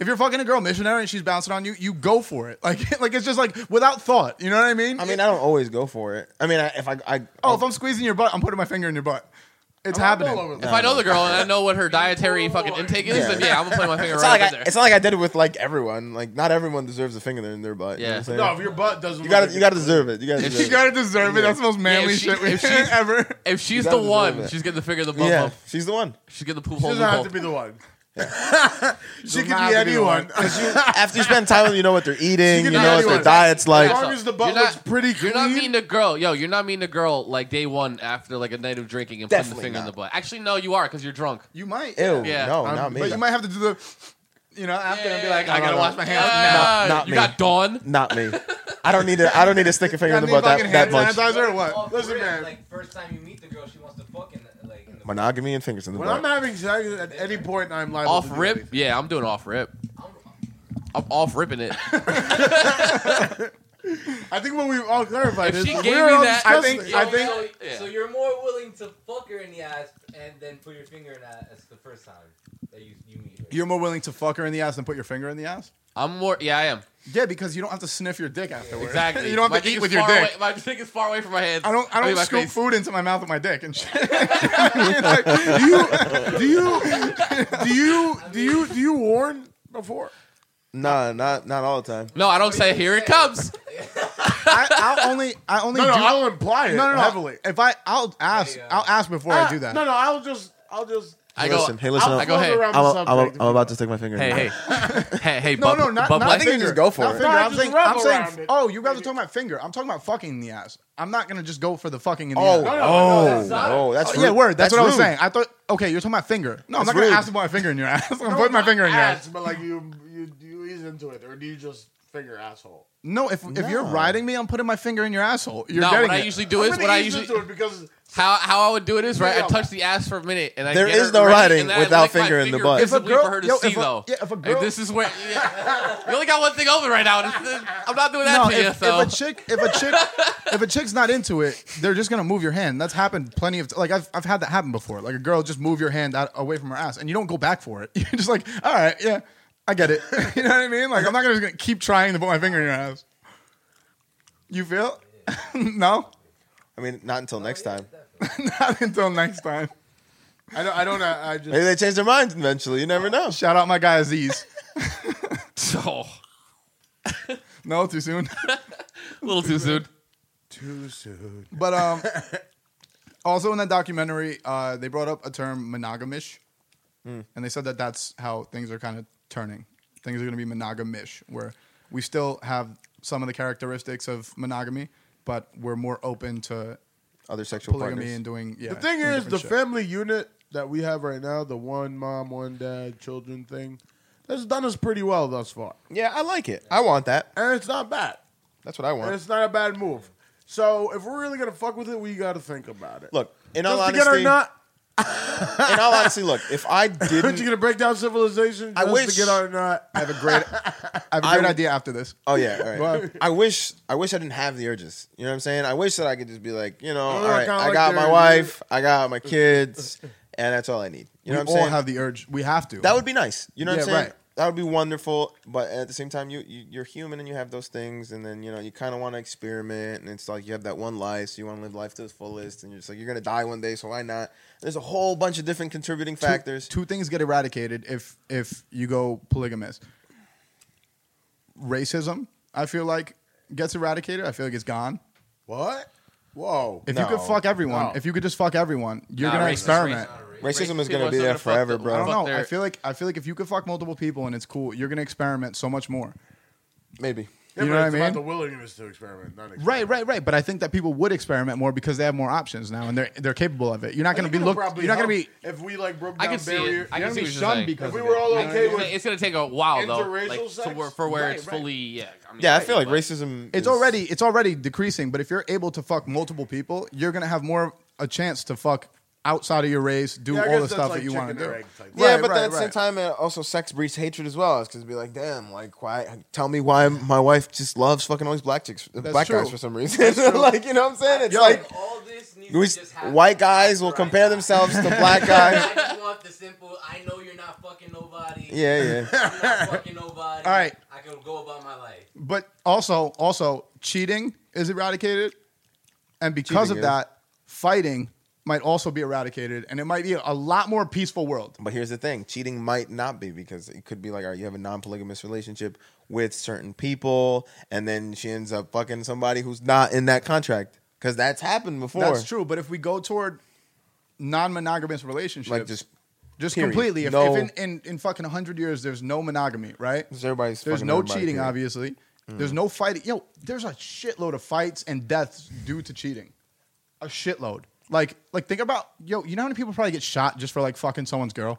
Speaker 2: If you're fucking a girl missionary and she's bouncing on you, you go for it. Like like it's just like without thought. You know what I mean?
Speaker 5: I mean, I don't always go for it. I mean, I, if I, I
Speaker 2: oh, if I'm squeezing your butt, I'm putting my finger in your butt. It's happening.
Speaker 3: If I know the girl and I know what her dietary fucking intake is, then yeah, I'm gonna put my finger
Speaker 5: it's
Speaker 3: right up
Speaker 5: not like
Speaker 3: in
Speaker 5: I,
Speaker 3: there.
Speaker 5: it's not like I did it with like everyone. Like not everyone deserves a finger in their butt.
Speaker 3: Yeah.
Speaker 5: You know what I'm
Speaker 4: No,
Speaker 5: saying?
Speaker 4: if your butt doesn't.
Speaker 5: you gotta, you gotta deserve it. You gotta.
Speaker 3: If
Speaker 5: Deserve
Speaker 2: You gotta deserve it. That's the most manly
Speaker 3: if she-
Speaker 2: shit
Speaker 3: if
Speaker 2: we've
Speaker 3: she's-
Speaker 2: ever.
Speaker 3: if she's
Speaker 5: gotta
Speaker 3: the
Speaker 5: deserve
Speaker 3: one,
Speaker 5: it.
Speaker 3: she's getting the finger in the
Speaker 5: it.
Speaker 3: bump
Speaker 5: Yeah,
Speaker 3: up.
Speaker 5: she's the one.
Speaker 3: She's getting the poop hole
Speaker 4: She doesn't have
Speaker 3: loophole.
Speaker 4: to be the one. she
Speaker 2: Doesn't
Speaker 4: could
Speaker 2: have
Speaker 4: be
Speaker 2: to be the one.
Speaker 4: anyone. As
Speaker 5: After you spend time with, them, you know what they're eating. You
Speaker 4: can
Speaker 5: know what
Speaker 4: anyone.
Speaker 5: their diet's like.
Speaker 4: long as the butt
Speaker 3: You're not-
Speaker 4: looks pretty clean.
Speaker 3: You're not mean to girl, yo. You're not mean to girl like day one after like a night of drinking and putting the
Speaker 5: Definitely
Speaker 3: finger in the
Speaker 5: not.
Speaker 3: butt. Actually, no, you are because you're drunk.
Speaker 2: You might.
Speaker 5: Ew,
Speaker 3: Yeah.
Speaker 5: no,
Speaker 2: Um,
Speaker 5: not me.
Speaker 2: But you might have to do the, you know, after and be like,
Speaker 3: Yeah.
Speaker 2: I gotta
Speaker 5: No,
Speaker 2: wash
Speaker 5: no.
Speaker 2: my hands. now.
Speaker 3: Ah,
Speaker 5: Not- not
Speaker 3: you
Speaker 5: me.
Speaker 3: got dawn.
Speaker 5: Not me. I don't need to. I don't need to stick a finger
Speaker 2: Got
Speaker 5: in the
Speaker 2: any
Speaker 5: butt
Speaker 2: fucking
Speaker 5: that, that
Speaker 2: hand
Speaker 5: much.
Speaker 2: sanitizer or
Speaker 1: Off
Speaker 2: what?
Speaker 1: the
Speaker 2: Listen,
Speaker 1: rip,
Speaker 2: man.
Speaker 1: Like first time you meet the girl, she wants to fuck in the, like. In the
Speaker 5: Monogamy and fingers in the
Speaker 4: When
Speaker 5: butt.
Speaker 4: I'm having sex, at any point I'm liable
Speaker 3: Off
Speaker 4: to do
Speaker 3: rip.
Speaker 4: anything.
Speaker 3: Yeah, I'm doing off rip.
Speaker 1: I'm,
Speaker 3: I'm off ripping it.
Speaker 4: I think what we all clarified
Speaker 3: If
Speaker 4: is
Speaker 3: she
Speaker 4: we're
Speaker 3: gave me
Speaker 4: all
Speaker 3: that-
Speaker 2: I
Speaker 4: discussing-
Speaker 2: think-
Speaker 1: so,
Speaker 2: I think-
Speaker 1: so,
Speaker 3: Yeah.
Speaker 1: so you're more willing to fuck her in the ass and then put your finger in that as the first time that you, you meet her.
Speaker 2: You're more willing to fuck her in the ass than put your finger in the ass?
Speaker 3: I'm more. Yeah, I am.
Speaker 2: Yeah, because you don't have to sniff your dick afterwards.
Speaker 3: Exactly.
Speaker 2: you don't
Speaker 3: My
Speaker 2: have to
Speaker 3: dick
Speaker 2: eat
Speaker 3: is
Speaker 2: with your
Speaker 3: far
Speaker 2: dick.
Speaker 3: away- My dick is far away from my hands.
Speaker 2: I don't. I
Speaker 3: mean,
Speaker 2: don't
Speaker 3: my
Speaker 2: scoop
Speaker 3: face.
Speaker 2: food into my mouth with my dick and shit.
Speaker 4: do you do you do you do you do you warn before?
Speaker 5: Nah, not not all the time.
Speaker 3: No, I don't say. Here it comes.
Speaker 2: I, I'll only. I only.
Speaker 4: No, no,
Speaker 2: do,
Speaker 4: I'll imply it
Speaker 2: no, no, no.
Speaker 4: heavily.
Speaker 2: If I, I'll ask.
Speaker 1: Hey, uh,
Speaker 2: I'll ask before I do that.
Speaker 4: No, no, I'll just I'll just
Speaker 3: I
Speaker 5: Hey,
Speaker 3: go.
Speaker 5: listen, hey, listen uh,
Speaker 4: I'll
Speaker 5: up.
Speaker 3: go,
Speaker 4: float
Speaker 3: hey.
Speaker 4: around the
Speaker 5: I'm, a, I'm, a,
Speaker 4: subject.
Speaker 5: I'm about to stick my finger. in
Speaker 3: Hey,
Speaker 5: the
Speaker 3: hey, hey, hey.
Speaker 2: No,
Speaker 3: bub-
Speaker 2: no, not,
Speaker 3: bub-
Speaker 2: not
Speaker 5: I think you
Speaker 2: finger.
Speaker 5: just go for
Speaker 2: Not
Speaker 5: it.
Speaker 2: finger.
Speaker 4: No,
Speaker 2: I'm
Speaker 4: just
Speaker 2: saying,
Speaker 4: rub
Speaker 2: I'm saying,
Speaker 4: around it.
Speaker 2: oh, you guys are talking about finger. I'm talking about fucking in the ass. I'm not gonna just go for the fucking in the
Speaker 5: Oh,
Speaker 2: ass.
Speaker 5: oh,
Speaker 1: that's not-
Speaker 5: no, that's
Speaker 2: Oh, yeah,
Speaker 5: rude.
Speaker 2: word. That's, what I was
Speaker 5: rude.
Speaker 2: saying. I thought, okay, you're talking about finger. No, I'm
Speaker 5: That's
Speaker 2: not gonna
Speaker 5: rude.
Speaker 2: ask to put my finger in your ass. I'm gonna put my finger in your ass.
Speaker 4: Ass, But like you you you ease into it, or do you just finger asshole?
Speaker 2: No, if if you're
Speaker 5: No.
Speaker 2: riding me, I'm putting my finger in your asshole. You're
Speaker 3: no,
Speaker 2: getting
Speaker 3: what I
Speaker 2: it.
Speaker 3: usually do is
Speaker 4: I'm
Speaker 3: what
Speaker 4: gonna
Speaker 3: I
Speaker 4: ease
Speaker 3: usually
Speaker 4: into it because
Speaker 3: how how I would do it is right. I
Speaker 4: Yeah.
Speaker 3: touch the ass for a minute, and I
Speaker 5: There
Speaker 3: get
Speaker 5: is
Speaker 3: her
Speaker 5: no
Speaker 3: ready,
Speaker 5: riding
Speaker 3: and then I
Speaker 5: without
Speaker 3: lick my
Speaker 5: finger in the butt.
Speaker 2: If a
Speaker 3: visibly
Speaker 2: girl-
Speaker 3: for her to
Speaker 2: yo,
Speaker 3: see
Speaker 2: if a-
Speaker 3: though.
Speaker 2: yeah, if a
Speaker 3: Like,
Speaker 2: girl-
Speaker 3: this is where yeah. you only got one thing open right now. This is- I'm not doing that
Speaker 2: No,
Speaker 3: to you.
Speaker 2: if,
Speaker 3: So
Speaker 2: if a chick, if a chick, if a chick's not into it, they're just gonna move your hand. That's happened plenty of. T- like I've, I've had that happen before. Like a girl just move your hand out away from her ass, and you don't go back for it. You're just like, all right, yeah, I get it. you know what I mean? Like I'm not gonna, just gonna keep trying to put my finger in your ass. You feel? no,
Speaker 5: I mean, not until next time.
Speaker 2: not until next time.
Speaker 4: I don't. I don't. I, I just.
Speaker 5: Maybe they change their minds eventually. You never know.
Speaker 2: Shout out my guy Aziz.
Speaker 3: so
Speaker 2: No, too soon.
Speaker 3: a little too soon.
Speaker 4: Too soon.
Speaker 2: But um, also in that documentary, uh, they brought up a term monogamish,
Speaker 5: Hmm.
Speaker 2: and they said that that's how things are kind of turning. Things are going to be monogamish, where we still have some of the characteristics of monogamy, but we're more open to
Speaker 5: Other sexual
Speaker 2: polygamy
Speaker 5: partners.
Speaker 2: and doing. Yeah,
Speaker 4: The thing
Speaker 2: doing
Speaker 4: is,
Speaker 2: different
Speaker 4: the
Speaker 2: shit.
Speaker 4: family unit that we have right now, the one mom, one dad, children thing, that's done us pretty well thus far,
Speaker 5: Yeah, I like it. I want that.
Speaker 4: and it's not bad.
Speaker 5: That's what I
Speaker 4: And
Speaker 5: want.
Speaker 4: it's not a bad move. So if we're really gonna fuck with it, we got to think about it.
Speaker 5: Look, in all
Speaker 4: just to
Speaker 5: honesty,
Speaker 4: get our nut.
Speaker 5: in all honesty, look, if I
Speaker 4: Aren't you
Speaker 5: didn't,
Speaker 4: gonna break down civilization?
Speaker 5: I
Speaker 4: just
Speaker 5: wish-
Speaker 4: to get our nut.
Speaker 2: I have a great, I have a
Speaker 5: I
Speaker 2: great
Speaker 5: would-
Speaker 2: idea after this.
Speaker 5: oh yeah, all right.
Speaker 2: Well-
Speaker 5: I wish, I wish I didn't have the urges. You know what I'm saying? I wish that I could just be like, you know, all
Speaker 4: I
Speaker 5: right,
Speaker 4: kinda
Speaker 5: I
Speaker 4: like
Speaker 5: got
Speaker 4: the
Speaker 5: my
Speaker 4: urges.
Speaker 5: wife, I got my kids, and that's all I need. You
Speaker 2: we
Speaker 5: know what I'm
Speaker 2: all
Speaker 5: saying?
Speaker 2: have the urge. We have to.
Speaker 5: That would be nice. You know what I'm
Speaker 2: Yeah,
Speaker 5: saying?
Speaker 2: right.
Speaker 5: That would be wonderful. But at the same time, you, you you're human and you have those things, and then you know you kind of want to experiment, and it's like you have that one life, so you want to live life to its fullest, and you're just like you're gonna die one day, so why not? There's a whole bunch of different contributing
Speaker 2: Two-
Speaker 5: factors.
Speaker 2: Two, things get eradicated if if you go polygamous. Racism, I feel like, gets eradicated. I feel like it's gone.
Speaker 4: What? Whoa.
Speaker 2: If you could
Speaker 5: No.
Speaker 2: full fuck everyone,
Speaker 4: No.
Speaker 2: if you could just fuck everyone, you're
Speaker 3: Nah,
Speaker 2: gonna
Speaker 3: racist,
Speaker 2: experiment.
Speaker 1: racist.
Speaker 5: Racism is
Speaker 3: people
Speaker 5: gonna
Speaker 3: are
Speaker 5: be
Speaker 3: still
Speaker 5: there
Speaker 3: gonna fuck
Speaker 5: forever,
Speaker 3: the-
Speaker 5: bro.
Speaker 2: I don't know.
Speaker 3: their-
Speaker 2: I feel like I feel like if you could fuck multiple people and it's cool, you're gonna experiment so much more.
Speaker 5: Maybe.
Speaker 4: Yeah,
Speaker 2: you
Speaker 4: but
Speaker 2: know
Speaker 4: it's
Speaker 2: what I
Speaker 4: about
Speaker 2: mean?
Speaker 4: the willingness to experiment, not experiment.
Speaker 2: Right, right, right. But I think that people would experiment more because they have more options now and they're they're capable of it. You're not gonna
Speaker 4: I think
Speaker 2: be
Speaker 4: it'll
Speaker 2: looked.
Speaker 4: probably
Speaker 2: You're not gonna
Speaker 4: help
Speaker 2: be.
Speaker 4: If we like broke
Speaker 3: I
Speaker 4: down
Speaker 3: can see it. I
Speaker 4: barrier,
Speaker 2: You're
Speaker 3: can
Speaker 2: not
Speaker 3: see
Speaker 2: gonna be
Speaker 3: what you're
Speaker 2: shunned
Speaker 3: saying.
Speaker 2: because
Speaker 4: if we
Speaker 2: of
Speaker 4: were
Speaker 2: it.
Speaker 4: all
Speaker 3: Like,
Speaker 4: okay
Speaker 3: it's
Speaker 4: with
Speaker 3: gonna- it's gonna take a while though,
Speaker 4: Interracial
Speaker 3: like to
Speaker 4: sex?
Speaker 3: where, for where
Speaker 4: Right,
Speaker 3: it's
Speaker 4: right.
Speaker 3: fully yeah. I mean,
Speaker 5: Yeah, I feel like
Speaker 3: but-
Speaker 5: racism.
Speaker 2: It's
Speaker 5: is-
Speaker 2: already it's already decreasing. But if you're able to fuck multiple people, you're gonna have more a chance to fuck outside of your race, do
Speaker 4: Yeah, I
Speaker 2: all
Speaker 4: guess
Speaker 2: the
Speaker 4: that's
Speaker 2: stuff
Speaker 4: like
Speaker 2: that you want
Speaker 4: chicken
Speaker 2: to
Speaker 4: or
Speaker 2: do.
Speaker 4: egg type.
Speaker 5: Yeah,
Speaker 2: Right,
Speaker 5: but
Speaker 2: right,
Speaker 5: then at the same
Speaker 2: right.
Speaker 5: time, uh, also sex breeds hatred as well. It's because be like, damn, like why? Tell me why my wife just loves fucking all these black chicks, black guys
Speaker 2: true.
Speaker 5: for some reason. like you know what I'm saying? It's
Speaker 1: Yo,
Speaker 5: like
Speaker 1: all this needs
Speaker 5: We-
Speaker 1: to just happen
Speaker 5: white guys will
Speaker 1: right
Speaker 5: compare
Speaker 1: now.
Speaker 5: themselves to black
Speaker 1: I
Speaker 5: guys.
Speaker 1: just want the simple. I know you're not fucking nobody.
Speaker 5: Yeah, yeah.
Speaker 1: You're not fucking nobody.
Speaker 2: All right.
Speaker 1: I can go about my life.
Speaker 2: But also, also cheating is eradicated, and because
Speaker 5: Cheating
Speaker 2: of
Speaker 5: is.
Speaker 2: that, fighting might also be eradicated, and it might be a lot more peaceful world.
Speaker 5: But here's the thing: cheating might not be because it could be like, all right, you have a non-polygamous relationship with certain people, and then she ends up fucking somebody who's not in that contract because that's happened before.
Speaker 2: That's true. But if we go toward non-monogamous relationships,
Speaker 5: Like just
Speaker 2: just
Speaker 5: period.
Speaker 2: completely, if,
Speaker 5: No-
Speaker 2: if in, in in fucking hundred years there's no monogamy, right?
Speaker 5: Because everybody's
Speaker 2: There's
Speaker 5: fucking
Speaker 2: no
Speaker 5: everybody,
Speaker 2: cheating,
Speaker 5: period. Mm.
Speaker 2: obviously. There's no fighting. Yo, there's a shitload of fights and deaths due to cheating. A shitload. Like, like think about yo. You know how many people probably get shot just for like fucking someone's girl?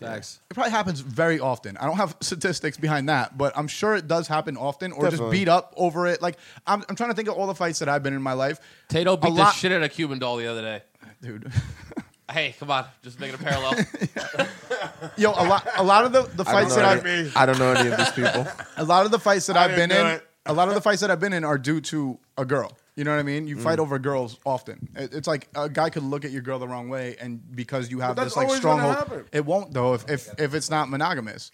Speaker 3: Facts.
Speaker 2: It probably happens very often. I don't have statistics behind that, but I'm sure it does happen often, or just
Speaker 5: Definitely.
Speaker 2: beat up over it. Like, I'm, I'm trying to think of all the fights that I've been in my life.
Speaker 3: Tato beat the
Speaker 2: lot-
Speaker 3: shit out of Cuban doll the other day.
Speaker 2: Dude,
Speaker 3: Hey, come on, just making a parallel.
Speaker 2: yo, a lot, a lot of the, the
Speaker 5: I don't,
Speaker 2: fights
Speaker 5: know
Speaker 2: that I've
Speaker 5: any, I don't know any of these people.
Speaker 2: a lot of the fights that I've been
Speaker 4: didn't
Speaker 2: in,
Speaker 4: do it.
Speaker 2: a lot of the fights that I've been in are due to a girl. You know what I mean?
Speaker 4: Mm.
Speaker 2: You fight over girls often. It- It's like a guy could look at your girl the wrong way, and because you have
Speaker 4: But
Speaker 2: this
Speaker 4: that's
Speaker 2: like
Speaker 4: always gonna
Speaker 2: stronghold,
Speaker 4: happen.
Speaker 2: it won't though if if, if it's not monogamous.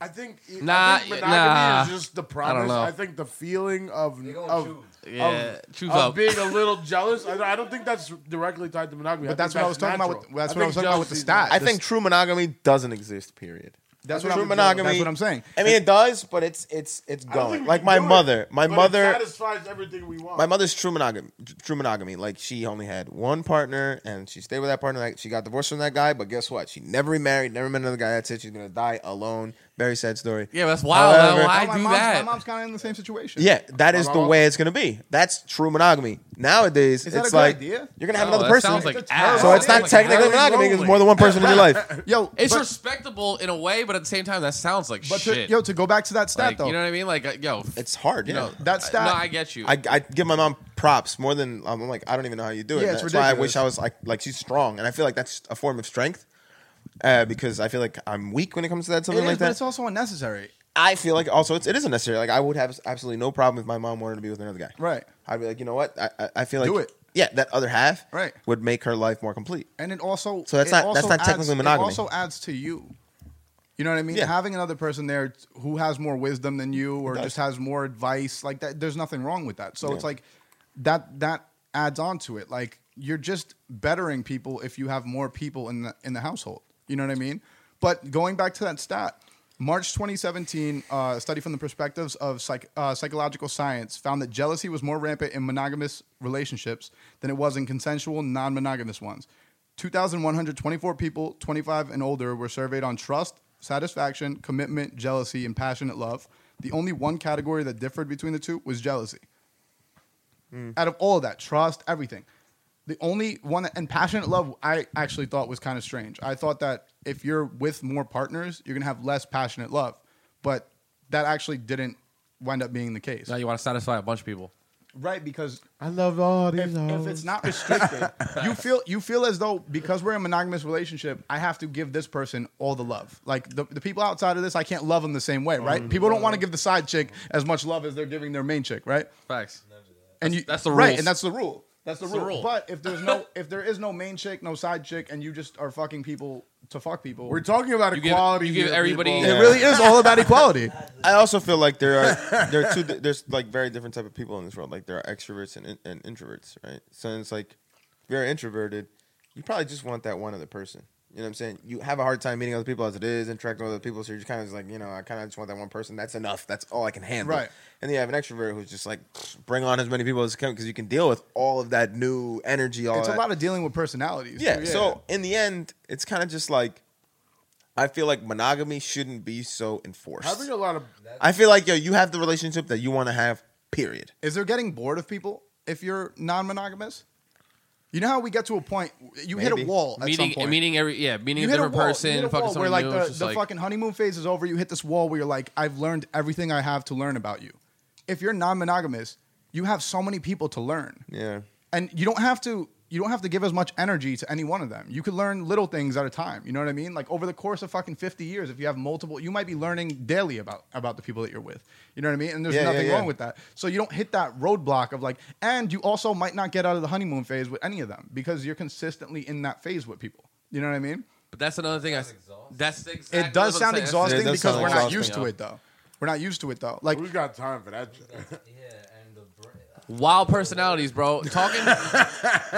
Speaker 4: I think I
Speaker 3: Nah,
Speaker 4: think
Speaker 3: y-
Speaker 4: monogamy
Speaker 3: nah.
Speaker 4: is just the
Speaker 3: don't
Speaker 4: promise.
Speaker 3: know.
Speaker 4: I, think the feeling of
Speaker 1: They gonna
Speaker 4: of,
Speaker 1: choose.
Speaker 3: yeah, choose
Speaker 4: of
Speaker 3: up.
Speaker 4: being a little jealous. I, I don't think that's directly tied to monogamy.
Speaker 2: But that's what I was talking about with- that's what I was talking about with the stat.
Speaker 5: I think true monogamy doesn't exist. Period.
Speaker 2: That's
Speaker 5: true
Speaker 2: what I'm-
Speaker 5: monogamy.
Speaker 2: that's what I'm saying.
Speaker 5: I mean, it does, but it's it's it's going. Like my mother, my
Speaker 4: It
Speaker 5: mother,
Speaker 4: satisfies everything we want.
Speaker 5: my mother's true monogamy. True monogamy. Like she only had one partner, and she stayed with that partner. Like she got divorced from that guy, but guess what? She never remarried, never met another guy. That's it. She's gonna die alone. Very sad story.
Speaker 3: Yeah, that's wild.
Speaker 5: However-
Speaker 3: why
Speaker 2: my
Speaker 3: do
Speaker 2: mom's,
Speaker 3: that?
Speaker 2: My mom's kind of in the same situation.
Speaker 5: Yeah, that is the
Speaker 2: mom-
Speaker 5: way it's gonna be. That's true monogamy. Nowadays,
Speaker 2: Is that
Speaker 5: it's
Speaker 2: a good
Speaker 5: like
Speaker 2: idea?
Speaker 5: you're gonna have
Speaker 3: No,
Speaker 5: another
Speaker 3: Oh, that
Speaker 5: person.
Speaker 3: sounds like
Speaker 2: terrible-
Speaker 3: ass.
Speaker 5: so it's not
Speaker 2: like,
Speaker 5: technically
Speaker 2: very
Speaker 5: monogamy because
Speaker 2: lonely.
Speaker 5: it's more than one person in your life.
Speaker 2: Yo,
Speaker 3: It's
Speaker 2: but,
Speaker 3: respectable in a way, but at the same time, that sounds like
Speaker 2: but to,
Speaker 3: shit.
Speaker 2: yo, to go back to that stat
Speaker 3: like,
Speaker 2: though,
Speaker 3: you know what I mean? Like, uh, yo,
Speaker 5: It's hard.
Speaker 3: you
Speaker 5: Yeah.
Speaker 3: know
Speaker 2: that stat-
Speaker 3: No, I get you.
Speaker 5: I, I give my mom props more than I'm like I don't even know how you do it.
Speaker 2: Yeah,
Speaker 5: And
Speaker 2: it's
Speaker 5: that's why I
Speaker 2: ridiculous.
Speaker 5: wish I was like like she's strong, and I feel like that's a form of strength uh, because I feel like I'm weak when it comes to that
Speaker 2: it
Speaker 5: something
Speaker 2: is,
Speaker 5: like
Speaker 2: but it's
Speaker 5: that.
Speaker 2: also unnecessary.
Speaker 5: I feel like also it's, it isn't necessary. Like I would have absolutely no problem if my mom wanted to be with another guy.
Speaker 2: Right.
Speaker 5: I'd be like, you know what? I I, I feel like
Speaker 2: Do it.
Speaker 5: Yeah, that other half
Speaker 2: Right.
Speaker 5: would make her life more complete.
Speaker 2: And it also
Speaker 5: So that's
Speaker 2: it
Speaker 5: not-
Speaker 2: also
Speaker 5: that's not
Speaker 2: adds,
Speaker 5: technically monogamy.
Speaker 2: It also adds to you. You know what I mean?
Speaker 5: Yeah.
Speaker 2: Having another person there who has more wisdom than you, or just has more advice, like that. There's nothing wrong with that. So it's like that that adds on to it. Like you're just bettering people if you have more people in the in the household. You know what I mean? But going back to that stat, March 2017, uh, a study from the perspectives of psych- uh, psychological science found that jealousy was more rampant in monogamous relationships than it was in consensual, non monogamous ones. 2,124 people, 25 and older, were surveyed on trust, satisfaction, commitment, jealousy, and passionate love. The only one category that differed between the two was jealousy. Out of all of that, trust, everything. The only one that, and passionate love, I actually thought was kind of strange. I thought that if you're with more partners, you're going to have less passionate love. But that actually didn't wind up being the case.
Speaker 3: now you want to satisfy a bunch of people.
Speaker 2: Right, because
Speaker 4: I love all these.
Speaker 2: if, if it's not restricted, you feel you feel as though because we're in a monogamous relationship, I have to give this person all the love. Like the, the people outside of this, I can't love them the same way,
Speaker 3: Mm-hmm.
Speaker 2: right? People don't want to give the side chick as much love as they're giving their main chick, right?
Speaker 3: Facts.
Speaker 2: And you
Speaker 3: that's the
Speaker 2: right,
Speaker 3: rules.
Speaker 2: and that's the rule. That's the
Speaker 3: That's the
Speaker 2: rule.
Speaker 3: rule.
Speaker 2: But if there's no if there is no main chick, no side chick, and you just are fucking people to fuck people,
Speaker 4: We're talking about
Speaker 3: You give-
Speaker 4: equality.
Speaker 3: you give
Speaker 4: here,
Speaker 3: everybody-
Speaker 4: people.
Speaker 2: it really is all about equality.
Speaker 5: I also feel like there are there are two there's like very different type of people in this world. Like there are extroverts and, and introverts, right? So it's like if you're introverted, you probably just want that one other person. You know what I'm saying? You have a hard time meeting other people as it is, interacting with other people. So you're just kind of just like, you know, I kind of just want that one person. That's enough. That's all I can handle.
Speaker 2: Right.
Speaker 5: And then you have an extrovert who's just like, bring on as many people as you can because you can deal with all of that new energy. All
Speaker 2: It's a
Speaker 5: that.
Speaker 2: lot of dealing with personalities.
Speaker 5: Yeah.
Speaker 2: too,
Speaker 5: So in the end, it's kind of just like I feel like monogamy shouldn't be so
Speaker 2: uh,
Speaker 5: enforced.
Speaker 4: Having a lot of
Speaker 5: I feel like yo, you have the relationship that you want to have. Period.
Speaker 2: is there getting bored of people if you're non-monogamous? You know how we get to a point you hit a
Speaker 5: Maybe.
Speaker 2: wall at some
Speaker 3: meeting,
Speaker 2: point.
Speaker 3: meeting every yeah, meeting
Speaker 2: you
Speaker 3: a
Speaker 2: hit
Speaker 3: different
Speaker 2: wall, you
Speaker 3: person,
Speaker 2: hit a
Speaker 3: fucking
Speaker 2: wall where
Speaker 3: someone
Speaker 2: like
Speaker 3: new.
Speaker 2: the,
Speaker 3: it's just
Speaker 2: the
Speaker 3: like,
Speaker 2: fucking honeymoon phase is over. You hit this wall where you're like, I've learned everything I have to learn about you. If you're non-monogamous, you have so many people to learn,
Speaker 5: Yeah.
Speaker 2: and you don't have to. You don't have to give as much energy to any one of them. You could learn little things at a time. You know what I mean? Like over the course of fucking fifty years, if you have multiple, you might be learning daily about about the people that you're with. You know what I mean? And there's
Speaker 5: Yeah, yeah,
Speaker 2: nothing
Speaker 5: yeah.
Speaker 2: wrong with that. So you don't hit that roadblock of like, and you also might not get out of the honeymoon phase with any of them because you're consistently in that phase with people. You know what I mean?
Speaker 3: but that's another thing. I s- that's exactly
Speaker 2: It does
Speaker 3: that's what I'm
Speaker 2: sound
Speaker 3: saying. That's-
Speaker 2: exhausting
Speaker 5: It
Speaker 2: because
Speaker 5: does sound
Speaker 2: we're not
Speaker 5: exhausting,
Speaker 2: used to
Speaker 3: yeah.
Speaker 2: it though. We're not used to it though. Like
Speaker 4: we got time for that. shit.
Speaker 1: and the br-
Speaker 3: Wild personalities, bro. Talking,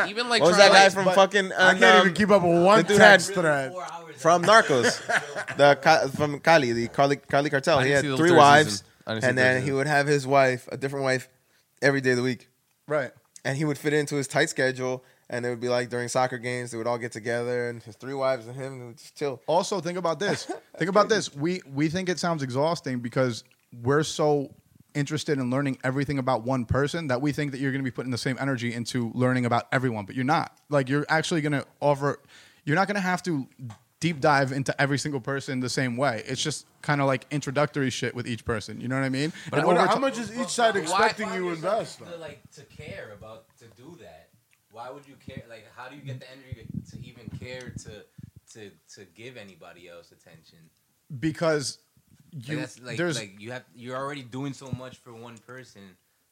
Speaker 3: even like
Speaker 5: What was
Speaker 3: trying to,
Speaker 5: that guy
Speaker 3: like,
Speaker 5: from
Speaker 2: but-
Speaker 5: fucking?
Speaker 4: I can't
Speaker 5: um,
Speaker 4: even keep up with one
Speaker 5: the dude had-
Speaker 4: text
Speaker 1: Really,
Speaker 4: thread.
Speaker 1: four hours
Speaker 5: from
Speaker 1: after-
Speaker 5: Narcos, the Ca- from Cali, the Carly, Cali cartel.
Speaker 3: I
Speaker 5: He
Speaker 3: didn't
Speaker 5: had
Speaker 3: see the
Speaker 5: three
Speaker 3: third
Speaker 5: wives,
Speaker 3: season. I didn't see
Speaker 5: and
Speaker 3: the third
Speaker 5: then he
Speaker 3: season.
Speaker 5: would have his wife, a different wife, every day of the week,
Speaker 2: right.
Speaker 5: and he would fit into his tight schedule. And it would be like during soccer games, they would all get together, and his three wives and him would just chill.
Speaker 2: Also think about this. think about this. We we think it sounds exhausting because we're so interested in learning everything about one person that we think that you're going to be putting the same energy into learning about everyone, but you're not. Like you're actually going to offer you're not going to have to deep dive into every single person the same way. It's just kind of like introductory shit with each person. You know what I mean?
Speaker 4: I
Speaker 2: And
Speaker 4: wonder
Speaker 2: over
Speaker 4: how
Speaker 2: ti-
Speaker 4: much is each side
Speaker 1: Why-
Speaker 4: expecting
Speaker 1: why
Speaker 4: you to
Speaker 1: would
Speaker 4: invest?
Speaker 1: To,
Speaker 4: though?
Speaker 1: like to care about to do that. Why would you care? Like, how do you get the energy to, to even care to to to give anybody else attention?
Speaker 2: because you
Speaker 1: Like, that's like,
Speaker 2: there's
Speaker 1: like you have you're already doing so much for one person.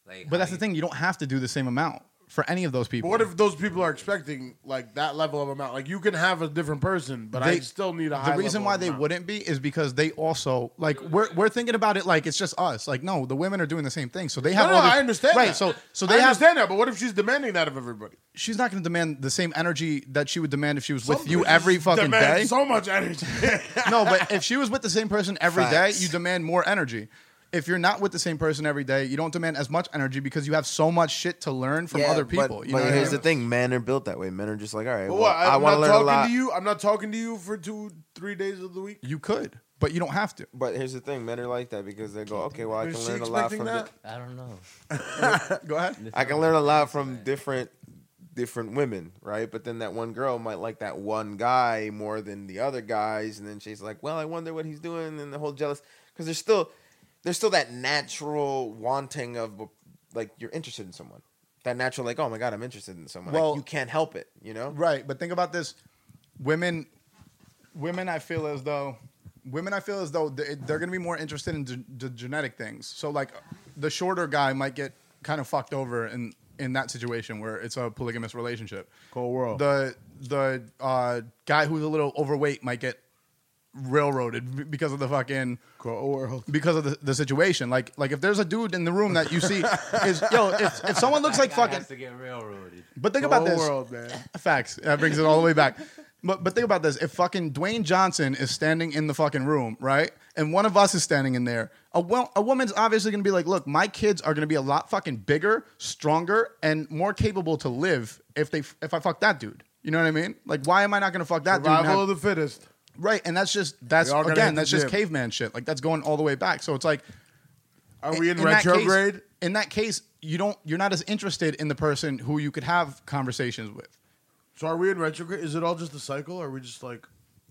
Speaker 1: Like,
Speaker 2: But
Speaker 1: how
Speaker 2: that's the
Speaker 1: you-
Speaker 2: thing. You don't have to do the same amount for any of those people.
Speaker 4: But what if those people are expecting like that level of amount? Like you can have a different person, but I
Speaker 2: They-
Speaker 4: still need a high.
Speaker 2: the reason
Speaker 4: level
Speaker 2: why
Speaker 4: of
Speaker 2: they
Speaker 4: amount.
Speaker 2: wouldn't be is because they also like we're we're thinking about it like it's just us. Like no, the women are doing the same thing, so they
Speaker 4: No,
Speaker 2: have.
Speaker 4: no,
Speaker 2: all this,
Speaker 4: I understand.
Speaker 2: Right.
Speaker 4: that.
Speaker 2: So so
Speaker 4: I
Speaker 2: they have.
Speaker 4: understand that. But what if she's demanding that of everybody?
Speaker 2: She's not going to demand the same energy that she would demand if she was with
Speaker 4: Some
Speaker 2: you
Speaker 4: bitches
Speaker 2: every fucking
Speaker 4: demand
Speaker 2: day.
Speaker 4: So much energy.
Speaker 2: no, but if she was with the same person every day,
Speaker 5: Facts.
Speaker 2: you demand more energy. If you're not with the same person every day, you don't demand as much energy because you have so much shit to learn from other people. you know what I mean?
Speaker 5: thing: men are built that way. Men are just like, all right,
Speaker 4: But what? I'm
Speaker 5: wanna
Speaker 4: not talking to you. I'm not talking to you for two, three days of the week.
Speaker 2: You could. but you don't have to.
Speaker 5: But here's the thing: men are like that because they go, "Okay, well, I
Speaker 4: Was
Speaker 5: can
Speaker 4: she
Speaker 5: learn a lot
Speaker 4: expecting
Speaker 5: from
Speaker 4: that?
Speaker 5: that.
Speaker 6: I don't know.
Speaker 2: Go ahead.
Speaker 5: I can learn a lot from different different women, right? But then that one girl might like that one guy more than the other guys, and then she's like, "Well, I wonder what he's doing," and the whole jealous because there's still there's still that natural wanting of like you're interested in someone. That natural, like, oh my god, I'm interested in someone. Like,
Speaker 2: Well-
Speaker 5: you can't help it, you know.
Speaker 2: Right, but think about this: women, women. I feel as though women. I feel as though they- they're going to be more interested in the genetic things. So, like, the shorter guy might get kind of fucked over in in that situation where it's a polygamous relationship.
Speaker 4: Cold world.
Speaker 2: The the uh, guy who's a little overweight might get railroaded b- because of the fucking
Speaker 4: Cold world.
Speaker 2: because of the, the situation. Like like if there's a dude in the room that you see is yo if, if someone looks like
Speaker 1: Guy
Speaker 2: fucking
Speaker 1: has to get railroaded.
Speaker 2: but think
Speaker 4: Cold
Speaker 2: about this
Speaker 4: world, man.
Speaker 2: Facts. That brings it all the way back. But but think about this: if fucking Dwayne Johnson is standing in the fucking room, right, and one of us is standing in there, a wo- a woman's obviously gonna be like, "Look, my kids are gonna be a lot fucking bigger, stronger, and more capable to live if they if I fuck that dude." You know what I mean? Like, why am I not gonna fuck that dude? and
Speaker 4: Survival
Speaker 2: have-
Speaker 4: of the fittest.
Speaker 2: right, and that's just that's
Speaker 4: We all gotta hit
Speaker 2: again
Speaker 4: the
Speaker 2: that's just
Speaker 4: gym.
Speaker 2: caveman shit. Like that's going all the way back. So it's like
Speaker 4: Are we in,
Speaker 2: that case-
Speaker 4: retrograde?
Speaker 2: in that case, you don't you're not as interested in the person who you could have conversations with.
Speaker 4: so are we in retrograde? Is it all just a cycle? Or are we just like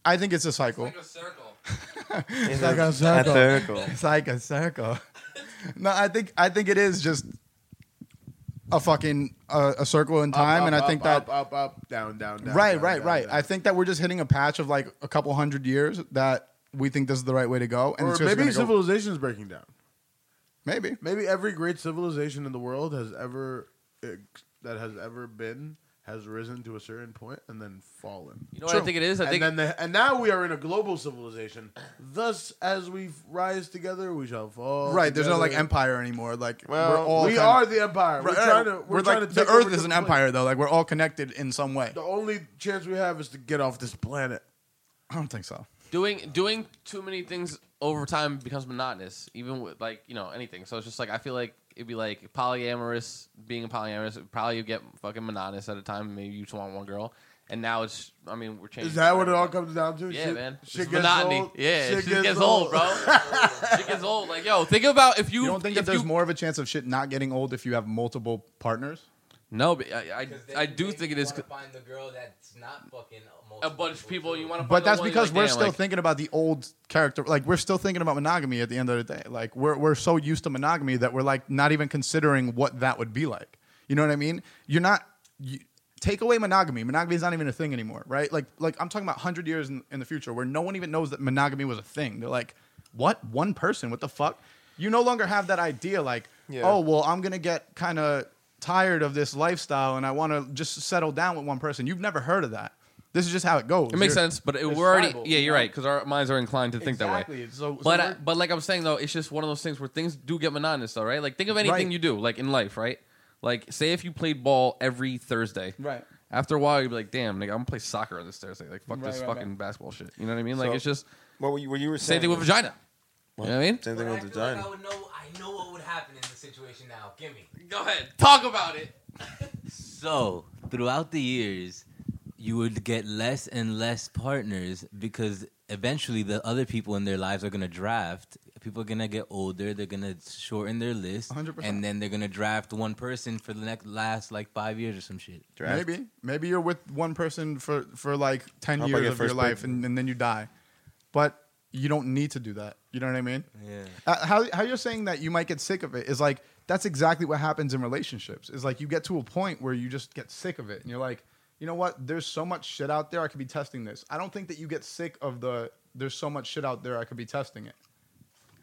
Speaker 2: I think it's a cycle.
Speaker 1: Like a circle.
Speaker 5: It's
Speaker 4: like a circle.
Speaker 2: It's like a circle. no, I think I think it is just a fucking uh, a circle in time,
Speaker 4: up,
Speaker 2: and I
Speaker 4: up,
Speaker 2: think that
Speaker 4: up, up, up, down, down, down.
Speaker 2: right,
Speaker 4: down,
Speaker 2: right,
Speaker 4: down,
Speaker 2: right.
Speaker 4: down.
Speaker 2: I think that we're just hitting a patch of like a couple hundred years that we think this is the right way to go, and it's just
Speaker 4: or maybe
Speaker 2: gonna go-
Speaker 4: civilization is breaking down.
Speaker 2: maybe
Speaker 4: Maybe every great civilization in the world has ever that has ever been has risen to a certain point and then fallen.
Speaker 3: You know what I think it is? I
Speaker 4: and
Speaker 3: think
Speaker 4: then the, and now we are in a global civilization. Thus, as we rise together, we shall fall.
Speaker 2: right. There's no like
Speaker 4: together.
Speaker 2: empire anymore. Like
Speaker 5: Well,
Speaker 2: we're all
Speaker 4: we
Speaker 2: kinda-
Speaker 4: are the empire.
Speaker 2: Right,
Speaker 4: we're trying to. We're,
Speaker 2: we're
Speaker 4: trying
Speaker 2: like
Speaker 4: to.
Speaker 2: the
Speaker 4: take
Speaker 2: Earth
Speaker 4: over
Speaker 2: is
Speaker 4: the
Speaker 2: an
Speaker 4: planet.
Speaker 2: empire though. Like we're all connected in some way.
Speaker 4: The only chance we have is to get off this planet.
Speaker 2: I don't think so.
Speaker 3: doing doing too many things over time becomes monotonous, even with like you know anything. So it's just like I feel like it'd be like polyamorous, being a polyamorous, it'd probably get fucking monotonous at a time. Maybe you just want one girl, and now it's. I mean, we're changing.
Speaker 4: Is that what it all comes down to?
Speaker 3: Yeah,
Speaker 4: Shit-
Speaker 3: man.
Speaker 4: shit
Speaker 3: It's
Speaker 4: gets
Speaker 3: monotony.
Speaker 4: old.
Speaker 3: Yeah, shit, gets, old, bro. shit gets old. Like yo, think about if you,
Speaker 2: You don't think
Speaker 3: if
Speaker 2: that there's
Speaker 3: you-
Speaker 2: more of a chance of shit not getting old if you have multiple partners?
Speaker 3: No, but I
Speaker 1: 'Cause
Speaker 3: I, I
Speaker 1: then
Speaker 3: do
Speaker 1: you
Speaker 3: think it is
Speaker 1: wanna Find the girl that's not fucking
Speaker 3: a
Speaker 1: multiple
Speaker 3: bunch of people
Speaker 1: too.
Speaker 3: you want to.
Speaker 2: But that's because we're still thinking about the old character. Like we're still thinking about monogamy at the end of the day. Like we're we're so used to monogamy that we're like not even considering what that would be like. You know what I mean? You're not. You, take away monogamy. Monogamy is not even a thing anymore, right? Like like I'm talking about hundred years in, in the future where no one even knows that monogamy was a thing. They're like, what? One person? What the fuck? You no longer have that idea. Like,
Speaker 5: Yeah.
Speaker 2: oh well, I'm gonna get kind of tired of this lifestyle and I want to just settle down with one person. You've never heard of that. This is just how it goes.
Speaker 3: It makes
Speaker 2: You're-
Speaker 3: sense, but it,
Speaker 2: It's
Speaker 3: we're already
Speaker 2: tribal,
Speaker 3: yeah,
Speaker 2: you
Speaker 3: you're
Speaker 2: know?
Speaker 3: right because our minds are inclined to think that way.
Speaker 2: Exactly. So- so
Speaker 3: but
Speaker 2: we're-
Speaker 3: but like I'm saying though, it's just one of those things where things do get monotonous though, right? Like think of anything
Speaker 2: Right.
Speaker 3: you do, like in life, right? Like say if you played ball every Thursday,
Speaker 2: Right.
Speaker 3: After a while, you'd be like, "Damn, nigga, I'm gonna play soccer on this Thursday. Like, fuck
Speaker 2: Right,
Speaker 3: this
Speaker 2: right,
Speaker 3: fucking basketball shit." You know what I mean? Like,
Speaker 5: So-
Speaker 3: it's just
Speaker 5: What were you, what you were
Speaker 3: same
Speaker 5: saying?
Speaker 3: thing with vagina. You know what I mean?
Speaker 5: Same
Speaker 1: But
Speaker 5: thing
Speaker 1: I
Speaker 5: with
Speaker 1: feel
Speaker 5: vagina.
Speaker 1: Like I would know. I know what would happen in this situation now. Give me.
Speaker 3: Go ahead, talk about it.
Speaker 7: So, throughout the years, you would get less and less partners because eventually the other people in their lives are going to draft. People are going to get older. They're going to shorten their list.
Speaker 2: 100%.
Speaker 7: And then they're going to draft one person for the next last like five years or some shit.
Speaker 5: Draft.
Speaker 2: Maybe, maybe you're with one person for for like ten
Speaker 5: Hope I
Speaker 2: years
Speaker 5: get
Speaker 2: of your
Speaker 5: first
Speaker 2: life,
Speaker 5: pick.
Speaker 2: and, and then you die. But you don't need to do that. You know what I mean?
Speaker 7: Yeah.
Speaker 2: Uh, how how you're saying that you might get sick of it is like that's exactly what happens in relationships. Is like you get to a point where you just get sick of it, and you're like, you know what? There's so much shit out there. I could be testing this. I don't think that you get sick of the. There's so much shit out there. I could be testing it.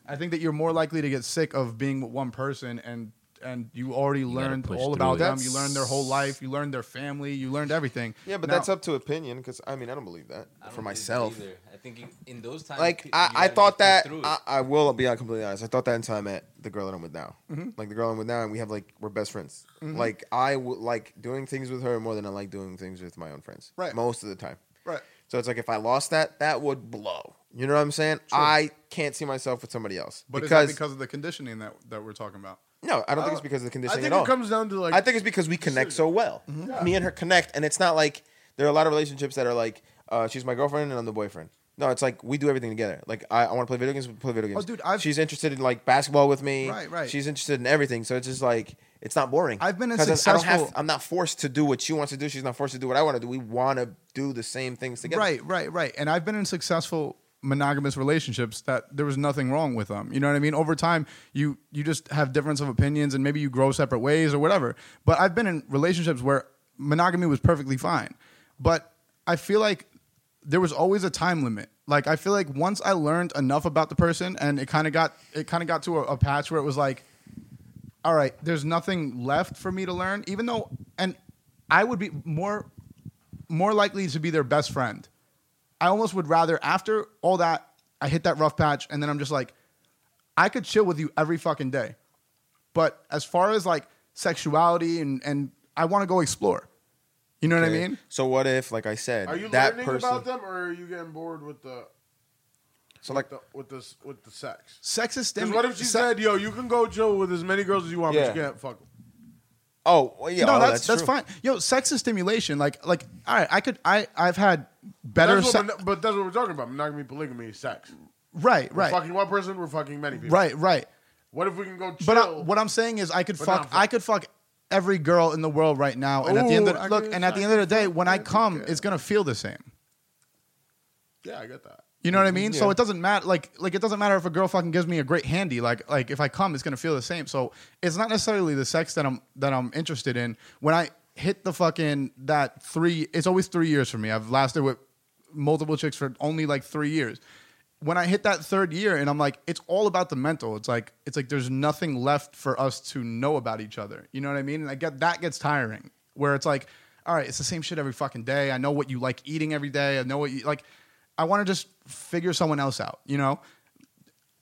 Speaker 2: I think that you're more likely to get sick of being with one person and and you already
Speaker 6: gotta
Speaker 2: learned
Speaker 6: push
Speaker 2: all
Speaker 6: through
Speaker 2: about
Speaker 6: it.
Speaker 2: them. You learned their whole life. You learned their family. You learned everything.
Speaker 5: Yeah, but
Speaker 2: Now-
Speaker 5: that's up to opinion because I mean I don't believe that
Speaker 1: I don't
Speaker 5: for
Speaker 1: believe it
Speaker 5: myself.
Speaker 1: either. I think you, in those times,
Speaker 5: Like
Speaker 1: you-
Speaker 5: I,
Speaker 1: you
Speaker 5: I
Speaker 1: gotta
Speaker 5: thought
Speaker 1: just push
Speaker 5: that
Speaker 1: through it.
Speaker 5: I, I will be completely honest. I thought that until I met the girl that I'm with now. Like the girl I'm with now, and we have like we're best friends. Like I would like doing things with her more than I like doing things with my own friends.
Speaker 2: Right.
Speaker 5: Most of the time.
Speaker 2: right.
Speaker 5: So it's like if I lost that, that would blow. You know what I'm saying? I can't see myself with somebody else
Speaker 2: But
Speaker 5: because
Speaker 2: is that because of the conditioning that that we're talking about?
Speaker 5: no, I don't
Speaker 4: I
Speaker 5: think
Speaker 4: don't-
Speaker 5: it's because of the
Speaker 4: I
Speaker 5: conditioning
Speaker 4: think
Speaker 5: at all.
Speaker 4: it comes down to like
Speaker 5: I think it's because we connect so well.
Speaker 2: Mm-hmm.
Speaker 5: Me and her connect, and it's not like there are a lot of relationships that are like uh, she's my girlfriend and I'm the boyfriend. No, it's like we do everything together. Like I, I want to play video games, we play video games.
Speaker 2: Oh, dude, I've-
Speaker 5: she's interested in like basketball with me.
Speaker 2: Right, right.
Speaker 5: She's interested in everything, so it's just like it's not boring.
Speaker 2: I've been a
Speaker 5: 'Cause I don't have,
Speaker 2: successful-
Speaker 5: I'm not forced to do what she wants to do. She's not forced to do what I want to do. We want to do the same things together.
Speaker 2: Right, right, right. And I've been in successful monogamous relationships that there was nothing wrong with them. You know what I mean? Over time, you you just have difference of opinions and maybe you grow separate ways or whatever. But I've been in relationships where monogamy was perfectly fine. But I feel like there was always a time limit. Like I feel like once I learned enough about the person and it kind of got it kind of got to a, a patch where it was like all right, there's nothing left for me to learn, even though, and I would be more, more likely to be their best friend. I almost would rather, after all that, I hit that rough patch, and then I'm just like, I could chill with you every fucking day. But as far as like sexuality and, and I want to go explore. You know what I
Speaker 5: Okay?
Speaker 2: mean?
Speaker 5: So what if, like I said,
Speaker 4: Are you
Speaker 5: that
Speaker 4: learning
Speaker 5: person?
Speaker 4: about them, or are you getting bored with the
Speaker 5: so like,
Speaker 4: the, with this with the sex?
Speaker 2: Sex is
Speaker 4: Because
Speaker 2: stim-
Speaker 4: what if she
Speaker 2: se-
Speaker 4: said, "Yo, you can go chill with as many girls as you want, but you
Speaker 5: Yeah.
Speaker 4: can't fuck." 'em."
Speaker 5: oh, well, yeah,
Speaker 2: no,
Speaker 5: oh,
Speaker 2: that's that's,
Speaker 5: true.
Speaker 2: fine. Yo, sex is stimulation. Like like all right, I could I I've had better.
Speaker 4: That's
Speaker 2: se-
Speaker 4: what, mono- but that's what we're talking about. Monogamy, polygamy, is sex.
Speaker 2: right,
Speaker 4: We're
Speaker 2: right,
Speaker 4: fucking one person, we're fucking many people.
Speaker 2: right, right.
Speaker 4: What if we can go chill?
Speaker 5: uh,
Speaker 2: But I, what I'm saying is, I could
Speaker 4: But
Speaker 2: fuck.
Speaker 4: not fuck.
Speaker 2: I could fuck every girl in the world right now. And at the end of
Speaker 4: Ooh, I
Speaker 2: the, look,
Speaker 4: could
Speaker 2: and at the
Speaker 4: fuck
Speaker 2: end of the day, when I come, it's gonna feel the same.
Speaker 4: yeah, I get that.
Speaker 2: You know what I
Speaker 4: Mm-hmm.
Speaker 2: mean? So
Speaker 5: yeah.
Speaker 2: it doesn't matter. Like, like it doesn't matter if a girl fucking gives me a great handy. Like, like if I come, it's gonna feel the same. So it's not necessarily the sex that I'm that I'm interested in. When I hit the fucking that three, it's always three years for me. I've lasted with multiple chicks for only like three years. When I hit that third year, and I'm like, it's all about the mental. It's like it's like there's nothing left for us to know about each other. You know what I mean? And I get that gets tiring. Where it's like, all right, it's the same shit every fucking day. I know what you like eating every day. I know what you like. I want to just figure someone else out, you know?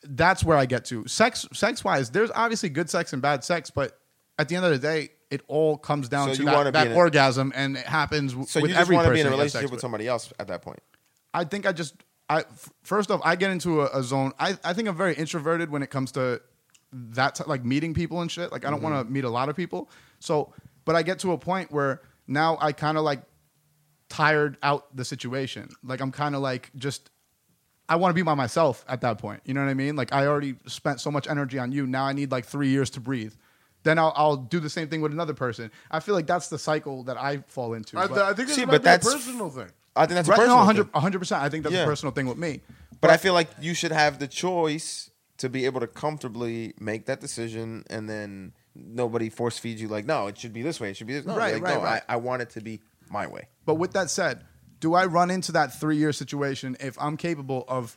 Speaker 2: That's where I get to. Sex sex wise, there's obviously good sex and bad sex, but at the end of the day, it all comes down
Speaker 5: So
Speaker 2: to
Speaker 5: you
Speaker 2: that,
Speaker 5: wanna be
Speaker 2: that
Speaker 5: in a-
Speaker 2: orgasm and it happens w-
Speaker 5: So
Speaker 2: with
Speaker 5: you just
Speaker 2: every
Speaker 5: want
Speaker 2: person.
Speaker 5: to be in a
Speaker 2: you have sex
Speaker 5: relationship with
Speaker 2: with.
Speaker 5: somebody else at that point.
Speaker 2: I think I just I f- first off I get into a, a zone. I I think I'm very introverted when it comes to that t- like meeting people and shit. Like I don't want
Speaker 4: Mm-hmm.
Speaker 2: to meet a lot of people. So, but I get to a point where now I kind of like tired out the situation. Like I'm kind of like just I want to be by myself at that point. You know what I mean? Like I already spent so much energy on you. Now I need like three years to breathe. Then I'll, I'll do the same thing with another person. I feel like that's the cycle that I fall into.
Speaker 4: I,
Speaker 2: but-
Speaker 4: I think this
Speaker 5: See,
Speaker 4: might
Speaker 5: but
Speaker 4: be
Speaker 5: that's-
Speaker 4: a personal thing.
Speaker 5: I think that's a
Speaker 2: right
Speaker 5: personal
Speaker 2: now,
Speaker 5: thing.
Speaker 2: 100 percent. I think that's
Speaker 5: Yeah.
Speaker 2: a personal thing with me.
Speaker 5: But I feel like you should have the choice to be able to comfortably make that decision, and then nobody force feeds you like, no, it should be this way. It should be this. No,
Speaker 2: Right,
Speaker 5: like,
Speaker 2: right,
Speaker 5: no,
Speaker 2: right.
Speaker 5: I, I want it to be my way.
Speaker 2: But with that said, do I run into that three year situation if I'm capable of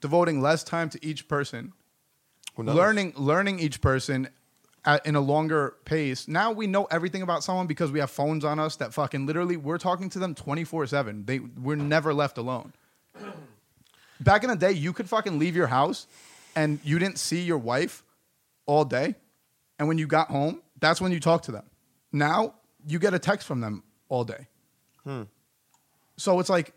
Speaker 2: devoting less time to each person,
Speaker 5: Who knows?
Speaker 2: learning learning each person at, in a longer pace? Now we know everything about someone because we have phones on us that fucking literally we're talking to them twenty four seven. They we're never left alone. Back in the day, you could fucking leave your house and you didn't see your wife all day. And when you got home, that's when you talked to them. Now you get a text from them all day. So it's like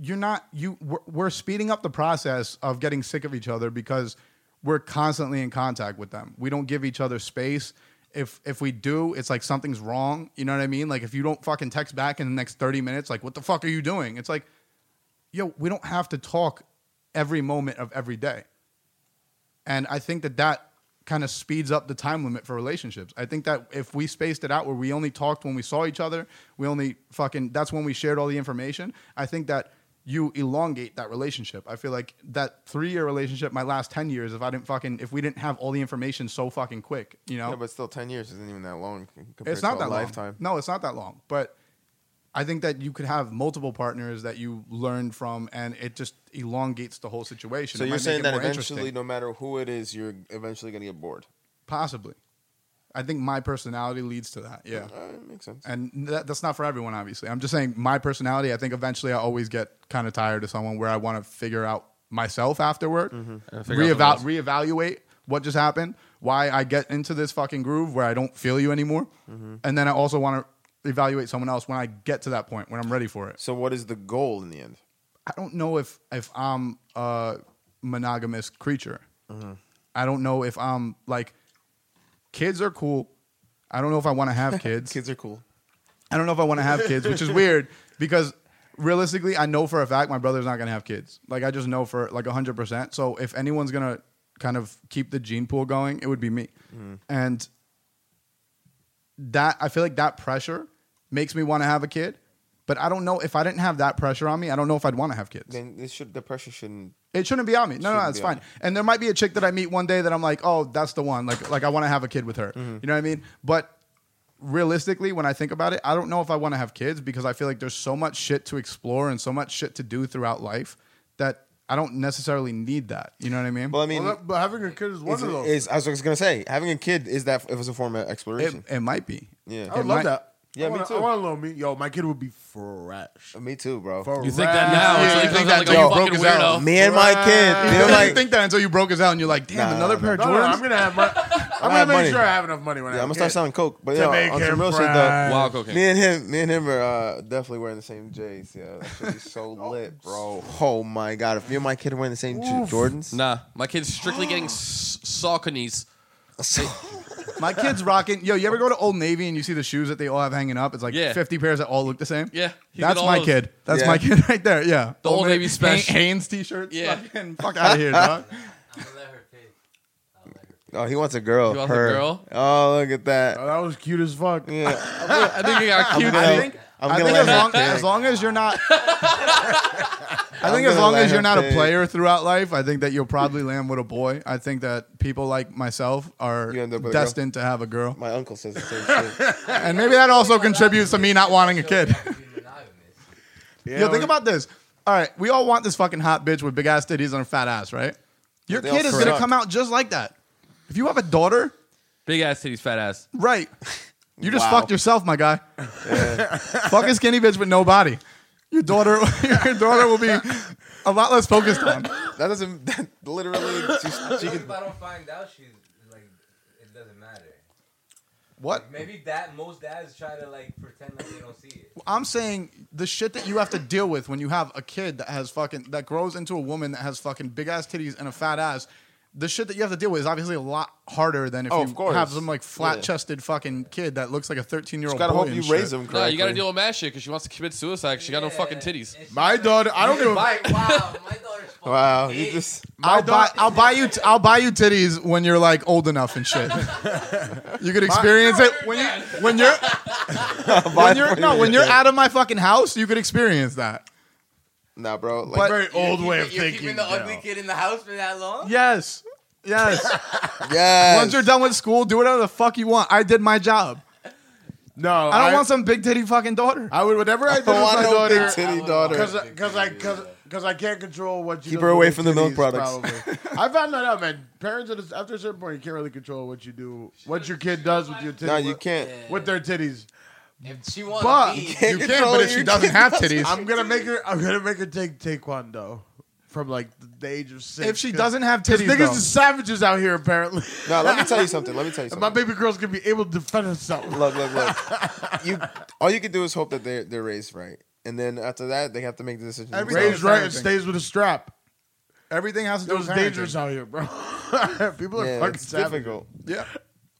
Speaker 2: you're not you we're, we're speeding up the process of getting sick of each other because we're constantly in contact with them. We don't give each other space. If if we do, it's like something's wrong. You know what I mean? Like if you don't fucking text back in the next 30 minutes, like what the fuck are you doing? It's like yo, we don't have to talk every moment of every day. And I think that that kind of speeds up the time limit for relationships. I think that if we spaced it out where we only talked when we saw each other, we only fucking that's when we shared all the information. I think that you elongate that relationship. I feel like that 3-year relationship might last 10 years if I didn't fucking if we didn't have all the information so fucking quick, you know?
Speaker 5: Yeah, but still, ten years isn't even that long. c- Compared
Speaker 2: it's not
Speaker 5: to a
Speaker 2: that
Speaker 5: lifetime.
Speaker 2: long. No, it's not that long. But I think that you could have multiple partners that you learn from, and it just elongates the whole situation.
Speaker 5: So
Speaker 2: It might
Speaker 5: you're
Speaker 2: make it
Speaker 5: saying that
Speaker 2: more
Speaker 5: eventually,
Speaker 2: interesting.
Speaker 5: no matter who it is, you're eventually gonna get bored.
Speaker 2: possibly. I think my personality leads to that. Yeah.
Speaker 5: Uh, it makes sense.
Speaker 2: And that, that's not for everyone, obviously. I'm just saying my personality. I think eventually I always get kind of tired of someone where I want to figure out myself afterward,
Speaker 3: figure
Speaker 2: reeval-
Speaker 3: out
Speaker 2: reevaluate what just happened, why I get into this fucking groove where I don't feel you anymore, and then I also want to evaluate someone else when I get to that point when I'm ready for it.
Speaker 5: So what is the goal in the end?
Speaker 2: I don't know if if I'm a monogamous creature. I don't know if I'm like kids are cool. I don't know if I want to have kids.
Speaker 5: are cool.
Speaker 2: I don't know if I want to have kids, which is weird because realistically, I know for a fact my brother's not gonna have kids. Like I just know for like hundred percent. So if anyone's gonna kind of keep the gene pool going, it would be me. And that I feel like that pressure makes me want to have a kid. But I don't know if I didn't have that pressure on me, I don't know if I'd want to have kids.
Speaker 5: Then this should the pressure shouldn't.
Speaker 2: It shouldn't be on me. No, no,
Speaker 5: Shouldn't
Speaker 2: no, it's
Speaker 5: be on
Speaker 2: fine.
Speaker 5: you.
Speaker 2: And there might be a chick that I meet one day that I'm like, oh, that's the one. Like, like I want to have a kid with her.
Speaker 5: Mm-hmm.
Speaker 2: You know what I mean? But realistically, when I think about it, I don't know if I want to have kids because I feel like there's so much shit to explore and so much shit to do throughout life that I don't necessarily need that. You know what I mean?
Speaker 5: Well, I mean,
Speaker 4: Well, that- but having a kid is one
Speaker 5: is,
Speaker 4: of those.
Speaker 5: is- I was just gonna say having a kid is that it was a form of exploration.
Speaker 2: it, it might be.
Speaker 5: yeah,
Speaker 2: it
Speaker 4: I would love
Speaker 2: might-
Speaker 4: that. I
Speaker 5: Yeah, me
Speaker 4: wanna,
Speaker 5: too.
Speaker 4: I want a little me. Yo, my kid would be fresh.
Speaker 5: me too, bro.
Speaker 3: You think that now?
Speaker 2: Yeah,
Speaker 3: so
Speaker 2: you
Speaker 3: it
Speaker 2: think
Speaker 3: comes
Speaker 2: that
Speaker 3: out like,
Speaker 2: until
Speaker 3: oh,
Speaker 2: you
Speaker 3: you
Speaker 2: broke
Speaker 3: fucking
Speaker 2: his
Speaker 3: weirdo.
Speaker 2: out.
Speaker 5: Me and my kid,
Speaker 2: You
Speaker 5: they're
Speaker 2: didn't
Speaker 5: like,
Speaker 2: think that until you broke his out and you're like, damn,
Speaker 5: Nah,
Speaker 2: another
Speaker 5: nah,
Speaker 2: pair of
Speaker 4: No, no,
Speaker 2: Jordans?
Speaker 4: I'm gonna have my. I'm
Speaker 5: have
Speaker 4: gonna make
Speaker 5: money.
Speaker 4: sure I have enough money when
Speaker 5: yeah,
Speaker 4: I
Speaker 5: I'm
Speaker 4: have a
Speaker 5: gonna start
Speaker 4: kid.
Speaker 5: selling coke. But
Speaker 4: To
Speaker 5: yeah,
Speaker 4: make
Speaker 5: on
Speaker 4: him
Speaker 5: some real shit though.
Speaker 4: proud.
Speaker 3: Wow, cocaine.
Speaker 5: Me and him, me and him are uh, definitely wearing the same J's. Yeah, that should be so lit, bro. Oh my god, if me and my kid are wearing the same J- Jordans,
Speaker 3: Nah, my kid's strictly getting s- sauconies.
Speaker 2: My kid's rocking. Yo, you ever go to Old Navy and you see the shoes that they all have hanging up? It's like
Speaker 3: Yeah.
Speaker 2: 50 pairs that all look the same.
Speaker 3: Yeah, he
Speaker 2: That's
Speaker 3: did all
Speaker 2: my
Speaker 3: those.
Speaker 2: kid. That's
Speaker 5: Yeah.
Speaker 2: my kid right there. Yeah.
Speaker 3: The Old Navy
Speaker 2: Hay-
Speaker 3: special.
Speaker 2: Hanes t shirts.
Speaker 3: Yeah.
Speaker 2: Fucking fuck out of here, dog.
Speaker 1: I'm gonna let her pick. I'll let her pick.
Speaker 5: oh, he wants a girl.
Speaker 3: He wants a
Speaker 5: her.
Speaker 3: girl?
Speaker 5: Oh, look at that.
Speaker 4: Oh, that was cute as fuck.
Speaker 5: Yeah,
Speaker 3: I think you got cute.
Speaker 5: gonna-
Speaker 2: I Uh, think,
Speaker 5: I'm
Speaker 2: I
Speaker 5: gonna
Speaker 2: think
Speaker 5: let
Speaker 2: as,
Speaker 5: her
Speaker 2: long,
Speaker 5: pick.
Speaker 2: as long as you're not. I think as
Speaker 5: gonna
Speaker 2: long
Speaker 5: let
Speaker 2: as you're
Speaker 5: her
Speaker 2: not a
Speaker 5: pick.
Speaker 2: player throughout life, I think that you'll probably land with a boy. I think that people like myself are
Speaker 5: You end up with a girl.
Speaker 2: destined to have a girl.
Speaker 5: my uncle says the same shit.
Speaker 2: And maybe that also contributes to me not wanting a kid.
Speaker 1: Show you how to be monogamous.
Speaker 4: Yeah,
Speaker 2: Yo, think about this. All right, we all want this fucking hot bitch with big ass titties and a fat ass, right? Your
Speaker 5: They all
Speaker 2: kid is
Speaker 5: suck.
Speaker 2: gonna come out just like that. If you have a daughter,
Speaker 3: Big ass titties, fat ass.
Speaker 2: right? You just
Speaker 5: Wow.
Speaker 2: fucked yourself, my guy. Fuck a skinny bitch with no body. Your daughter, your daughter will be a lot less focused on.
Speaker 5: That doesn't. That literally. She's, she
Speaker 1: What
Speaker 5: could,
Speaker 1: if I don't find out she's like, it doesn't matter.
Speaker 2: What?
Speaker 1: Maybe that most dads try to like pretend like they don't see it.
Speaker 2: I'm saying the shit that you have to deal with when you have a kid that has fucking that grows into a woman that has fucking big ass titties and a fat ass. The shit that you have to deal with is obviously a lot harder than if
Speaker 5: Oh,
Speaker 2: you
Speaker 5: of course.
Speaker 2: have some like flat chested fucking kid that looks like a 13 year old.
Speaker 5: gotta hope you raise him correctly.
Speaker 3: Nah, you gotta deal with mad shit because she wants to commit suicide 'cause she got no
Speaker 1: Yeah,
Speaker 3: fucking titties.
Speaker 1: and she's
Speaker 4: my
Speaker 1: like,
Speaker 4: daughter. I don't give a.
Speaker 1: Wow, my daughter's fucking
Speaker 5: Wow, you
Speaker 1: big.
Speaker 5: just.
Speaker 2: I'll buy, I'll buy you t- I'll buy you titties when you're like old enough and shit. you could experience it when you when you're when you're no when you're out of my fucking house. You could experience that.
Speaker 5: Nah, bro.
Speaker 2: But-
Speaker 5: Like,
Speaker 4: Very old way of
Speaker 1: You're
Speaker 4: thinking.
Speaker 1: keeping the ugly
Speaker 4: yo.
Speaker 1: kid in the house for that long?
Speaker 2: Yes, yes.
Speaker 5: yes.
Speaker 2: Once you're done with school, do whatever the fuck you want. I did my job.
Speaker 4: No,
Speaker 2: I don't want some big titty fucking daughter.
Speaker 4: I would whatever Oh, I do with
Speaker 5: Oh, I want
Speaker 4: my
Speaker 5: no big
Speaker 4: daughter
Speaker 5: titty daughter.
Speaker 4: because because I because I can't control what you
Speaker 5: Keep
Speaker 4: do
Speaker 5: her
Speaker 4: with
Speaker 5: away
Speaker 4: your
Speaker 5: from the milk
Speaker 4: titties,
Speaker 5: products.
Speaker 4: probably. I found that out, man. Parents at a- after a certain point, you can't really control what you do, what your kid does with your titties.
Speaker 5: No, you can't.
Speaker 4: with their titties.
Speaker 1: If she wants
Speaker 4: But-
Speaker 1: to be,
Speaker 5: can't
Speaker 2: You can,
Speaker 5: control
Speaker 2: but if
Speaker 5: your
Speaker 2: she doesn't
Speaker 5: kid.
Speaker 2: have titties,
Speaker 4: I'm gonna make her. I'm gonna make her take taekwondo from like the age of six.
Speaker 2: if she
Speaker 4: 'cause-
Speaker 2: doesn't have
Speaker 4: 'cause
Speaker 2: titties,
Speaker 4: niggas
Speaker 2: though,
Speaker 4: is savages out here apparently.
Speaker 5: No, let me tell you something. Let me tell you
Speaker 4: And my
Speaker 5: something.
Speaker 4: baby girl's gonna be able to defend herself.
Speaker 5: Look, look, look. You. All you can do is hope that they're they're raised right, and then after that, they have to make the decision.
Speaker 2: Everything-
Speaker 4: Raised
Speaker 5: themselves.
Speaker 4: right and stays with a strap.
Speaker 2: everything has to
Speaker 4: It
Speaker 2: do
Speaker 4: was
Speaker 2: with parenting.
Speaker 4: dangerous out here, bro. People are
Speaker 5: Yeah,
Speaker 4: fucking
Speaker 5: it's
Speaker 4: savages.
Speaker 5: difficult.
Speaker 2: Yeah,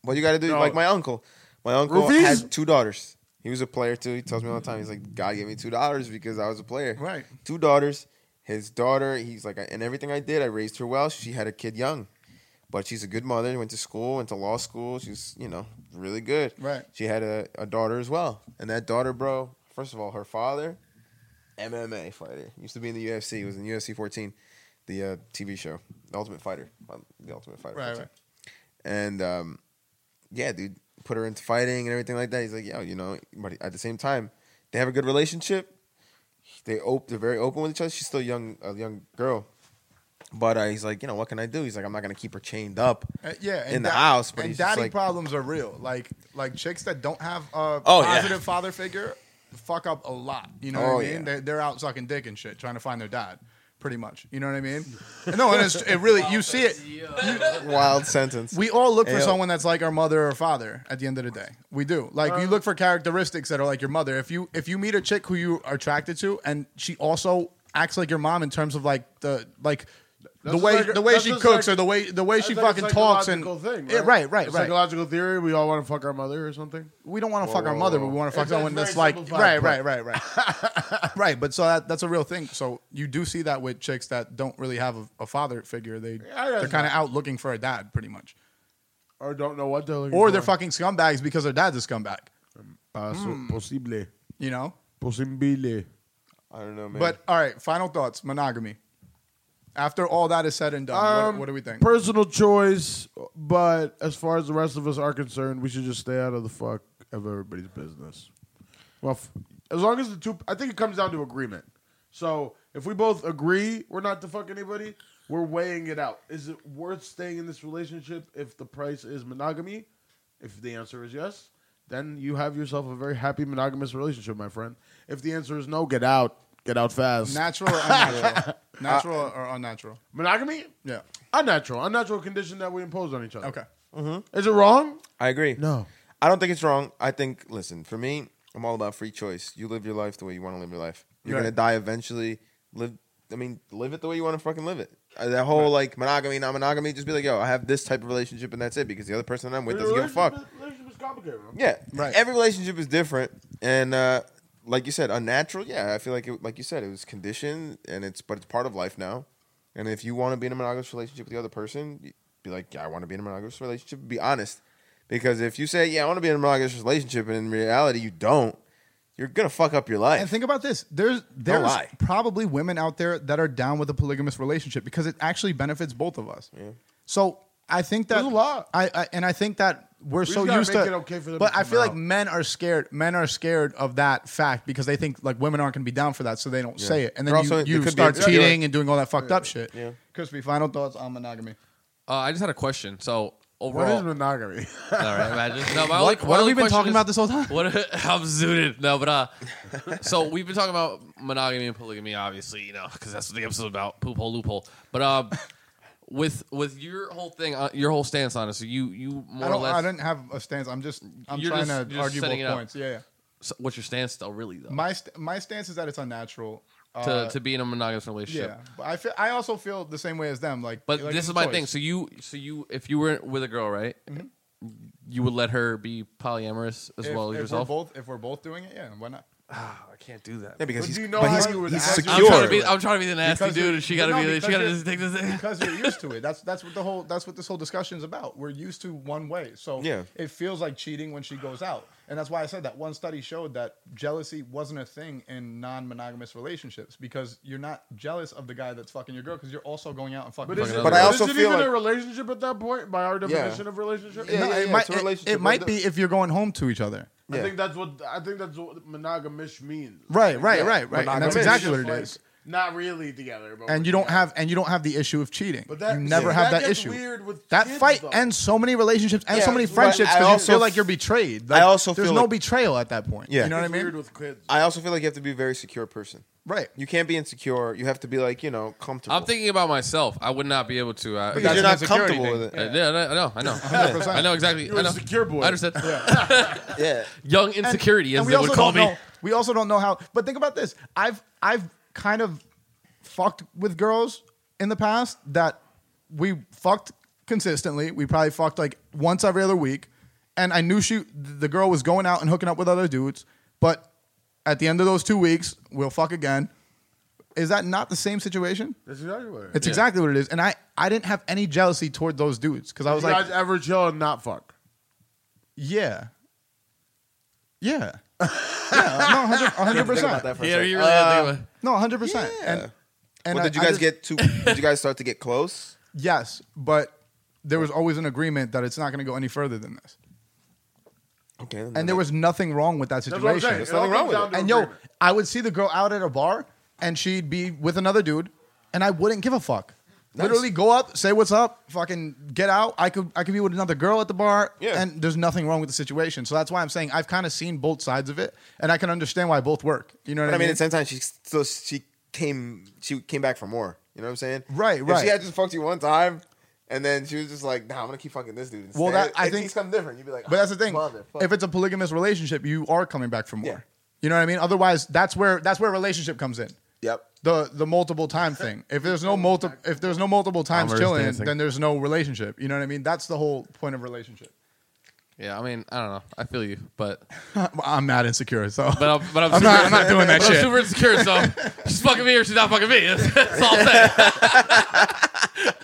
Speaker 5: But you got to do
Speaker 4: No.
Speaker 5: like my uncle. My uncle
Speaker 4: Roofies?
Speaker 5: had two daughters. He was a player too. He tells me all the time. He's like, God gave me two daughters because I was a player.
Speaker 2: Right.
Speaker 5: Two daughters. His daughter. He's like, and everything I did, I raised her well. She had a kid young, but she's a good mother. Went to school. Went to law school. She's you know really good.
Speaker 2: Right.
Speaker 5: She had a, a daughter as well, and that daughter, bro. First of all, her father, MMA fighter, used to be in the UFC. He was in UFC 14, the uh, TV show, The Ultimate Fighter, Um, the Ultimate Fighter.
Speaker 2: Right,
Speaker 5: 14
Speaker 2: right.
Speaker 5: and um, yeah, dude, put her into fighting and everything like that. He's like, yo, you know, but at the same time, they have a good relationship. They op- they're very open with each other. She's still young, a young girl, but uh, he's like, you know, what can I do? He's like, I'm not gonna keep her chained up.
Speaker 2: Uh, yeah. and
Speaker 5: In the
Speaker 2: da-
Speaker 5: house, but
Speaker 2: and
Speaker 5: he's just
Speaker 2: daddy
Speaker 5: like-
Speaker 2: problems are real. Like like chicks that don't have a
Speaker 5: Oh, yeah.
Speaker 2: positive father figure fuck up a lot. You know
Speaker 5: Oh,
Speaker 2: what I mean?
Speaker 5: yeah.
Speaker 2: They're, they're out sucking dick and shit, trying to find their dad. Pretty much, you know what I mean? No, and it's, it really you see it.
Speaker 5: Wild sentence.
Speaker 2: We all look for
Speaker 5: Yeah.
Speaker 2: someone that's like our mother or father at the end of the day. We do. Like
Speaker 4: Um,
Speaker 2: you look for characteristics that are like your mother. If you if you meet a chick who you are attracted to and she also acts like your mom in terms of like the like the
Speaker 4: That's
Speaker 2: way
Speaker 4: like-
Speaker 2: the way
Speaker 4: that's
Speaker 2: she
Speaker 4: just
Speaker 2: cooks
Speaker 4: like-
Speaker 2: or the way the way
Speaker 4: That's
Speaker 2: she
Speaker 4: like a
Speaker 2: fucking talks and
Speaker 4: psychological thing,
Speaker 2: Yeah, right, right,
Speaker 4: A
Speaker 2: right.
Speaker 4: Psychological theory. We all want to fuck our mother or something.
Speaker 2: we don't want to fuck our
Speaker 5: whoa,
Speaker 2: mother,
Speaker 5: whoa.
Speaker 2: but we want to fuck
Speaker 4: It's-
Speaker 2: someone
Speaker 4: that's
Speaker 2: that's
Speaker 4: very
Speaker 2: like
Speaker 4: simplified,
Speaker 2: right,
Speaker 4: but-
Speaker 2: right, right, right, right. But so that that's a real thing. So you do see that with chicks that don't really have a, a father figure. They
Speaker 4: I
Speaker 2: they're
Speaker 4: guess
Speaker 2: kind of out looking for a dad, pretty much,
Speaker 4: Or don't know what they're looking
Speaker 2: or they're
Speaker 4: for.
Speaker 2: fucking Hmm. scumbags because their dad's a scumbag.
Speaker 4: Uh, so Possible.
Speaker 2: You know.
Speaker 4: Possibile.
Speaker 5: I don't know, man.
Speaker 2: But all right, final thoughts. Monogamy. After all that is said and done,
Speaker 4: Um,
Speaker 2: what, what do we think?
Speaker 4: Personal choice, but as far as the rest of us are concerned, we should just stay out of the fuck of everybody's business. Well, f- as long as the two, I think it comes down to agreement. So if we both agree we're not to fuck anybody, we're weighing it out. Is it worth staying in this relationship if the price is monogamy? If the answer is yes, then you have yourself a very happy monogamous relationship, my friend. If the answer is no, get out. Get out fast.
Speaker 2: natural or unnatural? natural or unnatural?
Speaker 4: monogamy?
Speaker 2: Yeah.
Speaker 4: Unnatural. Unnatural condition that we impose on each other.
Speaker 2: Okay.
Speaker 4: Is it wrong?
Speaker 5: I agree.
Speaker 4: No.
Speaker 5: I don't think it's wrong. I think, listen, for me, I'm all about free choice. You live your life the way you want to live your life. You're
Speaker 2: Right.
Speaker 5: gonna die eventually. Live, I mean, live it the way you want to fucking live it. Uh, That whole like monogamy, not monogamy, just be like, yo, I have this type of relationship and that's it because the other person that I'm with doesn't give a fuck.
Speaker 4: Relationship is complicated. man.
Speaker 5: Yeah,
Speaker 2: Right.
Speaker 5: Every relationship is different, and uh, like you said, unnatural. Yeah, I feel like, it, like you said, it was conditioned, and it's but it's part of life now. And if you want to be in a monogamous relationship with the other person, you- be like, yeah, I want to be in a monogamous relationship. Be honest, because if you say, yeah, I want to be in a monogamous relationship, and in reality you don't, you're gonna fuck up your life.
Speaker 2: And think about this. There's there's
Speaker 5: lie.
Speaker 2: probably women out there that are down with a polygamous relationship because it actually benefits both of us. So I think that
Speaker 4: There's a lot.
Speaker 2: I, I and I think that we're
Speaker 4: just
Speaker 2: so
Speaker 4: gotta
Speaker 2: used
Speaker 4: make
Speaker 2: to.
Speaker 4: it okay for them
Speaker 2: but
Speaker 4: to
Speaker 2: I
Speaker 4: come
Speaker 2: feel like
Speaker 4: out.
Speaker 2: men are scared. Men are scared of that fact because they think like women aren't going to be down for that, so they don't say it. And then
Speaker 5: They're also- they
Speaker 2: you, you
Speaker 5: could be
Speaker 2: start
Speaker 5: insecure.
Speaker 2: cheating and doing all that fucked up shit.
Speaker 5: Yeah.
Speaker 2: Crispy, final thoughts on monogamy.
Speaker 3: Uh, I just had a question. So
Speaker 4: What is
Speaker 3: overall,
Speaker 4: monogamy?
Speaker 3: all right, imagine. No, my
Speaker 2: What, what
Speaker 3: only- my
Speaker 2: have
Speaker 3: only
Speaker 2: we been
Speaker 3: question
Speaker 2: talking
Speaker 3: is-
Speaker 2: about this whole time?
Speaker 3: What I'm zooted. No, but uh, so we've been talking about monogamy and polygamy, obviously, you know, because that's what the episode's about. Poop hole, loophole. But um, with with your whole thing, uh, your whole stance on it. So you you
Speaker 2: I
Speaker 3: more or
Speaker 2: don't.
Speaker 3: less.
Speaker 2: I didn't have a stance. I'm just. I'm
Speaker 3: You're
Speaker 2: trying
Speaker 3: just-
Speaker 2: to
Speaker 3: you're just
Speaker 2: argue
Speaker 3: setting it
Speaker 2: both
Speaker 3: up.
Speaker 2: points. Yeah, yeah.
Speaker 3: so what's your stance though? Really though,
Speaker 2: My st- my stance is that it's unnatural.
Speaker 3: to
Speaker 2: Uh,
Speaker 3: to be in a monogamous relationship.
Speaker 2: Yeah, but I feel, I also feel the same way as them. Like,
Speaker 3: But
Speaker 2: like,
Speaker 3: this
Speaker 2: it's
Speaker 3: is
Speaker 2: a
Speaker 3: my
Speaker 2: choice.
Speaker 3: thing. So you, so you, if you were with a girl, right, you would let her be polyamorous as
Speaker 2: Mm-hmm. if,
Speaker 3: well as
Speaker 2: if
Speaker 3: yourself.
Speaker 2: We're both, if we're both doing it, yeah, why not?
Speaker 3: I can't do that.
Speaker 5: yeah, because
Speaker 4: But
Speaker 5: he's,
Speaker 4: do you know
Speaker 5: but
Speaker 4: how
Speaker 5: he's,
Speaker 4: you would
Speaker 5: he's
Speaker 4: act-
Speaker 5: secure.
Speaker 3: I'm trying to be. I'm trying to be the nasty
Speaker 2: Because
Speaker 3: dude,
Speaker 2: you're-
Speaker 3: and she got to
Speaker 2: no,
Speaker 3: be.
Speaker 2: because
Speaker 3: She got to
Speaker 2: you're-
Speaker 3: just take this. Thing.
Speaker 2: Because you're used to it. That's that's what the whole that's what this whole discussion is about. We're used to one way, so
Speaker 5: Yeah.
Speaker 2: it feels like cheating when she goes out, and that's why I said that one study showed that jealousy wasn't a thing in non-monogamous relationships because you're not jealous of the guy that's fucking your girl because you're also going out and fucking.
Speaker 4: But is
Speaker 2: fucking
Speaker 4: it,
Speaker 5: But I also
Speaker 4: is it
Speaker 5: feel
Speaker 4: even
Speaker 5: like-
Speaker 4: a relationship at that point by our definition of relationship?
Speaker 5: Yeah,
Speaker 2: No,
Speaker 5: yeah,
Speaker 2: it
Speaker 5: yeah,
Speaker 2: might,
Speaker 5: it's a
Speaker 2: it-
Speaker 5: relationship,
Speaker 2: it,
Speaker 5: but
Speaker 2: might
Speaker 5: it
Speaker 2: be if you're going home to each other.
Speaker 4: I
Speaker 5: Yeah.
Speaker 4: think that's what I think that's what monogamish means.
Speaker 2: Right, right,
Speaker 5: Yeah.
Speaker 2: right, right. And that's
Speaker 5: Monogamous.
Speaker 2: exactly what
Speaker 4: Just
Speaker 2: it
Speaker 4: like,
Speaker 2: is.
Speaker 4: Not really together, but
Speaker 2: and
Speaker 4: we're
Speaker 2: you don't
Speaker 4: together.
Speaker 2: have and you don't have the issue of cheating.
Speaker 4: But that-
Speaker 2: you never
Speaker 4: yeah.
Speaker 2: have
Speaker 4: that
Speaker 2: that,
Speaker 4: gets
Speaker 2: issue.
Speaker 4: weird with
Speaker 2: that
Speaker 4: kids,
Speaker 2: fight
Speaker 4: though.
Speaker 2: ends so many relationships and
Speaker 5: Yeah,
Speaker 2: so many
Speaker 5: but
Speaker 2: friendships
Speaker 5: I
Speaker 2: because you
Speaker 5: also
Speaker 2: feel like
Speaker 5: f-
Speaker 2: you're betrayed.
Speaker 5: I
Speaker 2: Like,
Speaker 5: also
Speaker 2: there's
Speaker 5: feel
Speaker 2: no
Speaker 5: like-
Speaker 2: betrayed at that point.
Speaker 5: Yeah.
Speaker 2: you know what I
Speaker 4: It's
Speaker 2: mean.
Speaker 4: Weird with kids.
Speaker 5: I also feel like you have to be a very secure person.
Speaker 2: Right.
Speaker 5: You can't be insecure. You have to be like you know comfortable.
Speaker 3: I'm thinking about myself. I would not be able to. I,
Speaker 2: That's
Speaker 5: because you're
Speaker 2: an
Speaker 5: not
Speaker 2: insecurity
Speaker 5: comfortable
Speaker 2: thing.
Speaker 5: with it.
Speaker 3: I, yeah, I know. I know. I know exactly.
Speaker 4: You're
Speaker 3: I
Speaker 4: a
Speaker 3: know.
Speaker 4: secure boy.
Speaker 3: I understand.
Speaker 5: Yeah.
Speaker 3: Young insecurity,
Speaker 2: And
Speaker 3: as
Speaker 2: we
Speaker 3: they
Speaker 2: also
Speaker 3: would call
Speaker 2: don't
Speaker 3: me.
Speaker 2: Know, we also don't know how. But think about this. I've I've kind of fucked with girls in the past that we fucked consistently. We probably fucked like once every other week, and I knew she the girl was going out and hooking up with other dudes. But at the end of those two weeks, we'll fuck again. Is that not the same situation?
Speaker 4: That's exactly what it is.
Speaker 2: It's exactly what it is. And I I didn't have any jealousy toward those dudes because I was
Speaker 4: you
Speaker 2: like,
Speaker 4: guys ever chill and not fuck?
Speaker 2: yeah. Yeah. yeah. No, 100
Speaker 5: Think about
Speaker 2: percent.
Speaker 5: that for a
Speaker 3: Yeah,
Speaker 5: second.
Speaker 3: you really have to think about-
Speaker 2: No, 100%. And, and
Speaker 5: Well,
Speaker 2: I-
Speaker 5: did you
Speaker 2: I
Speaker 5: guys
Speaker 2: just-
Speaker 5: get too? Did you guys start to get close?
Speaker 2: Yes, but there was always an agreement that it's not going to go any further than this.
Speaker 5: Okay.
Speaker 2: And there was nothing wrong with that
Speaker 4: That's what I'm
Speaker 2: situation.
Speaker 4: saying.
Speaker 5: There's
Speaker 4: It all
Speaker 5: nothing wrong
Speaker 4: comes
Speaker 5: with
Speaker 4: down
Speaker 2: and
Speaker 4: to
Speaker 2: yo,
Speaker 4: agreement.
Speaker 2: I would see the girl out at a bar and she'd be with another dude and I wouldn't give a fuck. Literally go up, say what's up, fucking get out. I could I could be with another girl at the bar
Speaker 5: Yeah.
Speaker 2: and there's nothing wrong with the situation. So that's why I'm saying I've kind of seen both sides of it and I can understand why both work. You know what
Speaker 5: But I mean, at the same time, she still she came she came back for more. You know what I'm saying?
Speaker 2: Right,
Speaker 5: If
Speaker 2: right.
Speaker 5: she had just fucked you one time, and then she was just like, "Nah, I'm gonna keep fucking this dude." Instead.
Speaker 2: Well, that- I
Speaker 5: It'd be
Speaker 2: think-
Speaker 5: something different. You'd be like, "Ah,
Speaker 2: But that's the thing.
Speaker 5: motherfucker."
Speaker 2: If it's a polygamous relationship, you are coming back for more.
Speaker 5: Yeah.
Speaker 2: You know what I mean? Otherwise, that's where that's where relationship comes in.
Speaker 5: Yep.
Speaker 2: the the multiple time thing. If there's no multiple if there's no multiple times
Speaker 3: Commerce
Speaker 2: chilling,
Speaker 3: dancing.
Speaker 2: then there's no relationship. You know what I mean? That's the whole point of relationship.
Speaker 3: Yeah, I mean, I don't know. I feel you, but
Speaker 2: I'm not insecure, so
Speaker 3: but I'm, but I'm,
Speaker 2: I'm
Speaker 3: super,
Speaker 2: not- I'm not doing that
Speaker 3: but
Speaker 2: shit.
Speaker 3: I'm super insecure, so she's fucking me or she's not fucking me. That's, that's all I'm saying.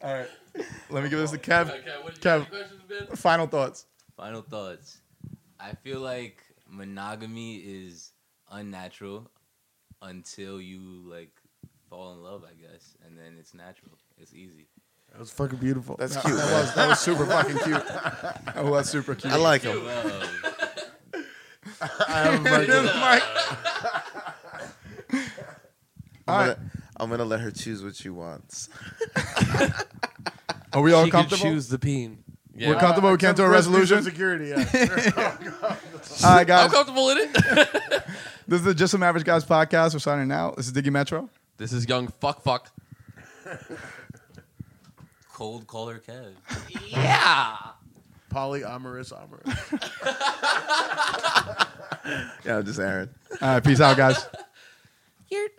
Speaker 2: all right. Let me give this to Kev.
Speaker 3: what,
Speaker 2: you have any Final thoughts.
Speaker 1: Final thoughts. I feel like monogamy is unnatural until you like fall in love, I guess, and then it's natural. It's easy.
Speaker 4: That was fucking beautiful.
Speaker 5: That's
Speaker 2: That
Speaker 5: cute. man.
Speaker 2: was, that was super fucking cute. That was super cute.
Speaker 5: I like him.
Speaker 1: Love.
Speaker 5: I'm
Speaker 2: Alright.
Speaker 5: gonna, I'm gonna let her choose what she wants.
Speaker 2: Are we all comfortable?
Speaker 3: the peen. Yeah,
Speaker 2: We're comfortable. We can't do a resolution.
Speaker 4: Security. Yeah.
Speaker 2: All right, guys.
Speaker 3: I'm comfortable in it.
Speaker 2: This is the Just Some Average Guys podcast. We're signing out. This is Diggy Metro.
Speaker 3: this is young fuck fuck.
Speaker 1: Cold caller Kev.
Speaker 4: Polyamorous, amorous.
Speaker 5: Yeah, just Aaron.
Speaker 2: All right, peace out, guys.
Speaker 8: You're